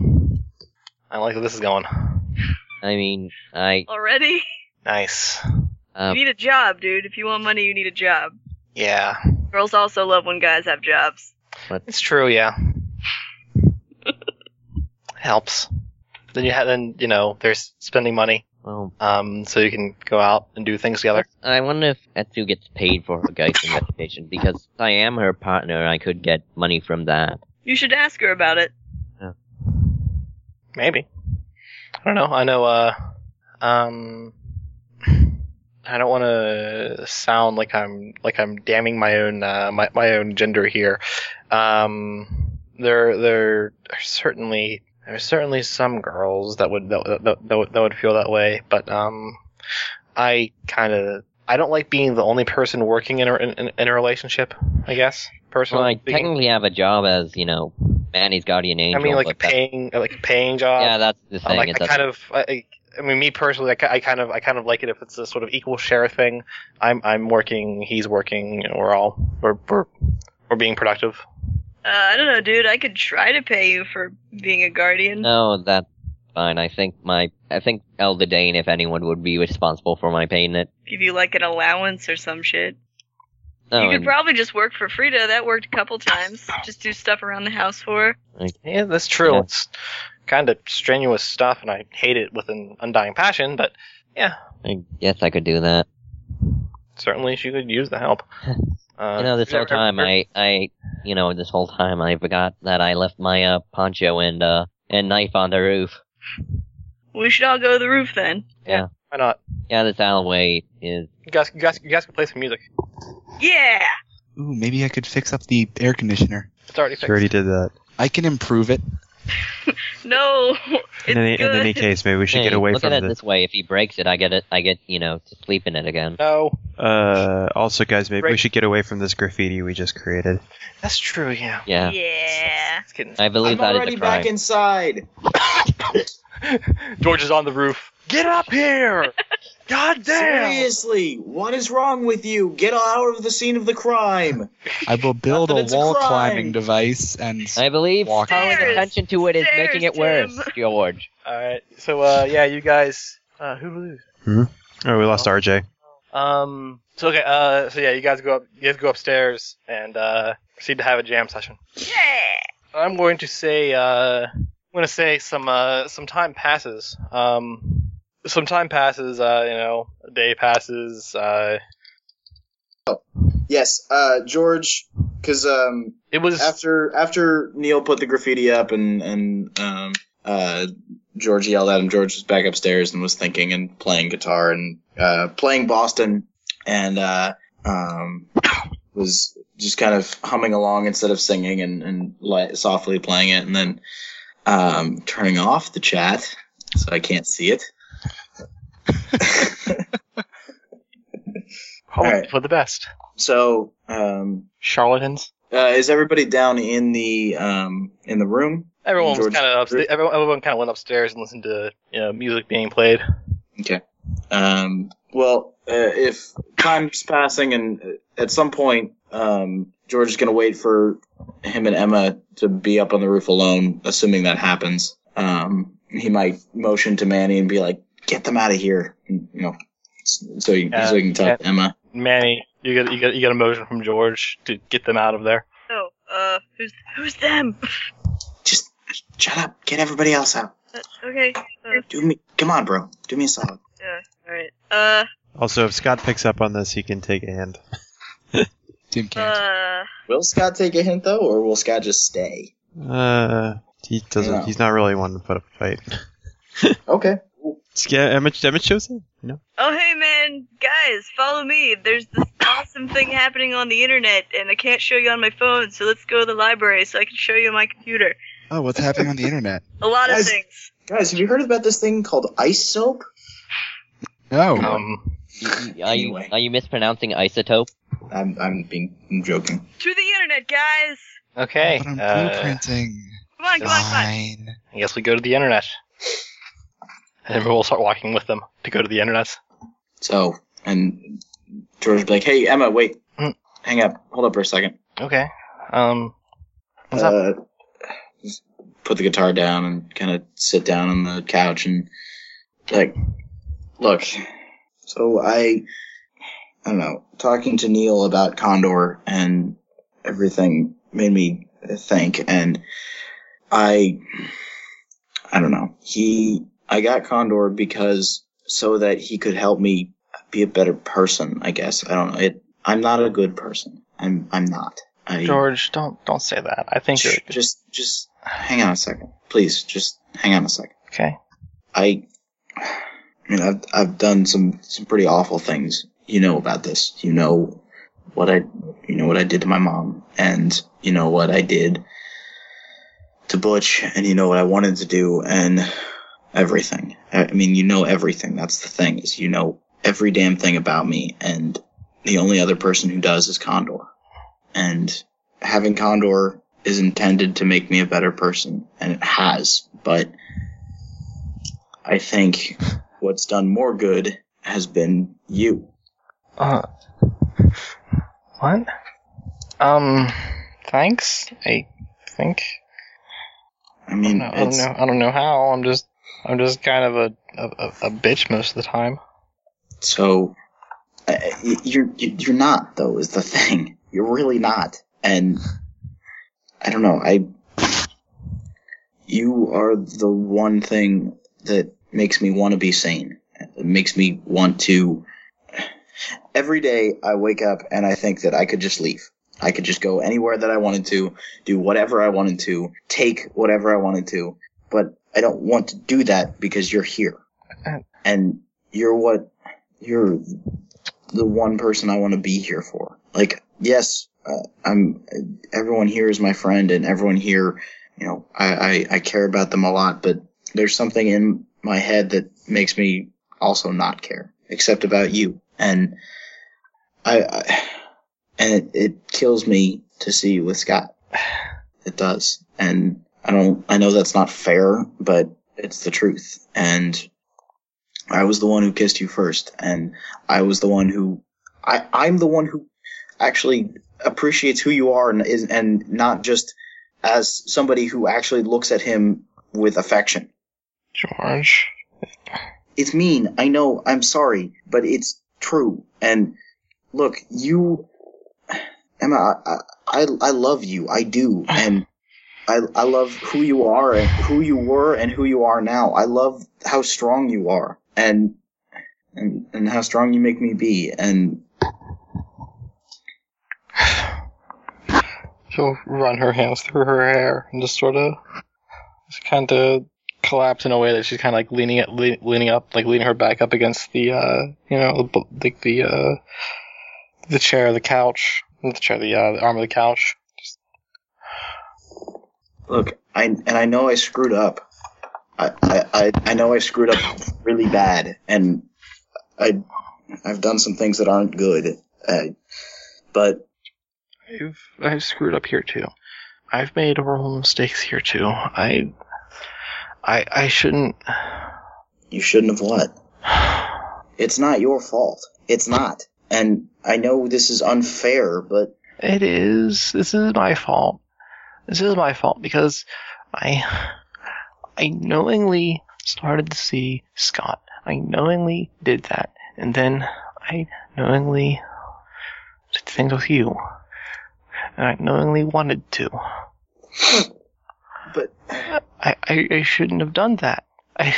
I like where this is going. I mean, I Already? Nice. uh, You need a job, dude. If you want money, you need a job. Yeah, Girls also love when guys have jobs. it's true. Yeah, helps. Then you have then you know they're s- spending money, well, um, so you can go out and do things together. I wonder if Etsu gets paid for her Geist investigation because if I am her partner. I could get money from that. You should ask her about it. Maybe. I don't know. I know. Uh, um, I don't want to sound like I'm like I'm damning my own uh, my my own gender here. Um, there there are certainly there are certainly some girls that would that that, that, would, that would feel that way, but um, I kind of I don't like being the only person working in a in, in a relationship. I guess Well, personally. I speaking. technically have a job as you know, Manny's guardian I angel. mean, like a but that- paying like a paying job. yeah, that's the Uh, thing. is like I that- kind of, I, I- I mean, me personally, I, ki- I kind of, I kind of like it if it's a sort of equal share thing. I'm, I'm working, he's working, you know, we're all, we're, we're, we're being productive. Uh, I don't know, dude. I could try to pay you for being a guardian. No, that's fine. I think my, I think Elder Dane, if anyone, would be responsible for my paying it. Give you like an allowance or some shit. Oh, you could and- probably just work for Frida. That worked a couple times. Just do stuff around the house for her. Yeah, that's true. Yeah. It's kind of strenuous stuff, and I hate it with an undying passion. But I guess I could do that. certainly, she could use the help. Uh, you know, this whole time, I, I, you know, this whole time, I forgot that I left my uh, poncho and uh and knife on the roof. We should all go to the roof then. Yeah. Why not? Yeah, this alleyway is. You guys, you guys, you guys can play some music. Yeah. Ooh, maybe I could fix up the air conditioner. It's already fixed. She already did that. I can improve it. No. It's In any, in good. any case, maybe we should Hey, get away look from at it the. this way. If he breaks it, I get it. I get you know to sleep in it again. No, Uh, also, guys, maybe we Right. should get away from this graffiti we just created. That's true. Yeah. Yeah, Yeah. it's kidding. I believe I'm that is already a back crime. inside. George is on the roof. Get up here! God damn! Seriously, what is wrong with you? Get out of the scene of the crime. I will build Not that a it's a wall crime. climbing device and I believe Walk. calling Stairs. attention to it is making it Stairs, worse, Tim. George. All right. So, uh, yeah, you guys. Uh, who lose? Oh, we lost RJ. Um. So okay. Uh. So yeah, you guys go up. You guys go upstairs and uh, proceed to have a jam session. Yeah. I'm going to say. Uh, I'm going to say some. Uh, some time passes. Um. Some time passes. Uh. You know, a day passes. Uh. Yes, uh, George, because um, It was. after after Neil put the graffiti up and and um, uh, George yelled at him. George was back upstairs and was thinking and playing guitar and uh, playing Boston and uh, um, was just kind of humming along instead of singing and and li- softly playing it and then um, turning off the chat so I can't see it. All right. for the best. So um, Charlatans. Uh, is everybody down in the um in the room? Everyone was George- kind of upstairs. Everyone, everyone kind of went upstairs and listened to you know music being played. Um, well, uh, if time's passing, and uh, at some point, um, George is gonna wait for him and Emma to be up on the roof alone, assuming that happens. Um, he might motion to Manny and be like, "Get them out of here," and, you know, s- so you, Yeah, so you can talk Uh, yeah. to Emma. Manny, you get you get you get a motion from George to get them out of there. Oh, uh, who's who's them? Just shut up. Get everybody else out. Uh, okay. Uh, Do me. Come on, bro. Do me a solid. all right. Uh, Also, if Scott picks up on this, he can take a hand. Tim can't. uh, Will Scott take a hint though, or will Scott just stay? Uh, he doesn't. No. He's not really one to put up a fight. Okay. Yeah, Emmett, Emmett shows in. No. oh hey man, guys, follow me. There's this awesome thing happening on the internet, and I can't show you on my phone, so let's go to the library so I can show you on my computer. Oh, what's happening on the internet? A lot of Guys- things. Guys, have you heard about this thing called ice soap? No. Um, Are you Anyway. are you mispronouncing isotope? I'm I'm being I'm joking. To the internet, guys. okay. But I'm Uh, blueprinting. Come on, come on, come on. Fine. I guess we go to the internet. And then we'll start walking with them to go to the internet. So and George would be like, Hey Emma, wait. Hmm. Hang up. Hold up for a second. Okay. Um. What's up? uh, just put the guitar down and kinda sit down on the couch and be like look. So I I don't know, talking to Neil about Condor and everything made me think and I I don't know. He I got Condor because so that he could help me be a better person, I guess. I don't know. It I'm not a good person. I'm I'm not. I George, don't don't say that. I think you're Shh, just just hang on a second. Please, just hang on a second. okay. I, I mean, I've I've done some some pretty awful things. You know about this. You know what I you know what I did to my mom, and you know what I did to Butch, and you know what I wanted to do, and everything. I I mean, you know everything. That's the thing is you know every damn thing about me, and the only other person who does is Condor, and having Condor is intended to make me a better person, and it has, but. I think what's done more good has been you. Uh. What? Um. Thanks. I think. I mean, No, I don't it's, know. I don't know how. I'm just. I'm just kind of a a, a- a bitch most of the time. so uh, y- you're you're not though is the thing. You're really not, and I don't know. I you are the one thing that makes me want to be sane. It makes me want to. Every day I wake up and I think that I could just leave. I could just go anywhere that I wanted to, do whatever I wanted to, take whatever I wanted to. but I don't want to do that because you're here. And you're what, you're the one person I want to be here for. Like, yes, uh, I'm, everyone here is my friend and everyone here, you know, I, I, I care about them a lot, but there's something in my head that makes me also not care, except about you. And I, I and it, it kills me to see you with Scott. It does. And I don't, I know that's not fair, but it's the truth. And I was the one who kissed you first, and I was the one who, I, I'm the one who actually appreciates who you are and is, and not just as somebody who actually looks at him with affection. George. It's mean. I know. I'm sorry, but it's true. And look, you, Emma, I, I, I love you. I do. And I, I love who you are and who you were and who you are now. I love how strong you are and, and, and how strong you make me be. And She'll run her hands through her hair and just sort of, just kind of collapse in a way that she's kind of like leaning, le- leaning up, like leaning her back up against the, uh, you know, the, the, the uh, the chair, of the couch, not the chair, the, uh, the arm of the couch. look, I, and I know I screwed up. I, I, I, I know I screwed up really bad and I, I've done some things that aren't good. Uh, but I've I've screwed up here too. I've made horrible mistakes here too. I I I shouldn't. You shouldn't have what? It's not your fault. It's not. And I know this is unfair, but It is. This is my fault. This is my fault because I I knowingly started to see Scott. I knowingly did that, and then I knowingly did things with you, and I knowingly wanted to. But- I, I I shouldn't have done that. I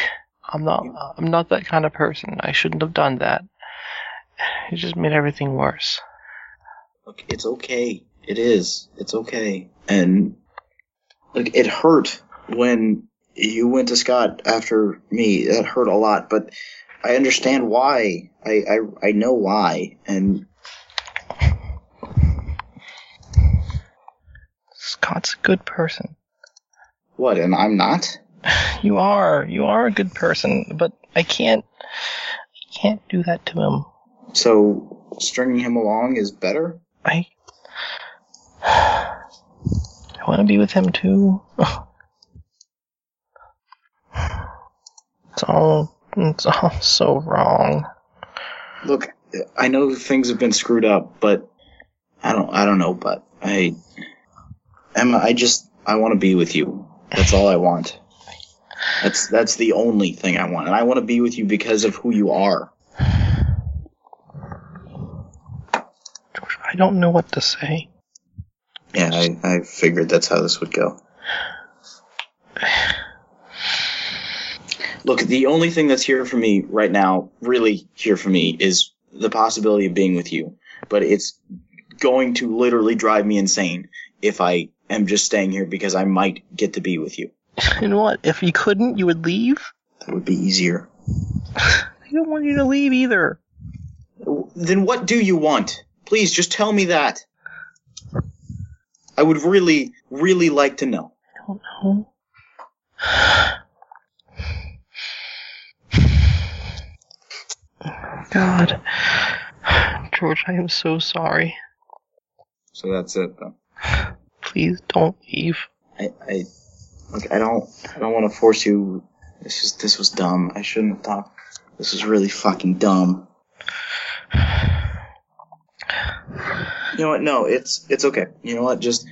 I'm not I'm not that kind of person. I shouldn't have done that. It just made everything worse. look, it's okay. It is. It's okay. And look, it hurt when you went to Scott after me. That hurt a lot, but I understand why. I I, I know why. And Scott's a good person. what? And I'm not. You are. You are a good person, but I can't. I can't do that to him. So stringing him along is better. I. I want to be with him too. It's all. It's all so wrong. Look, I know things have been screwed up, but I don't I don't know, but I Emma, I just I want to be with you. That's all I want. That's that's the only thing I want. And I want to be with you because of who you are. George, I don't know what to say. Yeah, I, I figured that's how this would go. Look, the only thing that's here for me right now, really here for me, is the possibility of being with you. But it's going to literally drive me insane if I am just staying here because I might get to be with you. And what? If you couldn't, you would leave? That would be easier. I don't want you to leave either. Then what do you want? Please just tell me that. I would really, really like to know. I don't know. God. George, I am so sorry. So that's it, though. Please don't leave. I, I look. I don't. I don't want to force you. This is. This was dumb. I shouldn't have talked. This is really fucking dumb. You know what? No, it's it's okay. You know what? Just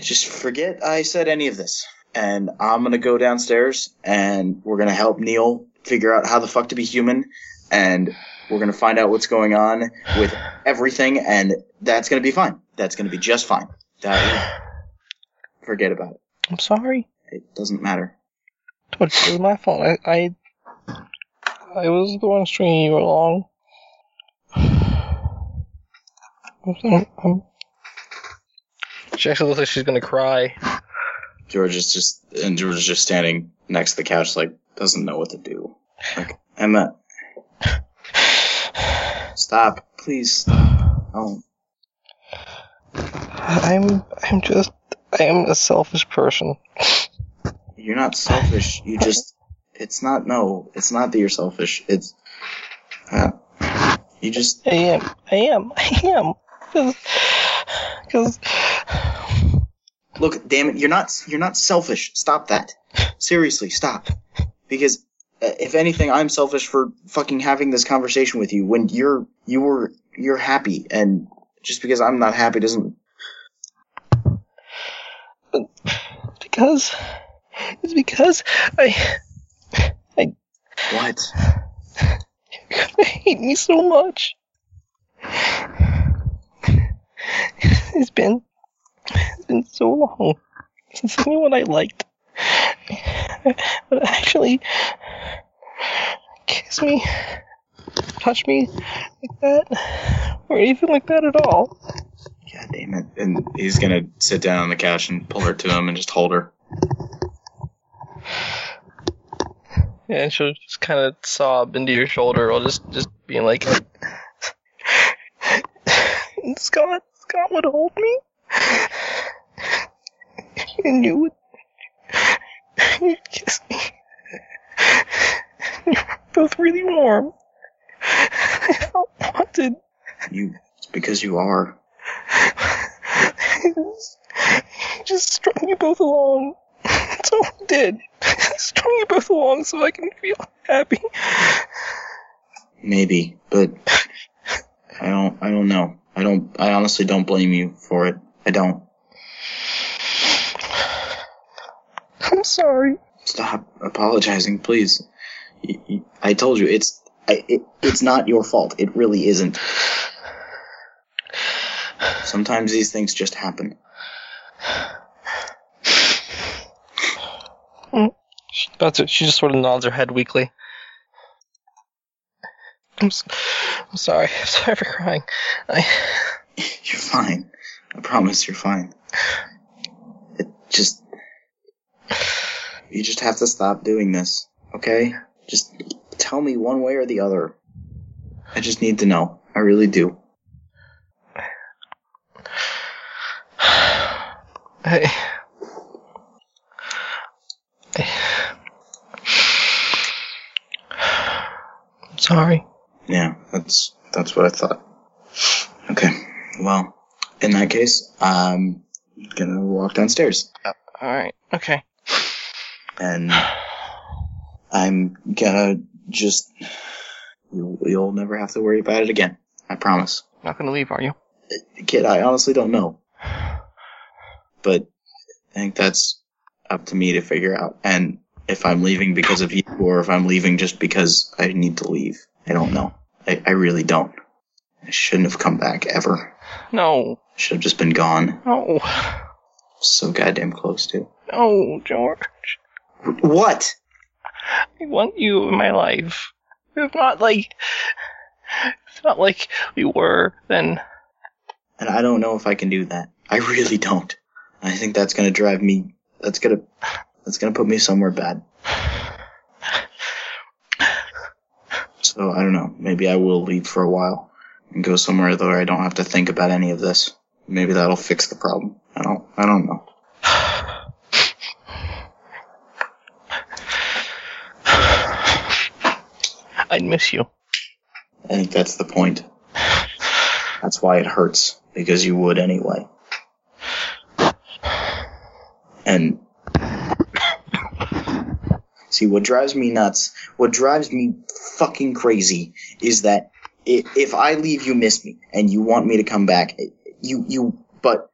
just forget I said any of this, and I'm gonna go downstairs, and we're gonna help Neil figure out how the fuck to be human, and we're gonna find out what's going on with everything, and that's gonna be fine. That's gonna be just fine. That forget about it. I'm sorry. It doesn't matter. George, it was my fault. I, I, I was the one stringing you along. I'm, I'm, she actually looks like she's gonna cry. George is just and George is just standing next to the couch, like doesn't know what to do. Like Emma, stop, please. Oh, I'm I'm just I am a selfish person. you're not selfish. You just it's not no, it's not that you're selfish. It's uh, you just I am. I am. I am. Because Look, damn it, you're not you're not selfish. Stop that. Seriously, stop. Because uh, if anything, I'm selfish for fucking having this conversation with you when you're you were you're happy, and just because I'm not happy doesn't. because it's because I What? I hate me so much. It's been it's been so long since anyone I liked would actually kiss me, touch me like that, or anything like that at all. God damn it! And he's gonna sit down on the couch and pull her to him and just hold her. Yeah, and she'll just kind of sob into your shoulder, or just just being like, "Scott, Scott would hold me. And you would, you'd kiss me. You were both really warm. I felt wanted. You, it's because you are. I just, I just strung you both along. That's all I did. I strung you both along so I can feel happy." Maybe, but I don't. I don't know. I don't. I honestly don't blame you for it. I don't. I'm sorry. Stop apologizing, please. Y- y- I told you it's. I, it, it's not your fault. It really isn't. Sometimes these things just happen. She, about to, she just sort of nods her head weakly. I'm, s- I'm sorry. I'm sorry for crying. I, You're fine. I promise you're fine. It just. You just have to stop doing this, okay? Just tell me one way or the other. I just need to know. I really do. I, I am sorry. Yeah, that's that's what I thought. Okay. Well, in that case, I'm gonna walk downstairs All right. Okay. and I'm gonna just you'll, you'll never have to worry about it again. I promise. Not gonna leave, are you? Kid, I honestly don't know. But I think that's up to me to figure out. And if I'm leaving because of you or if I'm leaving just because I need to leave. I don't know. I, I really don't. I shouldn't have come back ever. No. Should have just been gone. No. So goddamn close to. No, George. What? I want you in my life. It's not like it's not like we were then. And I don't know if I can do that. I really don't. I think that's gonna drive me. That's gonna. That's gonna put me somewhere bad. So I don't know. Maybe I will leave for a while and go somewhere where I don't have to think about any of this. Maybe that'll fix the problem. I don't. I don't know. I'd miss you. I think that's the point. That's why it hurts, because you would anyway. And. See, what drives me nuts, what drives me fucking crazy, is that i- if I leave, you miss me, and you want me to come back. You, you, but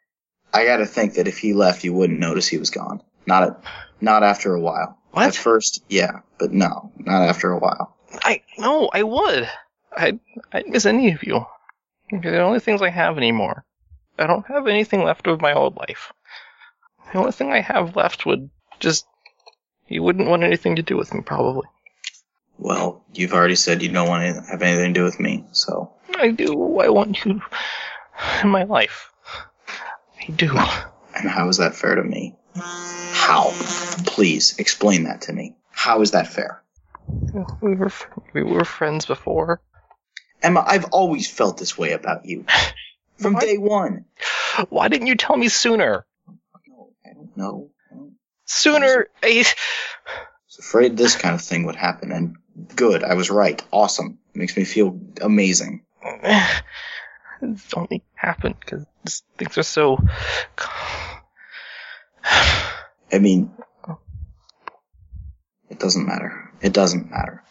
I gotta think that if he left, you wouldn't notice he was gone. Not, at, not after a while. What? At first, yeah, but no, not after a while. I no, I would. I'd I'd miss any of you. You're the only things I have anymore. I don't have anything left of my old life. The only thing I have left would just you wouldn't want anything to do with me probably. Well, you've already said you don't want to have anything to do with me, so I do. I want you in my life. I do. and how is that fair to me? How? Please explain that to me. How is that fair? We were fr- we were friends before. Emma, I've always felt this way about you. From day one. Why didn't you tell me sooner? No. Sooner, eh. Ace. I was afraid this kind of thing would happen, and good, I was right. Awesome. makes me feel amazing. It's only happened because things are so. I mean, it doesn't matter. It doesn't matter.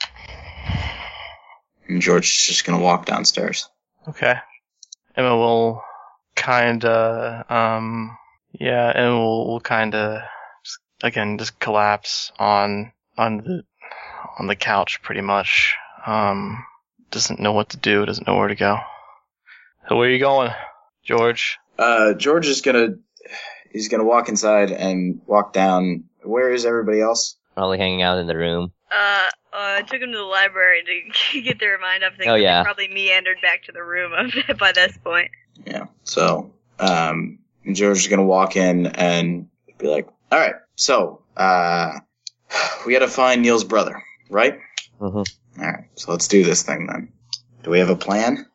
And George's just gonna walk downstairs. Okay. Emma will kinda, um, yeah, Emma will, will kinda, just, again, just collapse on, on the, on the couch pretty much. Um, doesn't know what to do, doesn't know where to go. So where are you going, George? Uh, George is gonna, he's gonna walk inside and walk down. Where is everybody else? Probably hanging out in the room. Uh, uh, I took him to the library to get their mind off things. Oh, They yeah. probably meandered back to the room by this point. Yeah. So, um, George is gonna walk in and be like, "All right, so, uh, we gotta find Neil's brother, right? hmm All right, so let's do this thing then. Do we have a plan?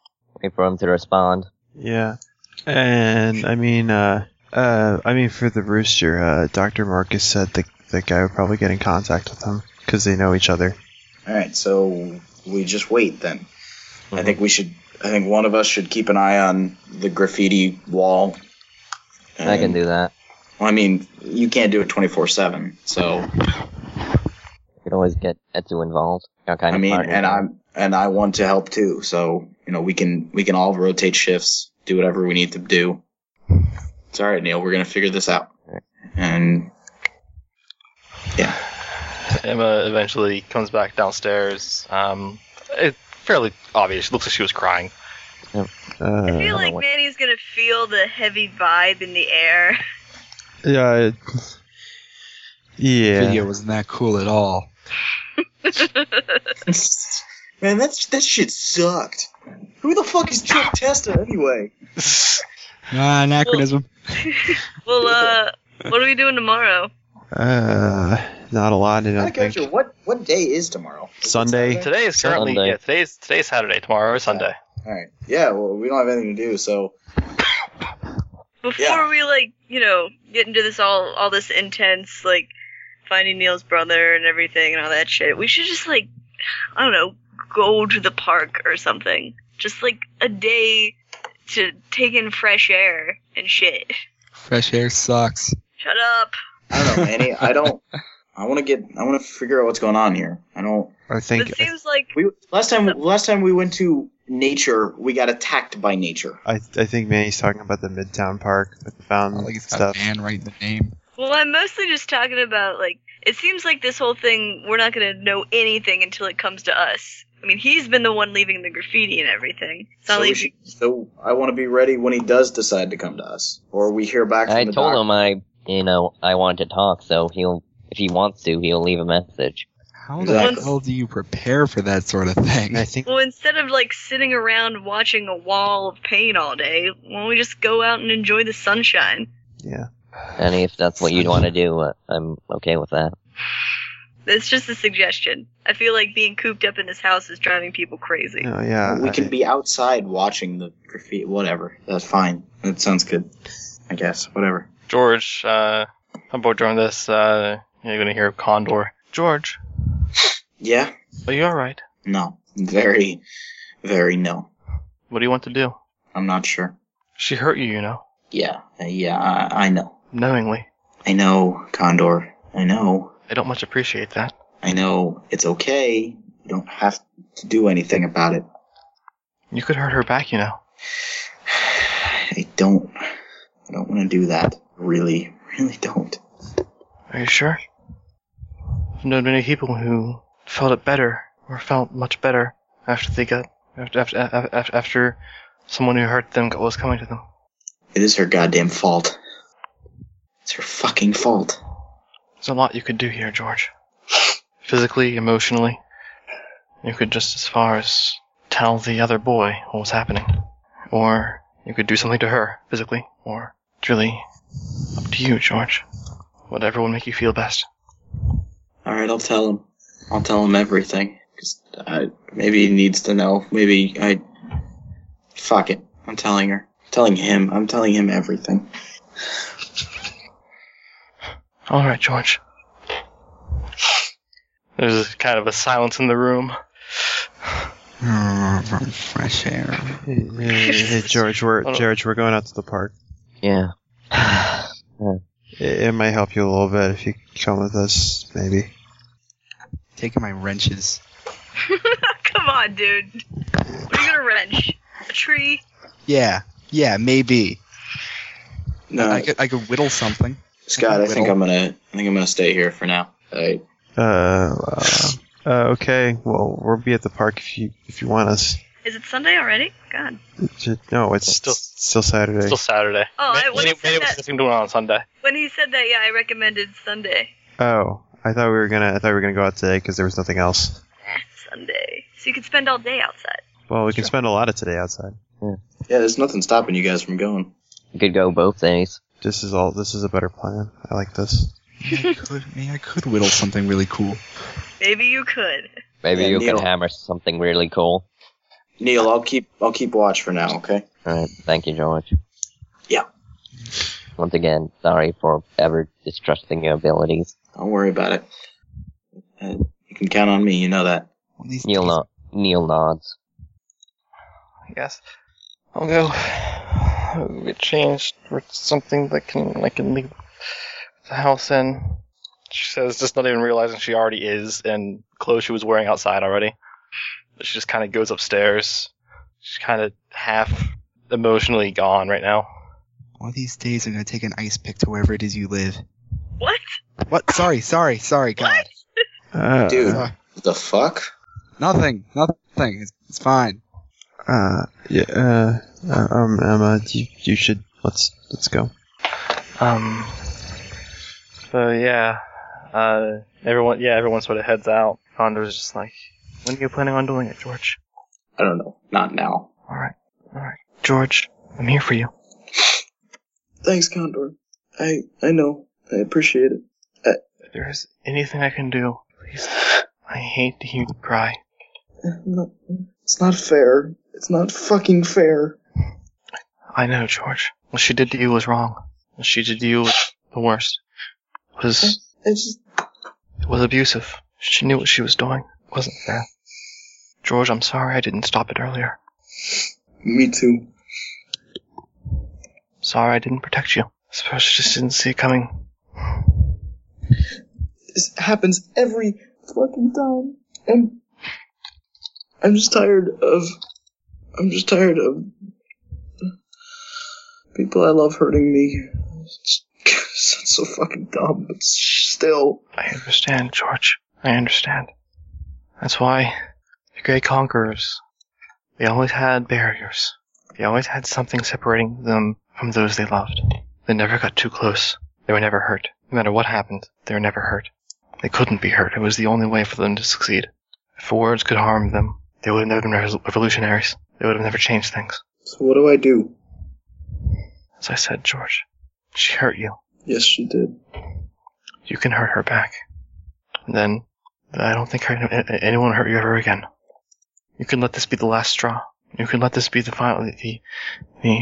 Wait for him to respond. Yeah, and I mean, uh, uh, I mean for the rooster, uh, Doctor Marcus said the the guy would probably get in contact with him because they know each other. All right, so we just wait then. Mm-hmm. I think we should. I think one of us should keep an eye on the graffiti wall. I can And- do that. Well, I mean, you can't do it twenty four seven. So You could always get Etsu involved. You're kind I of mean, partner. and I'm and I want to help too. So you know, we can we can all rotate shifts, do whatever we need to do. It's all right, Neil. We're gonna figure this out. And Emma eventually comes back downstairs. Um, it fairly obvious. Looks like she was crying. I Uh, feel like what- Manny's gonna feel the heavy vibe in the air. yeah, it- yeah. Video wasn't that cool at all. man, that's that shit sucked. Who the fuck is Chuck Testa anyway? Ah, anachronism. well, uh, what are we doing tomorrow? Uh, not a lot. I I don't got think. you. What what day is tomorrow? Is it Sunday. Saturday? Today is currently Sunday. yeah. Today's today's Saturday. Tomorrow is Sunday. All right. Yeah. Well, we don't have anything to do, so Before Yeah. we like, you know, get into this all all this intense like finding Neil's brother and everything and all that shit, we should just like, I don't know, go to the park or something. Just like a day to take in fresh air and shit. Fresh air sucks. Shut up. I don't know, Manny. I don't. I want to get. I want to figure out what's going on here. I don't. I think. it seems like We last time. Last time we went to nature, we got attacked by nature. I, I think Manny's talking about the Midtown Park with the fountain Not like it's got stuff. a man right in the name. Well, I'm mostly just talking about like it seems like this whole thing we're not gonna know anything until it comes to us. I mean, he's been the one leaving the graffiti and everything. It's not So, we like should, so I want to be ready when he does decide to come to us, or we hear back. From I the told doc- him I, you know, I want to talk, so he'll, if he wants to, he'll leave a message. How Exactly. the hell do you prepare for that sort of thing? I think well, instead of like sitting around watching a wall of paint all day, why don't we just go out and enjoy the sunshine? yeah. And if that's what you'd want to do, uh, I'm okay with that. It's just a suggestion. I feel like being cooped up in this house is driving people crazy. Oh, No, Oh, yeah. we I- can be outside watching the graffiti. Whatever. That's fine. That sounds good. I guess. Whatever. George, uh, I'm bored during this. Uh, you're gonna hear Condor. George, Yeah. are you all right? No. Very, very no. What do you want to do? I'm not sure. She hurt you, you know, Yeah. Uh, Yeah. I, I know. knowingly. I know, Condor. I know. I don't much appreciate that. I know. It's okay. You don't have to do anything about it. You could hurt her back, you know. I don't. I don't want to do that. Really, really don't. Are you sure? I've known many people who felt it better, or felt much better after they got after after after, after someone who hurt them was coming to them. It is her goddamn fault. It's her fucking fault. There's a lot you could do here, George. Physically, emotionally. You could just as far as tell the other boy what was happening. Or you could do something to her, physically. Or it's really up to you, George. Whatever will make you feel best. All right, I'll tell him. I'll tell him everything. 'Cause, uh, maybe he needs to know. Maybe I. Fuck it. I'm telling her. telling him. I'm telling him everything. All right, George. There's kind of a silence in the room. Fresh air. Hey, hey, hey, George, we're George, we're going out to the park. Yeah. It, it might help you a little bit if you come with us, maybe. Taking my wrenches. Come on, dude. What are you gonna wrench? A tree? Yeah, yeah, maybe. No, I could I could whittle something. Scott. I think Whittle. I'm gonna. I think I'm gonna stay here for now. I, Uh, uh, uh, okay. Well, we'll be at the park if you if you want us. Is it Sunday already? God. It's- it- No, it's Still- still still Saturday. Still Saturday. Oh, I, Maybe when, he maybe said it was that, just going on Sunday. when he said that, yeah, I recommended Sunday. oh, I thought we were gonna I thought we were gonna go out today because there was nothing else. Eh, Sunday. So you could spend all day outside. Well, we can spend a lot of today outside. yeah, there's nothing stopping you guys from going. You could go both days. This is all. This is a better plan. I like this. I could, man, I could whittle something really cool. Maybe you could. Maybe Yeah, you Neil. can hammer something really cool. Neil, I'll keep. I'll keep watch for now. Okay. Alright, thank you, George. Yeah. Once again, sorry for ever distrusting your abilities. Don't worry about it. Uh, you can count on me. You know that. One of these Neil, days- no- Neil nods. Yes. I'll go. I'll get changed for something that can I can leave the house in. She says, just not even realizing she already is in clothes she was wearing outside already. She just kind of goes upstairs. She's kind of half emotionally gone right now. One of these days, I'm gonna take an ice pick to wherever it is you live. What? What? Sorry, sorry, sorry, God. Uh, Dude. Uh, The fuck? nothing, nothing. It's, it's fine. Uh, yeah. Uh, uh, um, Emma, you, you should let's let's go. Um. So yeah, uh, everyone, yeah, everyone sort of heads out. Condor's just like, When are you planning on doing it, George? I don't know. Not now. George, I'm here for you. Thanks, Condor. I I know. I appreciate it. If there is anything I can do, please. I hate to hear you cry. It's not fair. It's not fucking fair. I know, George. What she did to you was wrong. What she did to you was the worst. It was I just it was abusive. She knew what she was doing. It wasn't fair. George, I'm sorry I didn't stop it earlier. me too. Sorry I didn't protect you. I suppose she just didn't see it coming. This happens every fucking time. And I'm just tired of I'm just tired of people I love hurting me. It's, it's so fucking dumb, but still I understand, George. I understand. That's why the great conquerors, they always had barriers. They always had something separating them from those they loved. They never got too close. They were never hurt. No matter what happened, they were never hurt. They couldn't be hurt. It was the only way for them to succeed. If words could harm them, they would have never been re- revolutionaries. They would have never changed things. So what do I do? As I said, George, she hurt you. Yes, she did. You can hurt her back. And then I don't think her, a- anyone hurt you ever again. You can let this be the last straw. You can let this be the final the the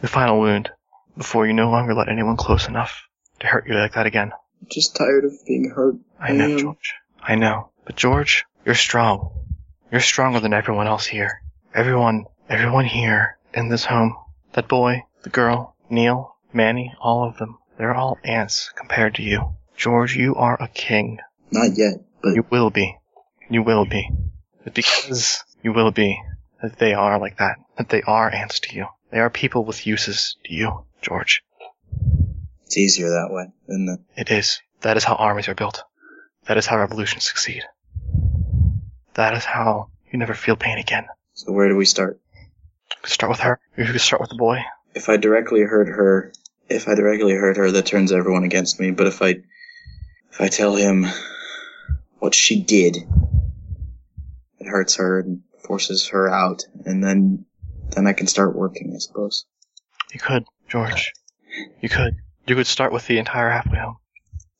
the final wound before you no longer let anyone close enough to hurt you like that again. I'm just tired of being hurt. I know, Yeah. George. I know. But George, you're strong. You're stronger than everyone else here. Everyone, everyone here in this home. That boy, the girl, Neil, Manny, all of them. They're all ants compared to you. George, you are a king. Not yet, but You will be. You will be. But because you will be, that they are like that. That they are ants to you. They are people with uses to you, George. it's easier that way, isn't it? It is. That is how armies are built. That is how revolutions succeed. That is how you never feel pain again. So where do we start? Start with her. You could start with the boy. If I directly hurt her, if I directly hurt her, that turns everyone against me. But if I, if I tell him what she did, it hurts her and forces her out, and then, then I can start working, I suppose. You could, George. You could. You could start with the entire halfway home.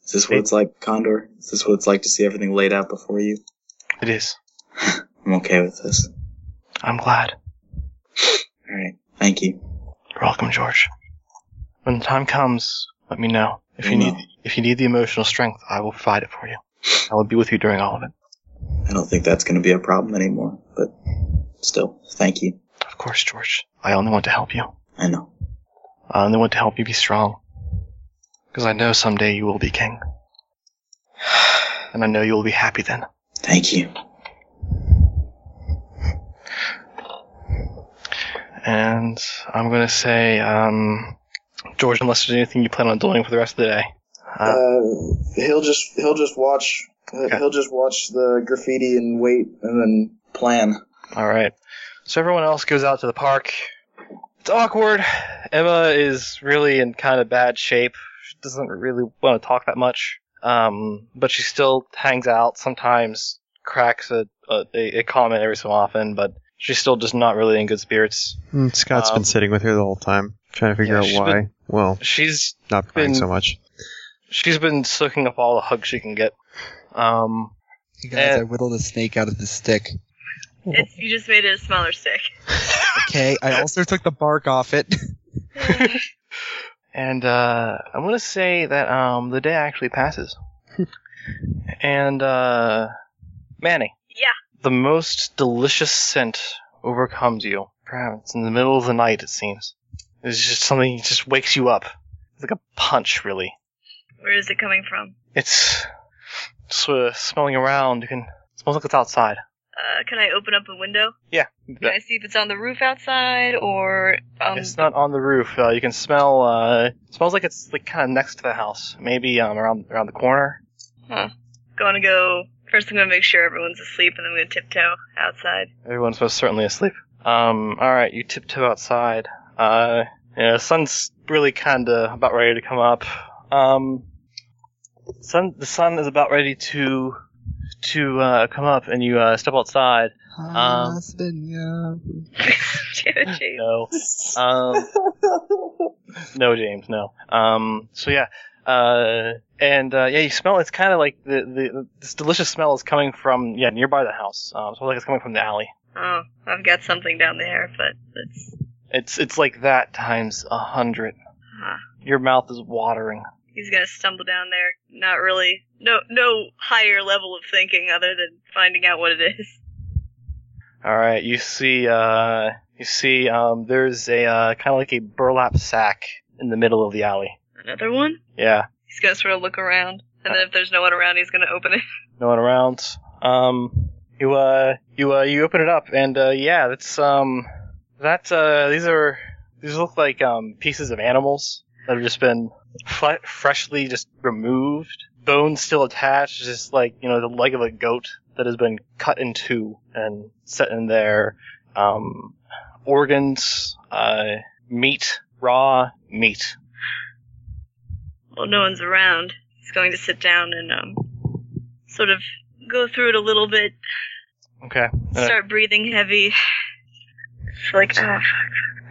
Is this what it's like, Condor? Is this what it's like to see everything laid out before you? It is. I'm okay with this. I'm glad. All right. Thank you. You're welcome, George. When the time comes, let me know. If you need if you need the emotional strength, I will provide it for you. I will be with you during all of it. I don't think that's going to be a problem anymore, but still, thank you. Of course, George. I only want to help you. I know. I only want to help you be strong. Because I know someday you will be king. And I know you will be happy then. Thank you. And I'm gonna say, um, George, unless there's anything you plan on doing for the rest of the day. Uh, he'll just he'll just watch uh, he'll just watch the graffiti and wait and then plan. All right. So everyone else goes out to the park. It's awkward. Emma is really in kind of bad shape. She doesn't really want to talk that much. Um, but she still hangs out. Sometimes cracks a, a, a comment every so often, but she's still just not really in good spirits. Mm, Scott's Um, been sitting with her the whole time, trying to yeah, figure she's out why. been- well, She's not crying been- so much. she's been soaking up all the hugs she can get. Um, You guys, I whittled a snake out of the stick. It's, you just made it a smaller stick. Okay, I also took the bark off it. And uh, I want to say that um, the day actually passes. and uh, Manny. Yeah. The most delicious scent overcomes you. Perhaps it's in the middle of the night, it seems. It's just something that just wakes you up. It's like a punch, really. Where is it coming from? It's sort of smelling around. You can it smells like it's outside. Uh, can I open up a window? Yeah. Can I see if it's on the roof outside or um? it's not on the roof. Uh, you can smell. Uh, it smells like it's like kind of next to the house. Maybe um, around around the corner. Huh. Gonna go. First, I'm gonna make sure everyone's asleep, and then I'm gonna tiptoe outside. Everyone's most certainly asleep. Um, alright, you tiptoe outside. Uh, yeah, the sun's really kinda about ready to come up. Um, sun, the sun is about ready to, to, uh, come up and you, uh, step outside. Um, Damn it, James. no. Um, no, James, no. Um, so yeah, uh, and uh, yeah, you smell. It's kind of like the, the this delicious smell is coming from yeah nearby the house. Um, so like it's coming from the alley. Oh, I've got something down there, but it's. It's it's like that times a hundred. Huh. Your mouth is watering. He's gonna stumble down there. Not really. No, no higher level of thinking other than finding out what it is. All right, you see, uh, you see, um, there's a uh, kind of like a burlap sack in the middle of the alley. Another one. Yeah, He's gonna sort of look around, and then if there's no one around, he's gonna open it. no one around. Um, you uh, you uh, you open it up, and uh, yeah, that's um, that's uh, these are these look like um pieces of animals that have just been fle- freshly just removed, bones still attached, just like you know the leg of a goat that has been cut in two and set in there. Um, organs, uh, meat, raw meat. Well, no one's around. He's going to sit down and um, sort of go through it a little bit. Okay. Uh, Start breathing heavy. It's like, ah,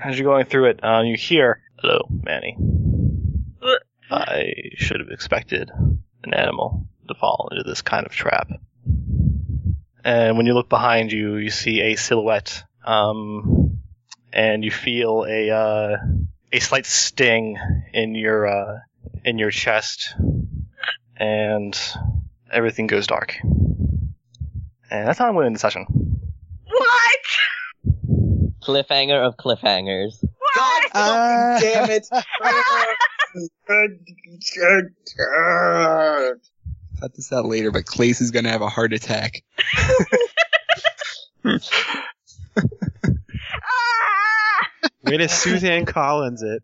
As you're going through it, uh, you hear, "Hello, Manny. What? I should have expected an animal to fall into this kind of trap." And when you look behind you, you see a silhouette, um, and you feel a uh, a slight sting in your uh, in your chest, and everything goes dark. And that's how I'm winning the session. what? Cliffhanger of cliffhangers. God Ah. fucking damn it! I Cut this out later, but Clace is gonna have a heart attack. Ah! Way to Suzanne Collins it.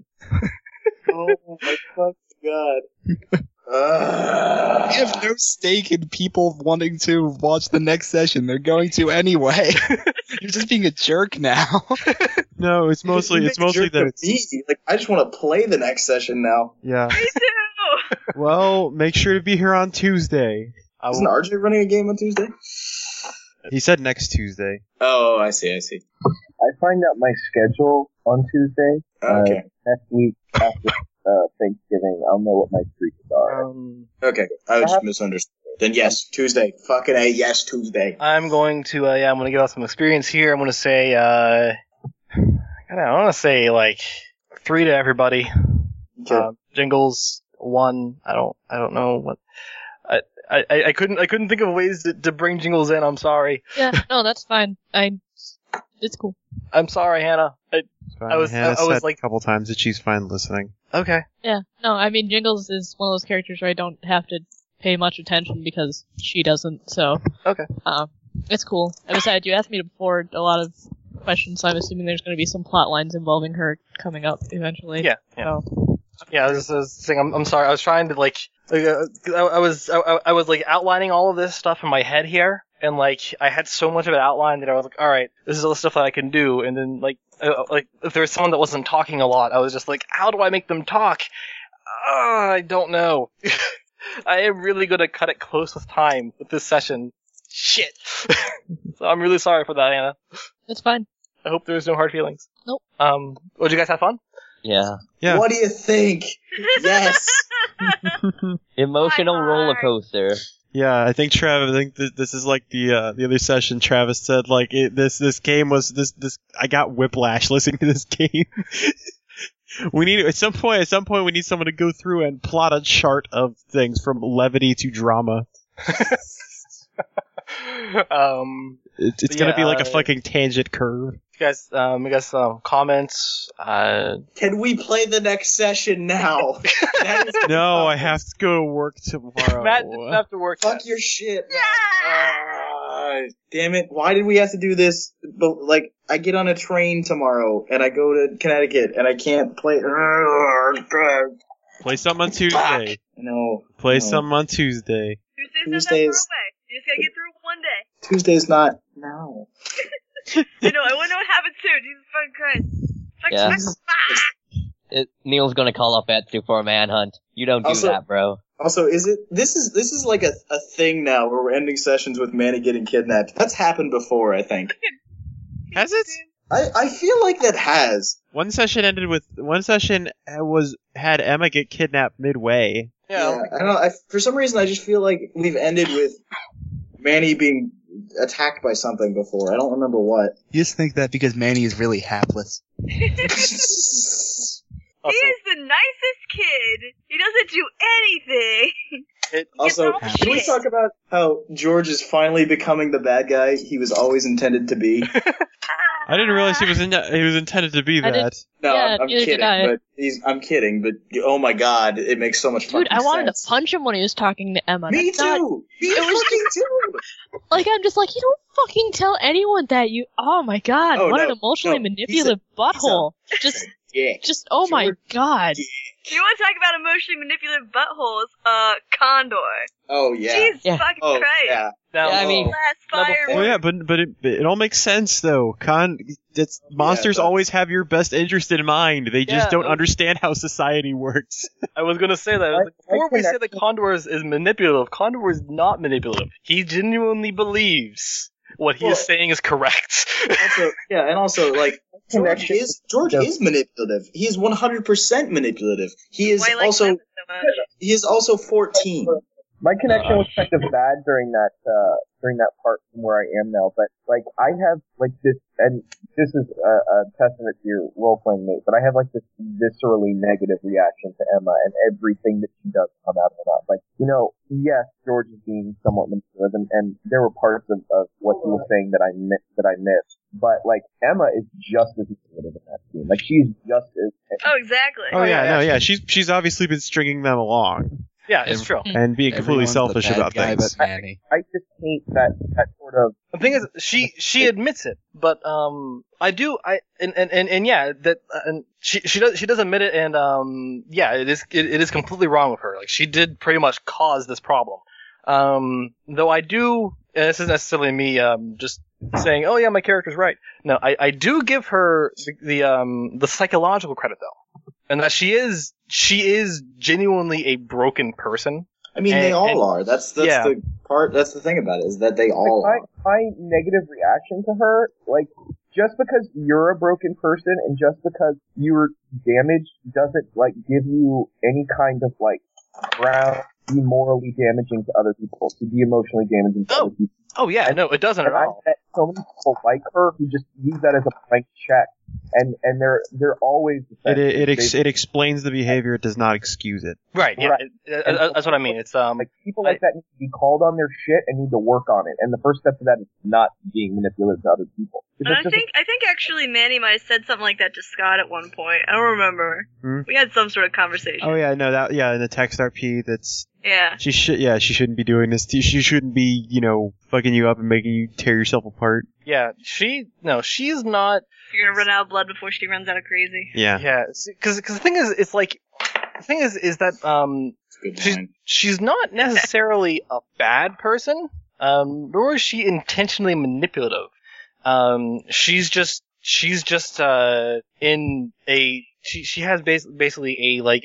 oh my fucking god. Ah. We have no stake in people wanting to watch the next session. They're going to anyway. You're just being a jerk now. No, it's mostly it's mostly that it's Easy. Like I just want to play the next session now. yeah. Me too. Well, make sure to be here on Tuesday. I Isn't RJ running a game on Tuesday? He said next Tuesday. Oh, I see. I see. I find out my schedule on Tuesday. Okay. uh, Next week after uh, Thanksgiving, I'll know what my streak is on. Um, Okay, I I was have- misunderstood. Then yes, Tuesday. Fucking a yes, Tuesday. I'm going to. Uh, yeah, I'm going to give out some experience here. I'm going to say. Uh, God, I want to say like three to everybody. Uh, jingles one. I don't. I don't know what. I, I, I couldn't I couldn't think of ways to, to bring jingles in. I'm sorry. Yeah, no, that's fine. I, it's cool. I'm sorry, Hannah. I, Uh, I was I, I was like a couple times that she's fine listening. okay. Yeah, no, I mean Jingles is one of those characters where I don't have to pay much attention because she doesn't. So okay, um, it's cool. And besides, you asked me before a lot of questions, so I'm assuming there's going to be some plot lines involving her coming up eventually. Yeah, yeah. Yeah, I was, I was saying I'm, I'm sorry. I was trying to like, like, uh, I, I was I, I was like outlining all of this stuff in my head here, and like I had so much of it outlined that I was like, all right, this is all the stuff that I can do. And then like uh, like if there was someone that wasn't talking a lot, I was just like, how do I make them talk? Uh, I don't know. I am really going to cut it close with time with this session. Shit. so I'm really sorry for that, Anna. It's fine. I hope there was no hard feelings. Nope. Um, would you guys have fun? Yeah. Yeah. What do you think? yes. Emotional roller coaster. Yeah, I think Travis. I think th- this is like the uh, the other session. Travis said like it, this this game was this this I got whiplash listening to this game. we need at some point at some point we need someone to go through and plot a chart of things from levity to drama. um, It, it's But gonna yeah, be like a uh, fucking tangent curve. you guys, um, you guys, um, comments. Uh, Can we play the next session now? That is- No, I have to go to work tomorrow. Matt didn't have to work. fuck your shit. Ah, damn it! Why did we have to do this? But like, I get on a train tomorrow and I go to Connecticut and I can't play. Play something on Tuesday. No, Play no. something on Tuesday. Tuesdays not that far away. Tuesdays- You just gotta get through one day. Tuesday's not now. I know. I want to know what happens soon. Jesus fucking Christ. Fuck, Yeah. fuck, fuck. It, Neil's gonna call up Etsu for a manhunt. You don't do Also- that, bro. Also, is it this is this is like a, a thing now where we're ending sessions with Manny getting kidnapped? That's happened before, I think. Has it? I, I feel like that has. One session ended with one session uh, was had Emma get kidnapped midway. Yeah, I don't know. I, for some reason, I just feel like we've ended with Manny being attacked by something before. I don't remember what. You just think that because Manny is really hapless. he is the nicest kid. He doesn't do anything. also, It's all can we shit. talk about how George is finally becoming the bad guy he was always intended to be? I didn't realize he was in, he was intended to be I did- that. No, Yeah, I'm, I'm neither did kidding. I. But he's, I'm kidding. But oh my god, it makes so much Dude, fucking I wanted sense. to punch him when he was talking to Emma. Me That's not- too. Me It was fucking too. like I'm just like you don't fucking tell anyone that you. Oh my god, Oh, what an no, emotionally no, manipulative butthole. Just, Yeah. just oh my George- god. You want to talk about emotionally manipulative buttholes? Uh, Condor. Oh yeah. Jesus Yeah. fucking Oh Christ. yeah. Down Yeah, I low. mean- Last Level fire. Well, yeah, but but it, it all makes sense though. Con, it's, monsters but- always have your best interest in mind. They just Yeah, don't uh, understand how society works. I was gonna say that I was like, before we say that Condor is, is manipulative. Condor is not manipulative. He genuinely believes what he Well- is saying is correct. Also, yeah, and also like George is George is manipulative. He is 100% manipulative. He is Why you like also Sabbath so much? he is also 14. My connection was kind of bad during that uh, during that part from where I am now, but like I have like this, and this is a, a testament to your role playing mate, but I have like this viscerally negative reaction to Emma and everything that she does come out of her mouth. Like you know, yes, George is being somewhat manipulative, and, and there were parts of, of what he was saying that I missed that I missed, but like Emma is just as manipulative in that scene. Like she's just as Oh, exactly. Oh, yeah, yeah, no, yeah. She's she's obviously been stringing them along yeah, it's true. and being completely Everyone's the selfish bad about guy things. But Manny. Hmm. I just hate that that sort of The thing is, she she admits it, but um, I do I and and and, and yeah, that uh, and she she does she does admit it, and um, yeah, it is it, it is completely wrong with her. Like she did pretty much cause this problem. Um, though I do, and this isn't necessarily me um just saying, oh yeah, my character's right. No, I I do give her the, the um the psychological credit though, and that she is she is genuinely a broken person. I mean, they And- all and- are. That's that's yeah. the part. That's the thing about it is that they all like, are. my, my negative reaction to her, like, just because you're a broken person and just because you're damaged doesn't, like, give you any kind of, like, ground be morally damaging to other people, to be emotionally damaging to other people. Oh yeah, no, it doesn't at And I've all. met so many people like her who just use that as a blank check, and and they're they're always It it it, ex- They- it explains the behavior. It does not excuse it. Right. Yeah. Right. it- uh, uh, that's what I mean. It's um. like people like that need to be called on their shit and need to work on it. And the first step to that is not being manipulative to other people. Because And I it's just- think I think actually Manny might have said something like that to Scott at one point. I don't remember. Hmm? We had some sort of conversation. Oh yeah, no, that yeah, in the text RP, that's yeah. She should, yeah, she shouldn't be doing this. She shouldn't be, you know, fucking you up and making you tear yourself apart. Yeah. She. No. She's not. You're gonna run out of blood before she runs out of crazy. Yeah. Yeah. Because because the thing is, it's like the thing is is that um Good She's- line. she's not necessarily a bad person, um, nor is she intentionally manipulative. Um, she's just she's just uh, in a she she has bas- basically a like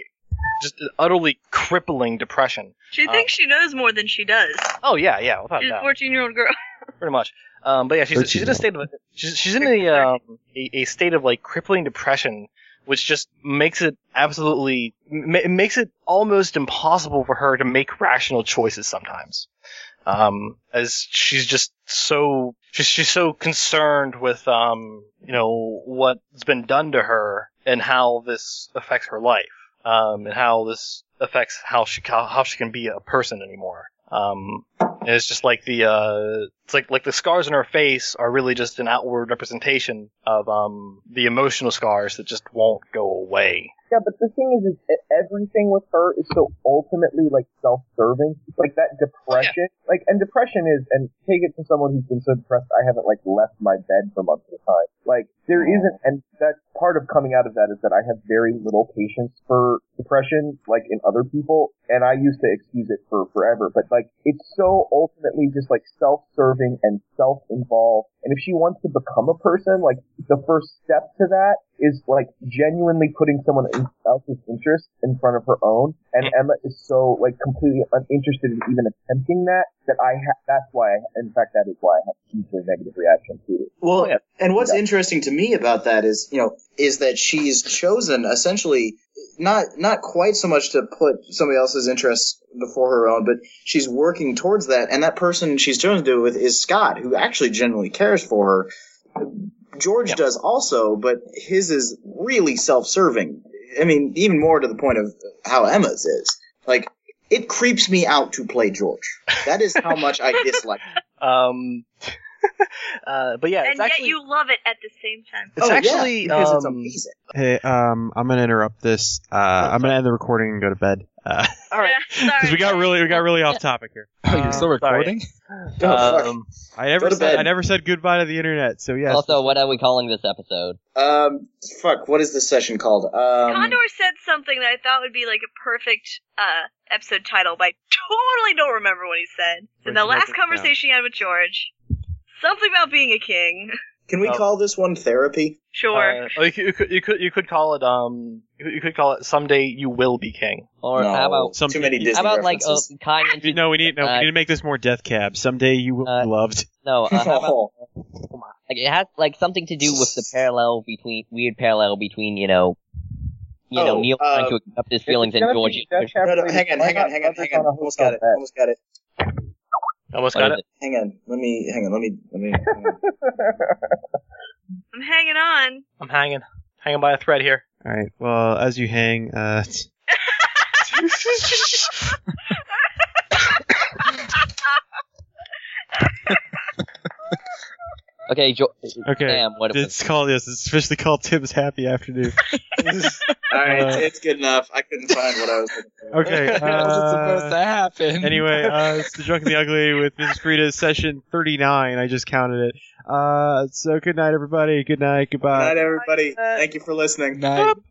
just an utterly crippling depression. She Uh, thinks she knows more than she does. Oh yeah, yeah, without a She's a doubt, 14 year old girl. pretty much. Um, but yeah, she's she's in a Virtue. state of she's she's in a um a, a state of like crippling depression. Which just makes it absolutely ma- it makes it almost impossible for her to make rational choices sometimes um, as she's just so she's she's so concerned with um, you know what's been done to her and how this affects her life um, and how this affects how she how, how she can be a person anymore. Um, and it's just like the uh, it's like like the scars on her face are really just an outward representation of um, the emotional scars that just won't go away. yeah, but the thing is, is e- everything with her is so ultimately like self-serving. It's like that depression, like, and depression is, and take it from someone who's been so depressed, I haven't like left my bed for months at a time. Like there not and that's part of coming out of that is that I have very little patience for depression, like in other people, and I used to excuse it for forever. But like it's so ultimately just like self-serving and self-involved. And if she wants to become a person, like the first step to that is like genuinely putting someone else's interest in front of her own. And Emma is so like completely uninterested in even attempting that that I ha- that's why I, in fact that is why I have a hugely negative reaction to it. Well, yeah. and what's Yeah. interesting to me about that is, you know, is that she's chosen essentially not not quite so much to put somebody else's interests before her own, but she's working towards that, and that person she's chosen to do it with is Scott, who actually genuinely cares for her. George Yeah. does also, but his is really self-serving. I mean, even more to the point of how Emma's is. Like, it creeps me out to play George. That is how much I dislike. Um, uh, but yeah, and it's yet actually you love it at the same time. it's Oh, yeah, actually because it's um, amazing. Hey, um, I'm gonna interrupt this. Uh, I'm gonna end the recording and go to bed. Uh, all right. Yeah, sorry. cause we got really, we got really off topic here. Oh, you're still Uh, sorry. recording? Oh, fuck. Um, I Go never to said, bed. I never said goodbye to the internet. So yes. Also, what are we calling this episode? Um, fuck, what is this session called? Um, Condor said something that I thought would be like a perfect uh, episode title, but I totally don't remember what he said. In the Where's last Mildred? conversation he had with George, something about being a king. Can we Oh. call this one therapy? Sure. Uh, oh, you, could, you could you could you could call it um you could- you could call it someday you will be king. Or No. how about Some- Too many how Disney about like references. a kind You- and No, we need no. Uh, we need to make this more death cab. Someday you will uh, be loved. no? Uh, how about, Oh, like it has like something to do with the parallel between weird parallel between you know you know Oh, Neil uh, trying to accept his feelings and It's gonna George. be death no, no, calculated. hang on, Why hang on, not hang on, others hang on. a Almost got hotel it. bed? Almost got it. Almost What got is it. it? Hang on. Let me, hang on, let me, let me. hang on. I'm hanging on. I'm hanging hanging by a thread here. All right. Well, as you hang, uh, Okay, jo- okay. Sam, what is It's called yes. It's officially called Tim's Happy Afternoon. All right, Uh, it's good enough. I couldn't find what I was looking for. Okay. That wasn't uh, supposed to happen. Anyway, uh, it's the Drunk and the Ugly with Mrs. Frida's session 39. I just counted it. Uh, so good night, everybody. Good night. Good Goodbye. night, everybody. Thank you for listening. Night.